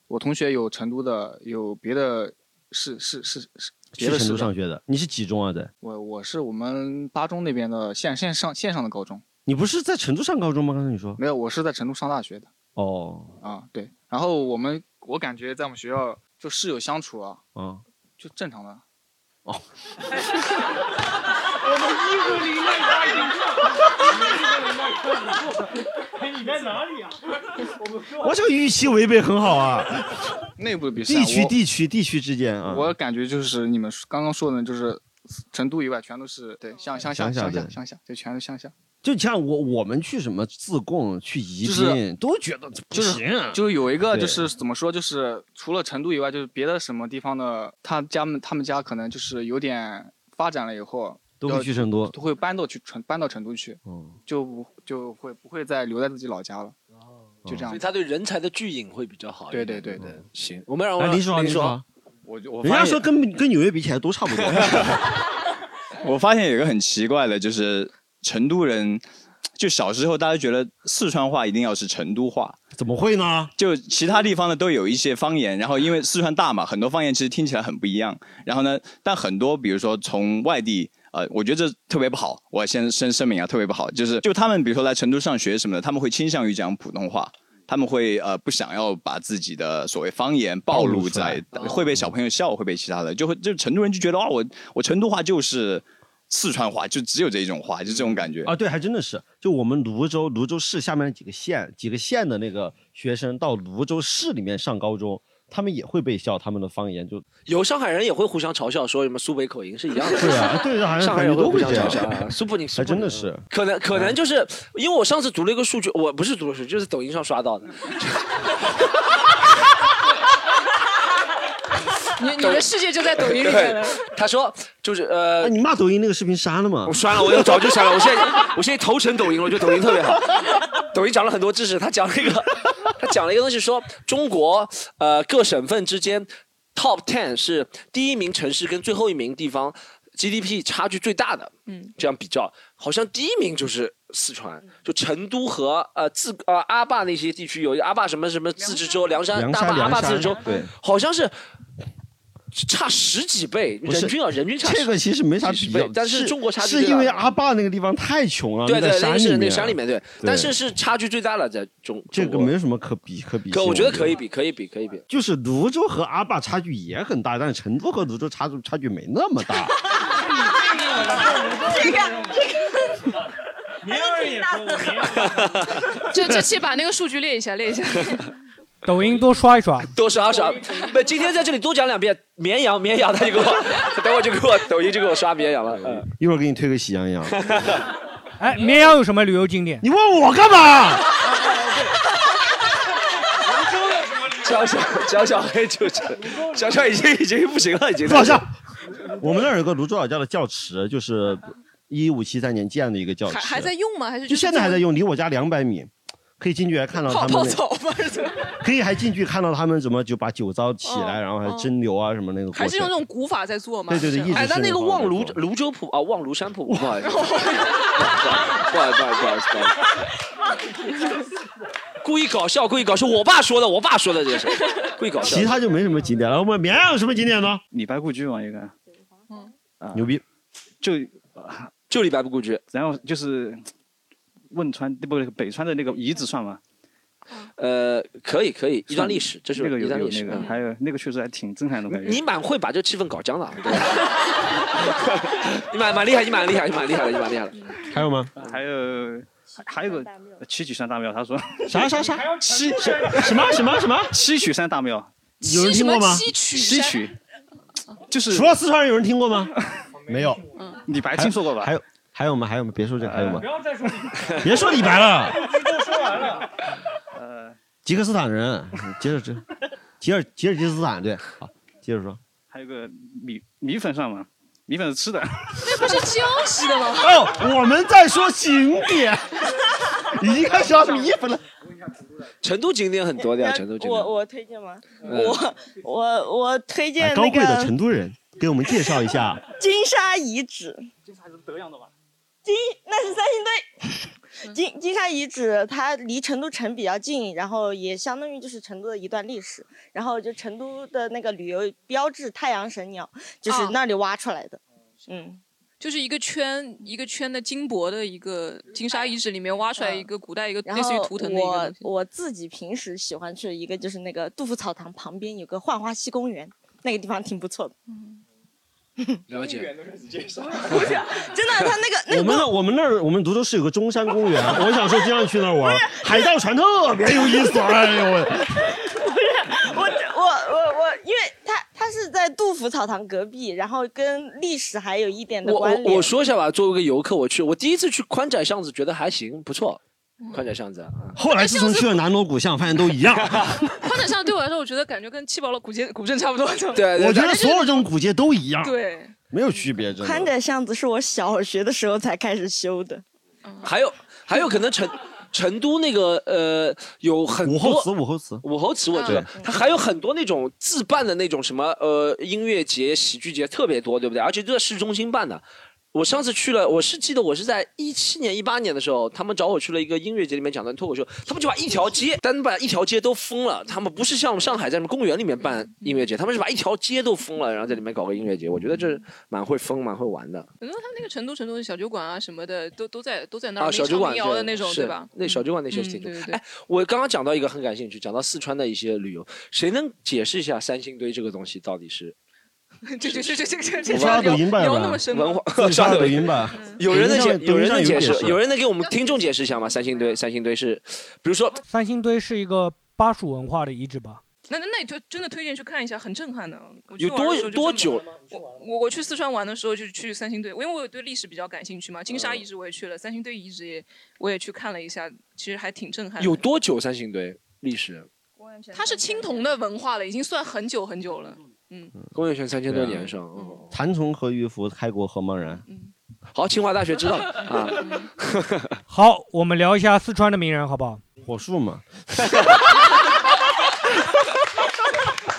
L: 我同学有成都的，有别的是是是是别
D: 去
L: 的
D: 成
L: 市
D: 都
L: 的
D: 上学的，你是几中啊？在？
L: 我我是我们巴中那边的县县上县上的高中，
D: 你不是在成都上高中吗？刚才你说。
L: 没有，我是在成都上大学的
D: 哦，
L: 啊。对，然后我们我感觉在我们学校就室友相处啊，
D: 嗯，
L: 就正常的。
P: 我们衣服里那块有我们衣服里那块有你在哪里啊？我们说
D: 我这个预期违背很好啊。
L: 内部的比赛，
D: 地区
L: 我
D: 地区地区之间啊。
L: 我感觉就是你们刚刚说的，就是成都以外全都是对乡乡下
D: 乡下
L: 乡下乡下，就
D: 对
L: 全是乡下。
D: 就像我我们去什么自贡去宜
L: 就
D: 宾，
L: 是
D: 都觉得这不
L: 就是
D: 行啊、
L: 就是有一个
D: 对
L: 就是怎么说，就是除了成都以外，就是别的什么地方的，他家们他们家可能就是有点发展了以后，
D: 都会
L: 要
D: 去成都
L: 都会搬到去成搬到成都去，
D: 嗯，
L: 就不就会不会再留在自己老家了，
D: 哦
L: 就这样
B: 所以。他对人才的聚引会比较好一
L: 对
B: 点。嗯
L: 对对对，
B: 行，我们让
D: 哎，林叔啊，
B: 林
D: 林叔
B: 叔
D: 啊，
L: 我就
D: 人家说跟跟纽约比起来都差不多。
F: 我发现有一个很奇怪的，就是成都人，就小时候大家觉得四川话一定要是成都话，
D: 怎么会呢？
F: 就其他地方的都有一些方言，然后因为四川大嘛，很多方言其实听起来很不一样。然后呢，但很多比如说从外地。呃，我觉得这特别不好，我先先声明啊，特别不好，就是就他们比如说来成都上学什么的，他们会倾向于讲普通话，他们会呃不想要把自己的所谓方言暴露在，
B: 哦
F: 会被小朋友笑，会被其他的，就会就成都人就觉得啊、我我成都话就是四川话，就只有这一种话，就这种感觉
D: 啊，对，还真的是，就我们泸州泸州市下面几个县几个县的那个学生到泸州市里面上高中，他们也会被笑他们的方言就。
B: 有上海人也会互相嘲笑，说什么苏北口音是一样的。
D: 对啊， 对啊，好像
B: 上海
D: 感觉
B: 人会
D: 都
B: 互
D: 会
B: 相
D: 这
B: 嘲
D: 样
B: 笑。 啊。苏北宁，
D: 还真的是。
B: 可能可能就是因为我上次读了一个数据，我不是读的数据，就是抖音上刷到的。
G: 你你的世界就在抖音里面了。
B: 对他说就是呃，
D: 啊你骂抖音那个视频删了吗？
B: 啊我删了，我早就删了。我现在 我现在头沉抖音了，我觉得抖音特别好。抖音讲了很多知识，他讲了一个，他讲了一个东西说，中国呃各省份之间 top ten 是第一名城市跟最后一名地方 GDP 差距最大的。
G: 嗯，
B: 这样比较，好像第一名就是四川，就成都和呃自呃阿坝那些地区有一个阿坝什么什么自治州，凉山、
D: 梁
B: 大
D: 山
B: 坝、阿
D: 梁
B: 坝
D: 山
B: 自治州，
D: 对
B: 好像是差十几倍，
D: 不是
B: 人均啊，人均差十
D: 这个其实没啥
B: 几
D: 比
B: 倍
D: 较，
B: 但是中国差距
D: 是
B: 最大
D: 因为阿坝啊那个地方太穷了，
B: 对对，那
D: 山
B: 个
D: 里
B: 是
D: 面，
B: 那个山里面对，但是是差距最大的在中
D: 这
B: 中
D: 个
B: 国
D: 没有什么可比可比性。
B: 可我觉得可以比，可以比，可以比。
D: 就是泸州和阿坝差距也很大，但是成都和泸州差距差距没那么大。
P: 这个这个， 明儿也说，明
G: 这这期把那个数据列一下，列 一下。
C: 抖音多刷一刷。
B: 多刷刷，不，今天在这里多讲两遍绵阳，绵阳他就给 我，等会儿就给我抖音就给我刷绵阳了。嗯
D: 一会儿给你推个喜羊羊，
C: 哎，绵阳有什么旅游景点？
D: 你问我干嘛？
B: 小小小小黑就是小小已经已经不行了，已经。
D: 坐下。我们那儿有个泸州老窖的窖池，就是一五七三年建的一个窖
G: 还还
D: 池，
G: 在用吗？还是
D: 就现在还在
G: 用？
D: 用，离我家两百米，可以进去还看到
G: 泡
D: 他
G: 泡
D: 们
G: 澡
D: 那，
G: 吗？还是怎么
D: 可以还进去看到他们怎么就把酒糟起来，
G: 哦
D: 然后还蒸馏啊什么那个
G: 还
D: 过
G: 是用
D: 程
G: 那。种古法在做吗？
D: 对对对
G: 还是
D: 一直
B: 哎，那那
D: 是
B: 个
D: 往那
B: 望泸
D: 走
B: 泸州浦啊，望庐山浦，不好意思，不好意思，不好意思，不好意思，不好意思，故意搞笑，故意搞笑，我爸说的，我爸说的，这是故意搞笑
D: 其。他就没什么景点了。我们绵阳有什么景点呢？
Q: 李白故居嘛，一个，嗯，
D: 牛逼，
Q: 就
B: 啊就李白故居，
Q: 然后就是汶川不是北川的那个遗址算吗？
B: 呃，可以可以，一段历史，这是
Q: 那个有
B: 一段
Q: 有
B: 历史
Q: 那。个，
B: 嗯
Q: 还有那个确实还挺震撼的，我感觉。
B: 你蛮会把这气氛搞僵的啊，对 你蛮蛮厉害，你蛮厉害，你蛮厉害的，你蛮厉害的。
D: 还有吗？
Q: 还有还有个七曲山大庙，他说
D: 啥啥啥
Q: 七
D: 什么什么什么
Q: 七曲山大庙，
D: 有人听过吗？
Q: 七曲就是
D: 除了四川人，有人听过吗？没有。
Q: 李白听说过吧？
D: 还有还有吗？还有吗？别说这个，还有吗？
P: 要再说李白
D: 别说李白了。
P: 都说完了。
Q: 呃，
D: 吉克斯坦人，接着这，吉尔吉尔吉斯斯坦对，好，接着说。
Q: 还有个米米粉算吗？米粉是 吃的。
G: 那不是 江西的吗？
D: 哎呦，我们在说景点，已经开始要米粉了。
B: 成都景点很多的呀，成都景点。
H: 我我推荐吗？
B: 嗯
H: 我我我推荐
D: 哎高
H: 哎那
D: 贵的成
H: 个
D: 都人，给我们介绍一下。
H: 金沙遗址。
Q: 金沙是德阳的吧？
H: 金那是三星堆。金金沙遗址它离成都城比较近，然后也相当于就是成都的一段历史。然后就成都的那个旅游标志太阳神鸟，就是
Q: 啊
G: 哦
H: 那里挖出来的。嗯，
G: 就是一个圈一个圈的金箔的一个金沙遗址里面挖出来一个古代一个
H: 嗯然
G: 类似于
H: 后
G: 图腾的一个
H: 我
G: 东西。
H: 我自己平时喜欢去的一个就是那个杜甫草堂旁边有个浣花溪公园，那个地方挺不错的。
B: 了
H: 解
B: 都开始介绍。
H: 真的， 他那个
D: 我们那我们那儿我们泸州市有个中山公园，我想说经常去那儿玩，海盗船特别有意思。哎呦喂，
H: 我我我我，因为它它是在杜甫草堂隔壁，然后跟历史还有一点的
B: 我
H: 关联。
B: 我我说一下吧，作为一个游客，我去，我第一次去宽窄巷子，觉得还行，不错。宽窄巷子，啊嗯
D: 后来自从去了南锣鼓巷，发现都 一样。
G: 宽窄巷对我来说，我觉得感觉跟七宝楼古街古镇差不 多。对
D: 我觉得所有这种古街都一样，
G: 对，
D: 没有区别，真
H: 宽
D: 的。
H: 窄巷子是我小学的时候才开始修 的。
B: 还有还有可能成成都那个呃有很多
D: 武侯祠，武侯祠，
B: 武侯祠我知道
D: 嗯，
B: 它还有很多那种自办的那种什么呃音乐节、喜剧节特别多，对不对？而且都在市中心办的。我上次去了，我是记得我是在一七年、一八年的时候，他们找我去了一个音乐节里面讲段脱口秀，他们就把一条街，单把一条街都封了。他们不是像我们上海在什么公园里面办音乐节，他们是把一条街都封了，然后在里面搞个音乐节。我觉得这蛮会疯、蛮会玩的
G: 可能他那个成都成都的小酒馆啊什么的，都都在都在那儿
B: 啊。小酒
G: 民
B: 馆
G: 谣
B: 对
G: 的那种，
B: 是
G: 对吧？
B: 那 小酒馆那些
G: 嗯
B: 是挺多
G: 对对。对
B: 哎，我刚刚讲到一个很感兴趣，讲到四川的一些旅游，谁能解释一下三星堆这个东西到底是？
G: 这这这这这这这
B: 我刷
G: 聊
B: 抖音吧
G: 聊
B: 要不
G: 那
B: 然
G: 么深吗嗯
B: 文化
D: 刷抖
B: 抖
D: 音吧
B: 有人能
D: 抖音上抖
B: 解，有人能
D: 音上有
B: 解释
D: 解，释
B: 有人能给我们听众解释一下吗？三星堆，三星堆是，比如说
C: 三星堆是一个巴蜀 文化的遗址吧？
G: 那那那你就真的推荐去看一下，很震撼的。我去
B: 有
G: 玩的
B: 多
G: 时候就
B: 多
G: 震撼
B: 久
G: 了？我我去四川玩的时候就去三星堆，因为我有对历史比较感兴趣嘛。金
B: 嗯
G: 沙遗址我也去了，三星堆遗址也我也去看了一下，其实还挺震撼的。
B: 有多久？三星堆历史，
G: 它是青铜的文化了，已经算很久很久了。
B: 公元前三千多
D: 对啊
B: 年上。嗯，
D: 蚕丛和鱼凫，开国何茫然。
B: 好，清华大学知 道了啊。
C: 好，我们聊一下四川的名人，好不好？
D: 火树嘛，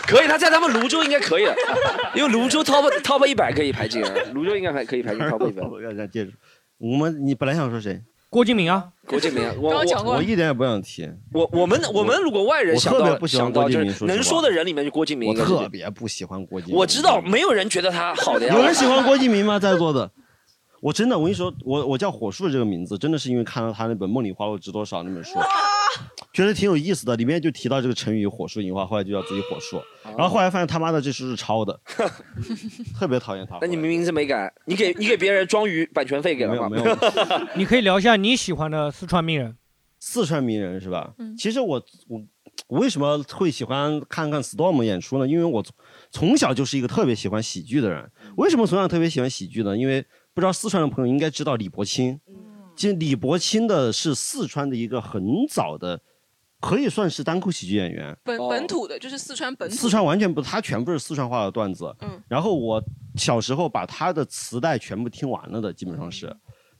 B: 可以，他在他们泸州应该可以的，因为泸州 top top 一百可以排进，啊泸州应该还可以排进 top 一百。
D: 我让人接着。我们你本来想说谁？
C: 郭敬明啊，
B: 郭 敬明，我
D: 我
B: 我
D: 我一点也不想提。
B: 我我们我们如果外人
D: 我
B: 想
D: 特别
B: 到
D: 不喜欢
B: 想到
D: 郭
B: 就
D: 敬
B: 是
D: 明说实
B: 能
D: 话
B: 说的人里面，就郭敬明
D: 我
B: 应该是
D: 特别不喜欢郭敬明。
B: 我知道没有人觉得他好的呀。
D: 有人喜欢郭敬明吗？在座的，我真的，我跟你说，我我叫火树这个名字，真的是因为看到他那本《梦里花落知多少》那本书，觉得挺有意思的，里面就提到这个成语“火树银花”，后来就叫自己火
B: 哦
D: 树，然后后来发现他妈的这书是抄 的，特别讨厌他。
B: 那你明明字没改，你给你给别人装鱼版权费给了吗？
D: 没有没有
C: 你可以聊一下你喜欢的四川名人。
D: 四川名人是吧？
G: 嗯
D: 其实我我我为什么会喜欢看看 Storm 演出呢？因为我从从小就是一个特别喜欢喜剧的人。
G: 嗯
D: 为什么从小特别喜欢喜剧呢？因为不知道四川的朋友应该知道李伯清，
G: 嗯
D: 其实李伯清的是四川的一个很早的，可以算是单口喜剧演员。
G: 本本土的，就是四川本土。
D: 哦四川完全不，他全部是四川话的段子。
G: 嗯
D: 然后我小时候把他的磁带全部听完了的，基本上是。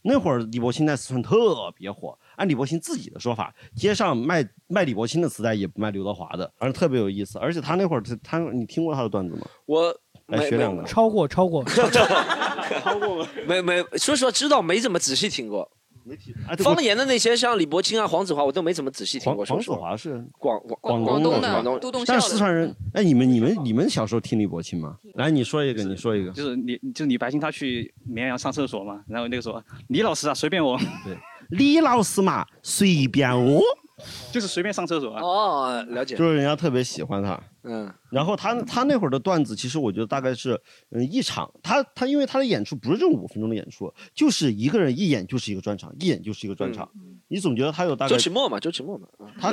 D: 那会儿李伯清在四川特别火，按李伯清自己的说法，街上卖卖李伯清的磁带也不卖刘德华的，反正特别有意思。而且他那会儿他他你听过他的段子吗？
B: 我
D: 来
B: 没
D: 哎学
B: 没
D: 两个。
C: 超过 超过，
B: 没没，说实话知道没怎么仔细听过。
D: 没啊
B: 方言的那些像李伯清啊、黄子华，我都没怎么仔细听过。
D: 黄
B: 说实话
D: 黄子华是
B: 广广
D: 广
B: 东
D: 的，
B: 广东
D: 但是四川人，哎，你们你们你们小时候听李伯清吗？来，你说一个，你说一个。
Q: 就是李就是李白清他去绵阳上厕所嘛，然后那个说李老师啊，随便我，
D: 对，李老师嘛，随便我，
Q: 就是随便上厕所啊。
B: 哦，了解
D: 就是人家特别喜欢他。
B: 嗯，
D: 然后他他那会儿的段子，其实我觉得大概是，嗯，一场他他因为他的演出不是这种五分钟的演出，就是一个人一演就是一个专场，一演就是一个专场。你总觉得他有大概
B: 周奇墨嘛，周奇墨嘛，啊
D: 他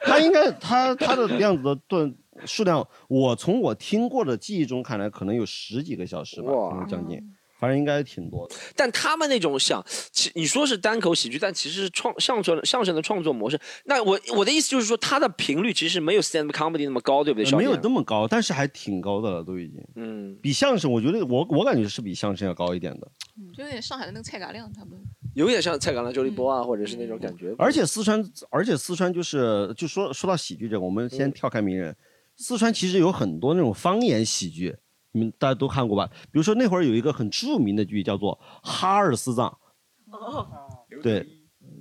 D: 他应该他他的样子的段数量，我从我听过的记忆中看来，可能有十几个小时吧，可能将近。反正应该挺多的。
B: 但他们那种想，其你说是单口喜剧，但其实是创相声相声的创作模式。那我我的意思就是说，它的频率其实没有 stand up comedy 那么高，对不对？
D: 呃没有那么高，但是还挺高的了，都已经。
B: 嗯，
D: 比相声，我觉得我我感觉是比相声要高一点的。
G: 就有点上海的那个蔡嘎亮他们。
B: 有点像蔡橄榄、周立波啊，或者是那种感觉。
D: 而且四川，而且四川就是就说说到喜剧这个，我们先跳开名人，四川其实有很多那种方言喜剧，你们大家都看过吧？比如说那会儿有一个很著名的剧叫做《哈尔斯藏》，对，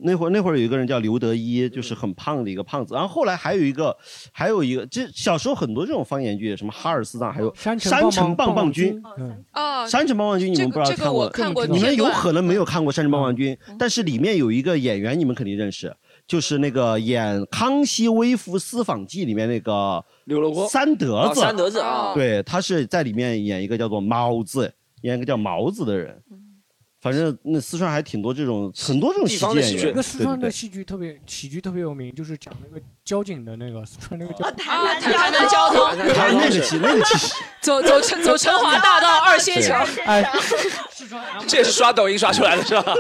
D: 那会儿那会儿有一个人叫刘德一，就是很胖的一个胖子。然后后来还有一个，还有一个，这小时候很多这种方言剧，什么《哈尔斯藏》，还有《山
C: 城
D: 城棒棒军》。
G: 哦，
D: 山城棒棒军你们不知道
G: 这个
D: 过？
G: 我看过
D: 嗯你们
G: 片
D: 有
G: 段
D: 可能没有看过山城棒棒军，但是里面有一个演员你们肯定认识，就是那个演《康熙微服私访记》里面那个
B: 刘罗锅
D: 三德子。
B: 哦三德子啊
D: 对，他是在里面演一个叫做毛子，演一个叫毛子的人。
G: 嗯
D: 反正那四川还挺多这种，很多这种喜剧演员。
C: 那个四
D: 对
C: 川
D: 对
C: 的
D: 对
C: 戏剧特别喜剧特别有名，就是讲那个交警的那个四川那个交
G: 啊，台南交通，
D: 他那个其那个其实
G: 走走城走成华大道二仙桥，
C: 哎，
B: 这也是刷抖音刷出来的是吧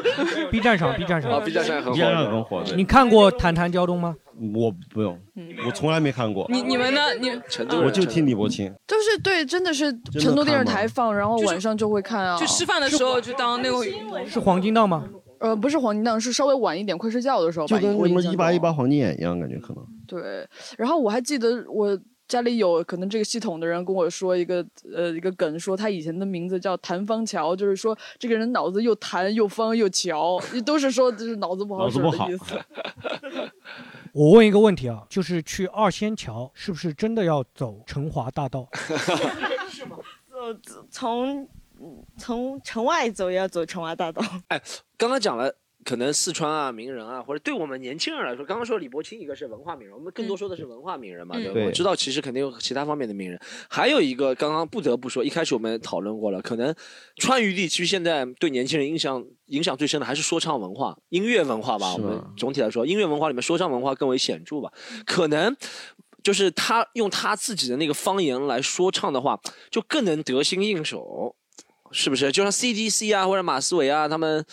C: B 站上，B 站上
B: 啊，B 站上很火
D: B 站上很火对
C: 你看过《谈谈交通》吗？
D: 嗯我不用，
G: 嗯
D: 我从来没看过。
J: 你你们呢？你
D: 我就听李伯清。
J: 就是对，真的是
D: 的
J: 成都电视
D: 看吗
J: 台放，然后晚上就会看啊。
G: 就吃饭的时候就当那个
C: 是黄金档吗？
J: 呃，不是黄金档，是稍微晚一点，快睡觉的时候吧。
D: 就跟
J: 我
D: 什么
J: 印象
D: 一
J: 中
D: 八一八黄金眼一样，感觉可能。
J: 对，然后我还记得我家里有可能这个系统的人跟我说一个呃一个梗，说他以前的名字叫谭方桥，就是说这个人脑子又弹又方又桥， 都是说就是脑子不好使的意思。
C: 我问一个问题啊，就是去二仙桥是不是真的要走成华大 道？
H: 是吗？ 走走从嗯从城外走也要走成华大道。
B: 哎，刚刚讲了。可能四川啊、名人啊，或者对我们年轻人来说，刚刚说李伯清一个是文化名人，我们更多说的是文化名人嘛，
A: 嗯
B: 对吧？
A: 对
B: 我知道其实肯定有其他方面的名人，还有一个刚刚不得不说，一开始我们讨论过了，可能川渝地区现在对年轻人影响影响最深的还是说唱文化、音乐文化吧。我
D: 是吗
B: 们总体来说，音乐文化里面说唱文化更为显著吧，可能。就是他用他自己的那个方言来说唱的话，就更能得心应手，是不是？就像 CDC 啊，或者马思唯啊，他们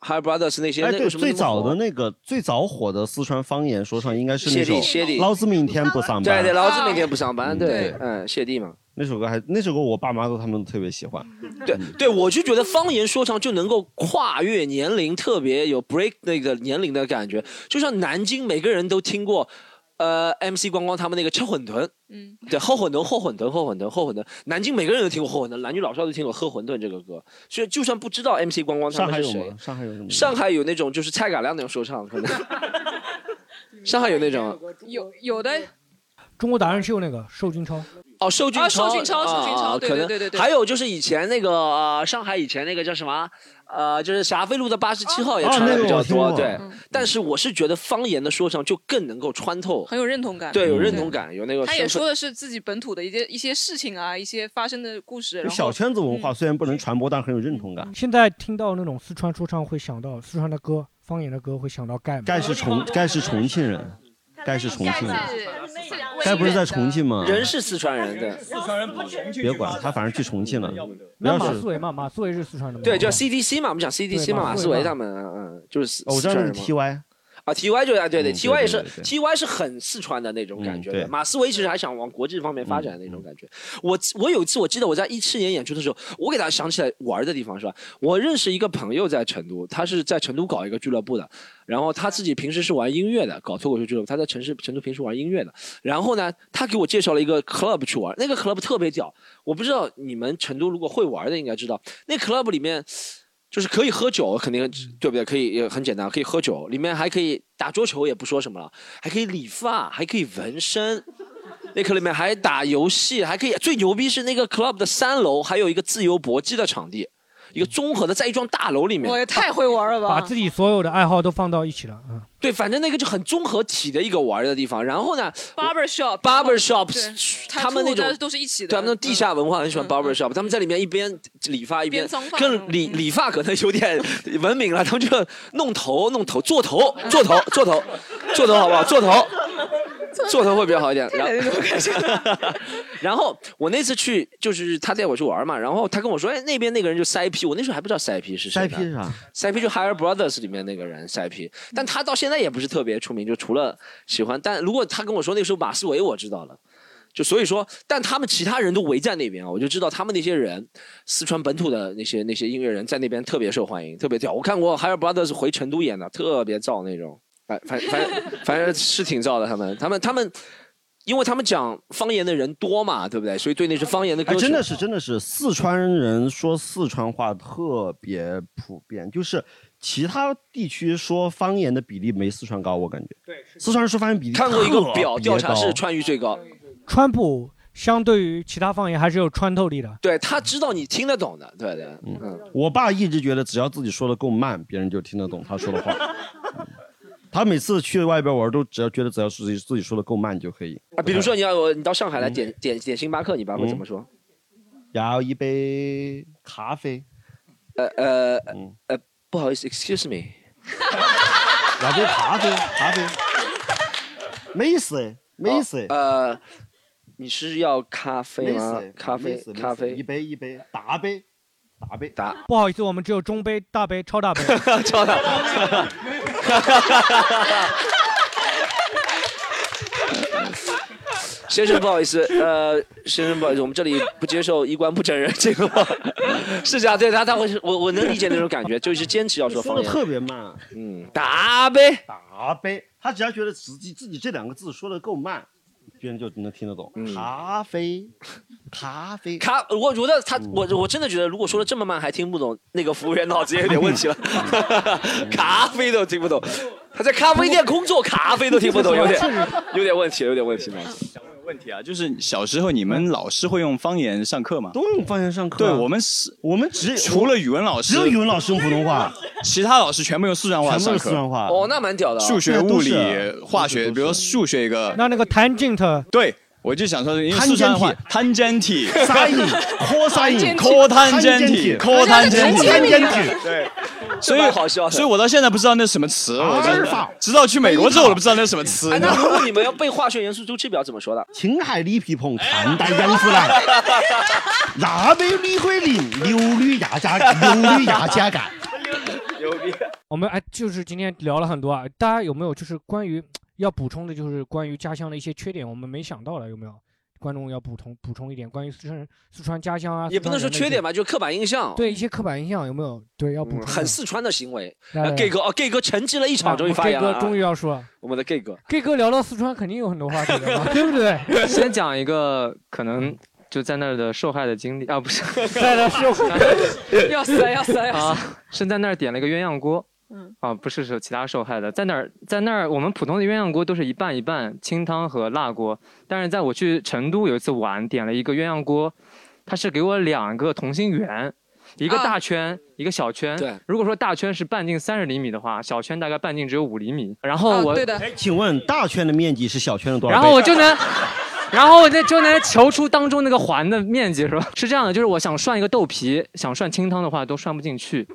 B: h i Brothers 那些，
D: 哎，
B: 那
D: 对，
B: 为什么
D: 最
B: 那么火
D: 早的那个最早火的四川方言说唱应该是那首
B: 谢帝谢帝
D: 《老子明天不上班》。
B: 对对，老子每天不上班，
D: 嗯
B: 对
D: 对，
B: 嗯，谢帝嘛。嗯
D: 那首歌还那首歌，我爸妈都他们都特别喜欢。
B: 对对，我就觉得方言说唱就能够跨越年龄，特别有 break 那个年龄的感觉。就像南京，每个人都听过，呃，MC 光光他们那个吃馄饨，嗯，对，喝馄饨，喝馄饨，喝馄饨，喝馄饨。南京每个人都听过喝馄饨，男女老少都听过喝馄饨这个歌。所以就算不知道 MC 光光他
D: 上海
B: 们
D: 有
B: 是谁
D: 吗？，上海有什么？
B: 上海有那种就是蔡嘎亮那种说唱，可能上海有那种。
G: 有有的
C: 中国达人秀那个寿俊超，
B: 哦，寿俊超，
G: 啊寿俊超
B: 啊
G: 寿俊超对
B: 可
G: 对
B: 能
G: 对对对
B: 还有就是以前那个、呃、上海以前那个叫什么？呃，就是霞飞路的八十七号也
G: 哦
B: 传
G: 那
B: 的
G: 个
B: 比较
G: 我听
B: 多，
G: 过
B: 对
G: 嗯。
B: 但是我是觉得方言的说唱就更能够穿透，
G: 很有认同感，嗯
B: 对，有认同感，有那个。
G: 他也说的，是自己本土的一些一些事情啊，一些发生的故事，然后
D: 小圈子文化虽然不能传播，但很有认同感。
C: 现在听到那种四川说唱会想到四川的歌，方言的歌会想到盖吗？
D: 盖是重，盖是重庆人，盖是重庆人，
G: 该
D: 盖不是在重庆吗？
B: 人是四川人，对。
P: 四川人跑重庆
D: 别管他，反正去重庆了。
C: 那
D: 要
C: 马
D: 是
C: 思唯嘛，马思唯是四川的吗？
B: 对，叫 CDC 嘛，我们讲
C: 对
B: CDC
C: 马
B: 嘛，马
C: 思
B: 思
C: 唯
B: 唯
C: 嘛
B: 他们，嗯嗯，就是四
D: 哦我知道那是
B: 四川人
D: TY
B: 嘛啊，TY 就是啊，对对
D: 嗯
B: ，TY 也是
D: 对对对
B: TY 是很四川的那种感觉
D: 嗯
B: 的。
D: 对嗯
B: 马思唯其实还想往国际方面发展的那种感觉。我我有一次我记得我在一七年演出的时候，我给大家想起来玩的地方是吧？我认识一个朋友在成都，他是在成都搞一个俱乐部的，然后他自己平时是玩音乐的，搞脱口秀俱乐部，他在城市成都平时玩音乐的。然后呢，他给我介绍了一个 club 去玩，那个 club 特别屌，我不知道你们成都如果会玩的应该知道，那 club 里面。就是可以喝酒，肯定对不对？可以也很简单，可以喝酒，里面还可以打桌球，也不说什么了，还可以理发，还可以纹身。那课里面还打游戏，还可以最牛逼是那个 club 的三楼还有一个自由搏击的场地，一个综合的，在一幢大楼里面。
G: 我也太会玩了吧！
C: 把自己所有的爱好都放到一起了，嗯，
B: 对，反正那个就很综合体的一个玩的地方。然后呢
G: barber shop
B: barber shop，
G: 对
B: 他们那
G: tattoo
B: 种
G: 的都是一起的
B: 对他们地下文化很
P: 嗯
B: 喜欢 barber shop，他们在里面一边理发一边
G: 编脏话
B: 跟理理发可能 有点文明了，他们
P: 嗯
B: 就弄头弄头做头做头做头做头好不好？做头。座头会比较好一点。
P: 太
B: 然后
P: 难了 我感觉
B: 然后我那次去，就是他带我去玩嘛，然后他跟我说，哎，那边那个人就 CIP，我那时候还不知道 CIP 是
D: 塞
B: 谁。
D: 批是啥？
B: CIP 就 Higher Brothers 里面那个人 CIP，但他到现在也不是特别出名，就除了喜欢。但如果他跟我说那时候马思唯，我知道了。就所以说，但他们其他人都围在那边啊，我就知道他们那些人，四川本土的那些那些音乐人在那边特别受欢迎，特别屌。我看过 Higher Brothers 回成都演的，特别燥那种，反反反反正是挺燥的。他们他们他们，因为他们讲方言的人多嘛，对不对？所以对那些方言的歌
D: 哎，
B: 曲、
D: 真的是真的是，四川人说四川话特别普遍，就是其他地区说方言的比例没四川高，我感觉。对，四川人说方言比例
B: 看过一个
D: 特
B: 表
D: 别
B: 调查是
D: 高
B: 川渝最高，
C: 川普相对于其他方言还是有穿透力的。
B: 对他知道你听得懂的，对的，嗯。
D: 我爸一直觉得只要自己说的够慢，别人就听得懂他说的话。嗯他每次去外边玩都只要觉得只要自己自己说的够慢就可以。
B: 啊，比如说你要我你到上海来
D: 嗯
B: 点、点点星巴克，你爸啊会怎么说？
D: 要嗯一杯咖啡，嗯
B: 呃呃呃，不好意思，excuse me，
D: 要杯咖啡，咖啡，没意思，没意思。
B: 呃，你是要咖啡
D: 没
B: 吗
D: 事？
B: 咖
D: 没
B: 啡
D: 事，没
B: 咖
D: 事
B: 啡，
D: 一杯一杯，大杯，大杯，
B: 大。
C: 不好意思，我们只有中杯、大杯、超大杯。
B: 超大。 先生，不好意思，呃，先生，不好意思，我们这里不接受衣冠不整人这 个话，是这样，对他，他会，我我能理解那种感觉，就是坚持要
D: 说
B: 说方
D: 的
B: 言，
D: 特别慢。
B: 嗯，打呗，
D: 打呗。他只要觉得自己自己这两个字说的够慢，别人就能听得懂。
B: 嗯
D: 咖啡，咖啡，嗯
B: 咖，我觉得他，我我真的觉得，如果说的这么慢还听不懂，那个服务员脑子也有点问 题了，咖啡都听不懂，他在咖啡店工作，咖啡都听不 懂，有点有点问题，有点问题，脑子。
F: 问题啊，就是小时候你们老师会用方言上课吗？
D: 都用方言上课啊
F: 对我们是，
D: 我们只
F: 除了语文老师，
D: 只有语文老师用普通话，
F: 其他老师全部用四川话
D: 全部
F: 上
D: 是
F: 课。
D: 四川话
B: 哦，那蛮屌的啊。
F: 数学、物理、化
B: 都
F: 学，
B: 是
F: 比如说数学一个，
C: 那那个 tangent，
F: 对我就想说，因为四川话 tangent、
D: sine cosine
F: cos tangent、cos tangent，
D: tangent 对，
F: 所以好笑，所以我到现在不知道那是什么词，我
B: 阿尔
F: 真
B: 法
F: 的直到去美国之 后，我都不知道那是什么词。
B: 哎，
F: 你知道
B: 那
F: 吗
B: 如果你们要背化学元素周期表怎么 说的？
D: 青海里皮蓬，弹带杨树兰，腊梅李桂林，柳绿鸭架，柳绿鸭架盖。
B: 牛逼！
C: 我们哎，就是今天聊了很多啊，大家有没有就是关于要补充的，就是关于家乡的一些缺点，我们没想到的有没有？观众要补充补充一点关于四川人、四川家乡啊，
B: 也不能说缺点
C: 吧，
B: 吧，就刻板印象。
C: 对一些刻板印象有没有？对，要补充的。
B: 很四川的行为。
C: 来来
B: 呃 gay 哥哦，gay 哥沉寂了一场，终于发言
C: 啊
B: 了
C: 我 gay 哥
B: 啊。
C: 终于要说了
B: 我们的 gay 哥，
C: ，gay 哥聊到四川肯定有很多话题的嘛，对不对？
R: 先讲一个可能就在那儿的受害的经历啊，不是
C: 在那儿受 害
P: 要死要死要死
R: 啊！是在那儿点了一个鸳鸯锅，
P: 嗯
R: 啊，不是说其他受害的，在那儿在那儿我们普通的鸳鸯锅都是一半一半清汤和辣锅，但是在我去成都有一次玩点了一个鸳鸯锅，它是给我两个同心圆。一个大
C: 啊
R: 圈，一个小圈。
D: 对，
R: 如果说大圈是半径三十厘米的话，小圈大概半径只有五厘米。然
C: 啊
R: 后我，
D: 哎请问大圈的面积是小圈的多少倍？
R: 然后我就能，然后我就就能求出当中那个环的面积是吧？是这样的，就是我想涮一个豆皮，想涮清汤的话都涮不进去，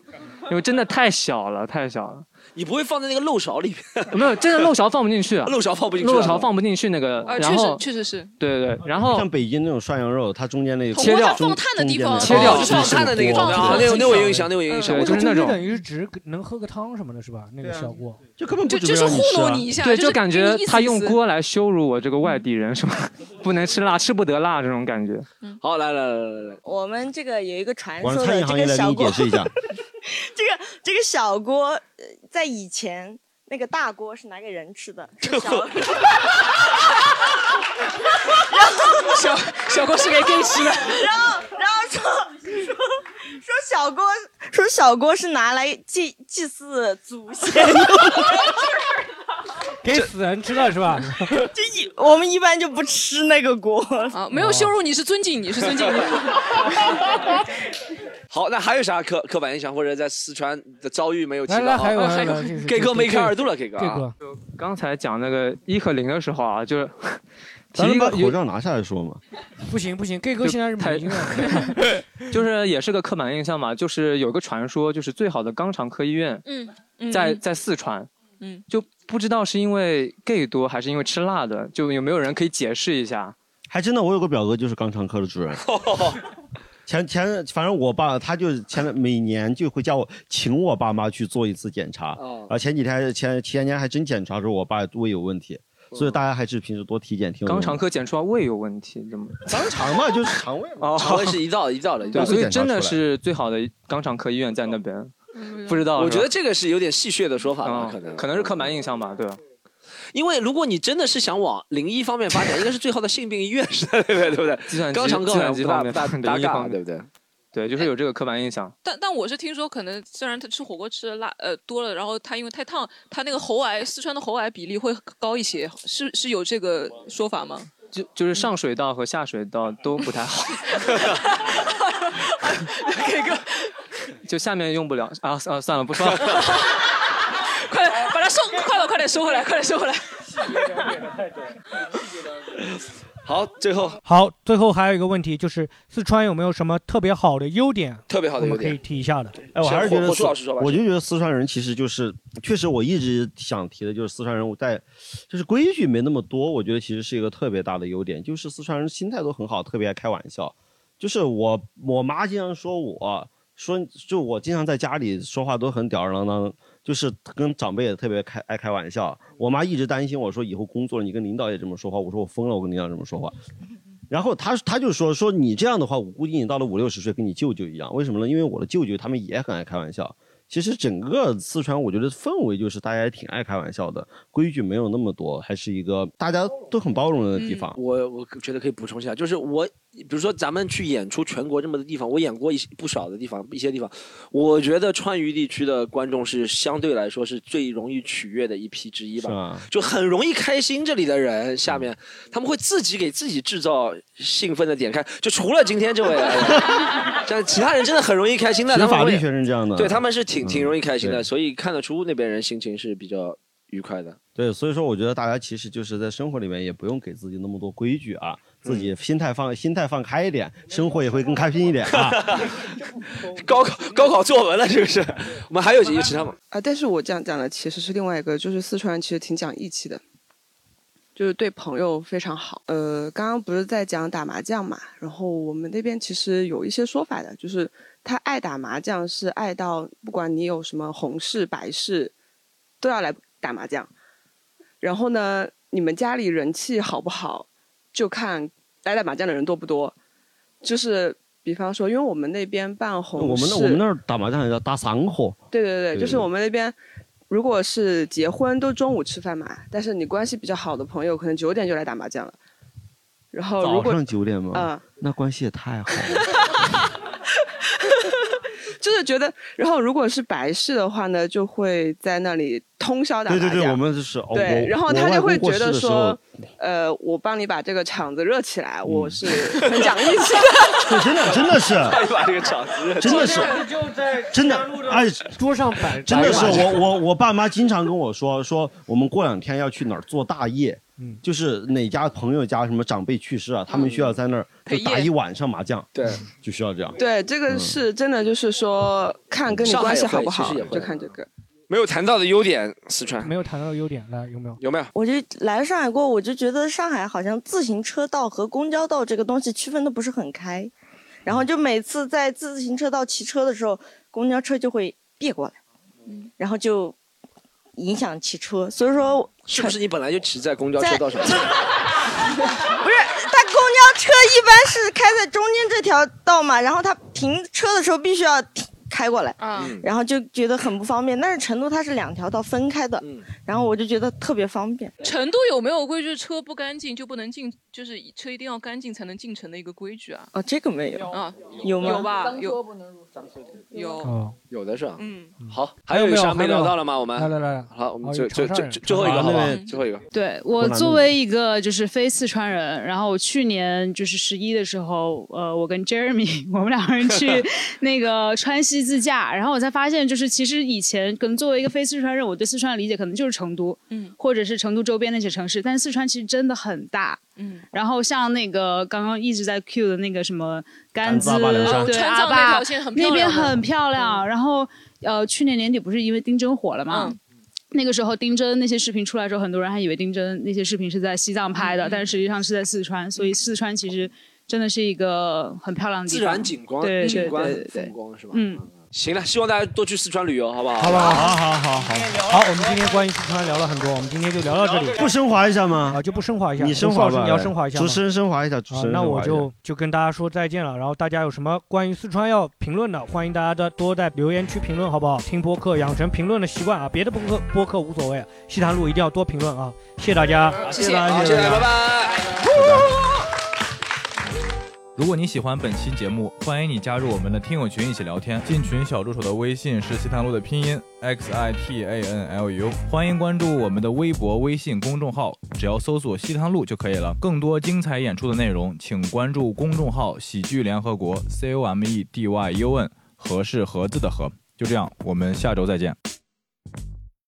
R: 因为真的太小了，太小了。
B: 你不会放在那个漏勺里面？
R: 没有，真的漏勺放不进去啊，
B: 漏勺放不进去啊
R: 漏勺放不进去那个，
G: 啊，
R: 然
G: 确实
R: 后
G: 确实是。
R: 对对对，然后
D: 像北京那种涮羊肉，它中间那个
R: 切掉
D: 中
R: 放炭的地方
D: 中
R: 切
D: 间
R: 掉
D: 那个
R: 就是放炭的那个
D: 中
R: 地方
D: 间个
R: 啊那个那我有印象
B: 那我有印象
R: 对就是那种
C: 等于是只能喝个汤什么的，是吧？那个小锅
D: 就根本
R: 就就是糊弄
D: 啊
R: 你一下，对，就感觉他用
C: 锅。
R: 锅来羞辱我这个外地人，是吧？ 不能吃辣，吃不得辣这种感觉。
B: 好，来来来来来，
H: 我们这个有一个传
R: 我
H: 说
R: 让
H: 的这个小锅，
R: 一下。
H: 这个这个小锅，呃在以前那个大锅是拿给人 吃的，这个小
P: 小小郭是给 gay 吃的，
H: 然后然后说说说小锅说小锅是拿来祭祭祀祖先用的，
C: 给死人吃了是吧？
H: 就一我们一般就不吃那个锅啊
G: 没有羞辱你是尊敬你是尊敬你。
B: 好，那还有啥刻刻板印象或者在四川的遭遇没有提到
R: 来来
B: 啊？
R: 还有还有 还有这个
B: gay 哥梅开二度了，gay 哥
R: gay 哥
B: 啊。
R: 刚才讲那个一和零的时候啊，就是提
D: 咱
R: 一
D: 们把
R: 个
D: 口罩拿下来说嘛。
C: 不行不行，gay 哥现在是
R: 太
C: 北京人，
R: 就是也是个刻板印象嘛，就是有个传说，就是最好的肛肠科医院
G: 嗯嗯，
R: 在在四川，
G: 嗯
R: 就不知道是因为 gay 多还是因为吃辣的，就有没有人可以解释一 下？
D: 还真的，我有个表哥就是肛肠科的主任。前前反正我爸他就是前每年就会叫我请我爸妈去做一次检查，
B: 哦
D: 啊前几天还前前年还真检查出我爸胃有问题，所以大家还是平时多体检挺有
R: 肛
D: 用的。
R: 肠科检出来胃有问题，这么
D: 肛肠嘛，就是肠胃
R: 哦，
B: 肠胃是一道一道的，一道
R: 对，
B: 的
R: 所以真的是最好的肛肠科医院在那边，
G: 嗯
R: 不知道。
B: 我觉得
R: 是吧嗯
B: 这个是有点戏谑的说法吧，可能
R: 可能是刻板印象吧，对吧？
B: 因为如果你真的是想往零一方面 发展，应该是最好的性病医院是在那 边，对不对？
R: 计算机、
B: 肛肠科
R: 计算机方
B: 好像不
R: 面、
B: 大不大
R: 零
B: 不
R: 一
B: 大
R: 方
B: 尬，
R: 面
B: 对不对？
R: 对，就是有这个刻板印象。
G: 但但我是听说，可能虽然他吃火锅吃的辣呃多了，然后他因为太烫，他那个喉癌，四川的喉癌比例会高一些，是是有这个说法吗？
R: 就就是上水道和下水道都不太好，
G: 给个
R: 就下面用不了啊啊，算了， 不说了。
G: 快点把它收，快了快点收回来，快点收 回来。
B: 好，最后
C: 好，最后还有一个问题就是，四川有没有什么特别好的优点？
B: 特别好的
C: 我
B: 优
C: 们可以
B: 点，
C: 提一下的。
D: 哎，我还是觉得
B: 火火树老师说吧
D: 我就觉得四川人其实就是，确实我一直想提的就是四川人，我在就是规矩没那么多，我觉得其实是一个特别大的优点，就是四川人心态都很好，特别爱开玩笑。就是我我妈经常说我说就我经常在家里说话都很吊儿郎当，就是跟长辈也特别开爱开玩笑。我妈一直担心我说以后工作了你跟领导也这么说话，我说我疯了，我跟领导这么说话。然后他他就说说你这样的话，我估计你到了五六十岁跟你舅舅一样，为什么呢？因为我的舅舅他们也很爱开玩笑。其实整个四川，我觉得氛围就是大家也挺爱开玩笑的，规矩没有那么多，还是一个大家都很包容的地方。
B: 我我觉得可以补充一下，就是我，比如说咱们去演出全国这么多地方，我演过一些不少的地方，一些地方，我觉得川渝地区的观众是相对来说是最容易取悦的一批之一
D: 是啊嗯
B: 吧
D: 吧，
B: 就很容易开心。这里的人下面他们会自己给自己制造兴奋的点开，就除了今天这位，哎 像其他人真的很容易开心的，
D: 学
B: 他们
D: 法律
B: 会
D: 学生这样的嗯
B: 对他们是挺挺容易开心的，
D: 对
B: 所以看得出那边人心情是比较愉快的。
D: 对，所以说我觉得大家其实就是在生活里面也不用给自己那么多规矩啊，自己心态放心态放开一点，生活也会更开心一点啊。
B: 高考高考作文了是不是？我们还有几个其他吗？
S: 啊，但是我这样讲了，其实是另外一个，就是四川人其实挺讲义气的，就是对朋友非常好。呃，刚刚不是在讲打麻将嘛，然后我们那边其实有一些说法的，就是他爱打麻将是爱到不管你有什么红事白事，都要来打麻将。然后呢，你们家里人气好不好，就看来打麻将的人多不多。就是比方说，因为我们那边办红事，
D: 我们那我们那儿打麻将还叫打散伙，
S: 对对对，
D: 对
S: 就是我们那边，如果是结婚都中午吃饭嘛，但是你关系比较好的朋友，可能九点就来打麻将了。然后哦如
D: 早
S: 果
D: 上九点吗？
S: 嗯
D: 那关系也太好了。
S: 就是觉得，然后如果是白事的话呢，就会在那里通宵打麻
D: 对
S: 将。
D: 对对，我们就是哦
S: 对
D: 我
S: 然后
D: 我
S: 他
D: 外
S: 就
D: 公
S: 会
D: 过
S: 觉
D: 世
S: 得
D: 的时
S: 说
D: 候，嗯
S: 呃，我帮你把这个场子热起来，我是很讲义气的。
D: 对，真的真 的是，
B: 把这个场子
D: 真的是
C: 就在
D: 真的哎，
C: 桌上摆
D: 真的是
C: 摆
D: 我我我爸妈经常跟我说说，我们过两天要去哪儿做大业，
C: 嗯
D: 就是哪家朋友家什么长辈去世啊，他们需要在那儿就
S: 陪
D: 打
S: 嗯夜
D: 一晚上麻将，
B: 对，
D: 就需要这样。
S: 对，这
D: 嗯
S: 个是真的，就是说看跟你
B: 上海
S: 关系
B: 也
S: 好
B: 会
S: 不
B: 其实
S: 好
B: 也，会
S: 就看这个。
B: 没有谈到的优点，四川
C: 没有谈到优点，来有没有？
B: 有没有？
H: 我就来上海过，我就觉得上海好像自行车道和公交道这个东西区分的不是很开，然
B: 嗯
H: 后就每次在自行车道骑车的时候，公交车就会别过来，
B: 嗯
H: 然后就影响骑车，所以说
B: 是不是你本来就骑在嗯公交车道 上？
H: 不是，他公交车一般是开在中间这条道嘛，然后他停车的时候必须要停开过来，
B: 嗯
H: 然后就觉得很不方便。但是成都它是两条道分开的，
B: 嗯
H: 然后我就觉得特别方便。
G: 成都有没有规矩，车不干净就不能进，就是车一定要干净才能进城的一个规矩啊？
S: 哦，这个没有
G: 啊，
S: 有吗
G: 有吧？
S: 脏
G: 有有。
C: 哦，
B: 有的是吧？
G: 嗯，
B: 好，
C: 还
B: 还
C: 有
B: 有一
C: 没有
B: 啥没
C: 还有没有
B: 聊到了吗？我们
C: 来来来
B: 好，我们
C: 好
B: 最
C: 有
B: 最
C: 长沙
B: 最
C: 人
B: 最后一个好不好
D: 长沙人？
B: 最后一个，
O: 嗯对我作为一个就是非四川人，然后我去年就是十一的时候，呃，我跟 Jeremy 我们两个人去那个川西自驾，然后我才发现，就是其实以前可能作为一个非四川人，我对四川的理解可能就是成都，
G: 嗯，
O: 或者是成都周边那些城市，但是四川其实真的很大，
G: 嗯，
O: 然后像那个刚刚一直在 Q 的那个什么甘孜
G: 甘孜
O: 啊
G: 阿坝凉山，
O: 对
G: 川
O: 阿
G: 藏那
O: 坝
G: 条线很漂
O: 那
G: 亮
O: 边
G: 的嗯
O: 很漂亮，然后呃，去年年底不是因为丁真火了嘛。那个时候丁真那些视频出来的时候，很多人还以为丁真那些视频是在西藏拍
B: 嗯
O: 的，但实际上是在四川，所以四川其实真的是一个很漂亮的地
B: 自
O: 方
B: 然景观，
O: 对
B: 景观
O: 对对对
B: 风光是吧？
O: 嗯，
B: 行了，希望大家多去四川旅游，好不好？
C: 好不好？
B: 好。
C: 好好好，我们今天关于四川聊了很多，我们今天就聊到这里。
D: 不升华一下吗？
C: 啊，就不升华一下
D: 你升
C: 胡老
D: 华
C: 师
D: 吧，
C: 你要升华一下吗
D: 主持人升华一下，主
C: 啊
D: 持人升华一下。
C: 那我就就跟大家说再见了。然后大家有什么关于四川要评论的，欢迎大家的多在留言区评论，好不好？听播客养成评论的习惯啊，别的播客播客无所谓，啊西坛路一定要多评论啊！谢谢大家，
B: 谢
C: 谢大家，
B: 好谢谢大家，拜拜。
A: 如果你喜欢本期节目，欢迎你加入我们的听友群一起聊天。进群小助手的微信是西塘路的拼音 x i t a n l u，欢迎关注我们的微博、微信公众号，只要搜索西塘路就可以了。更多精彩演出的内容，请关注公众号“喜剧联 E 合国 ”（C O M E D Y U N），和是盒子的和。就这样，我们下周再见。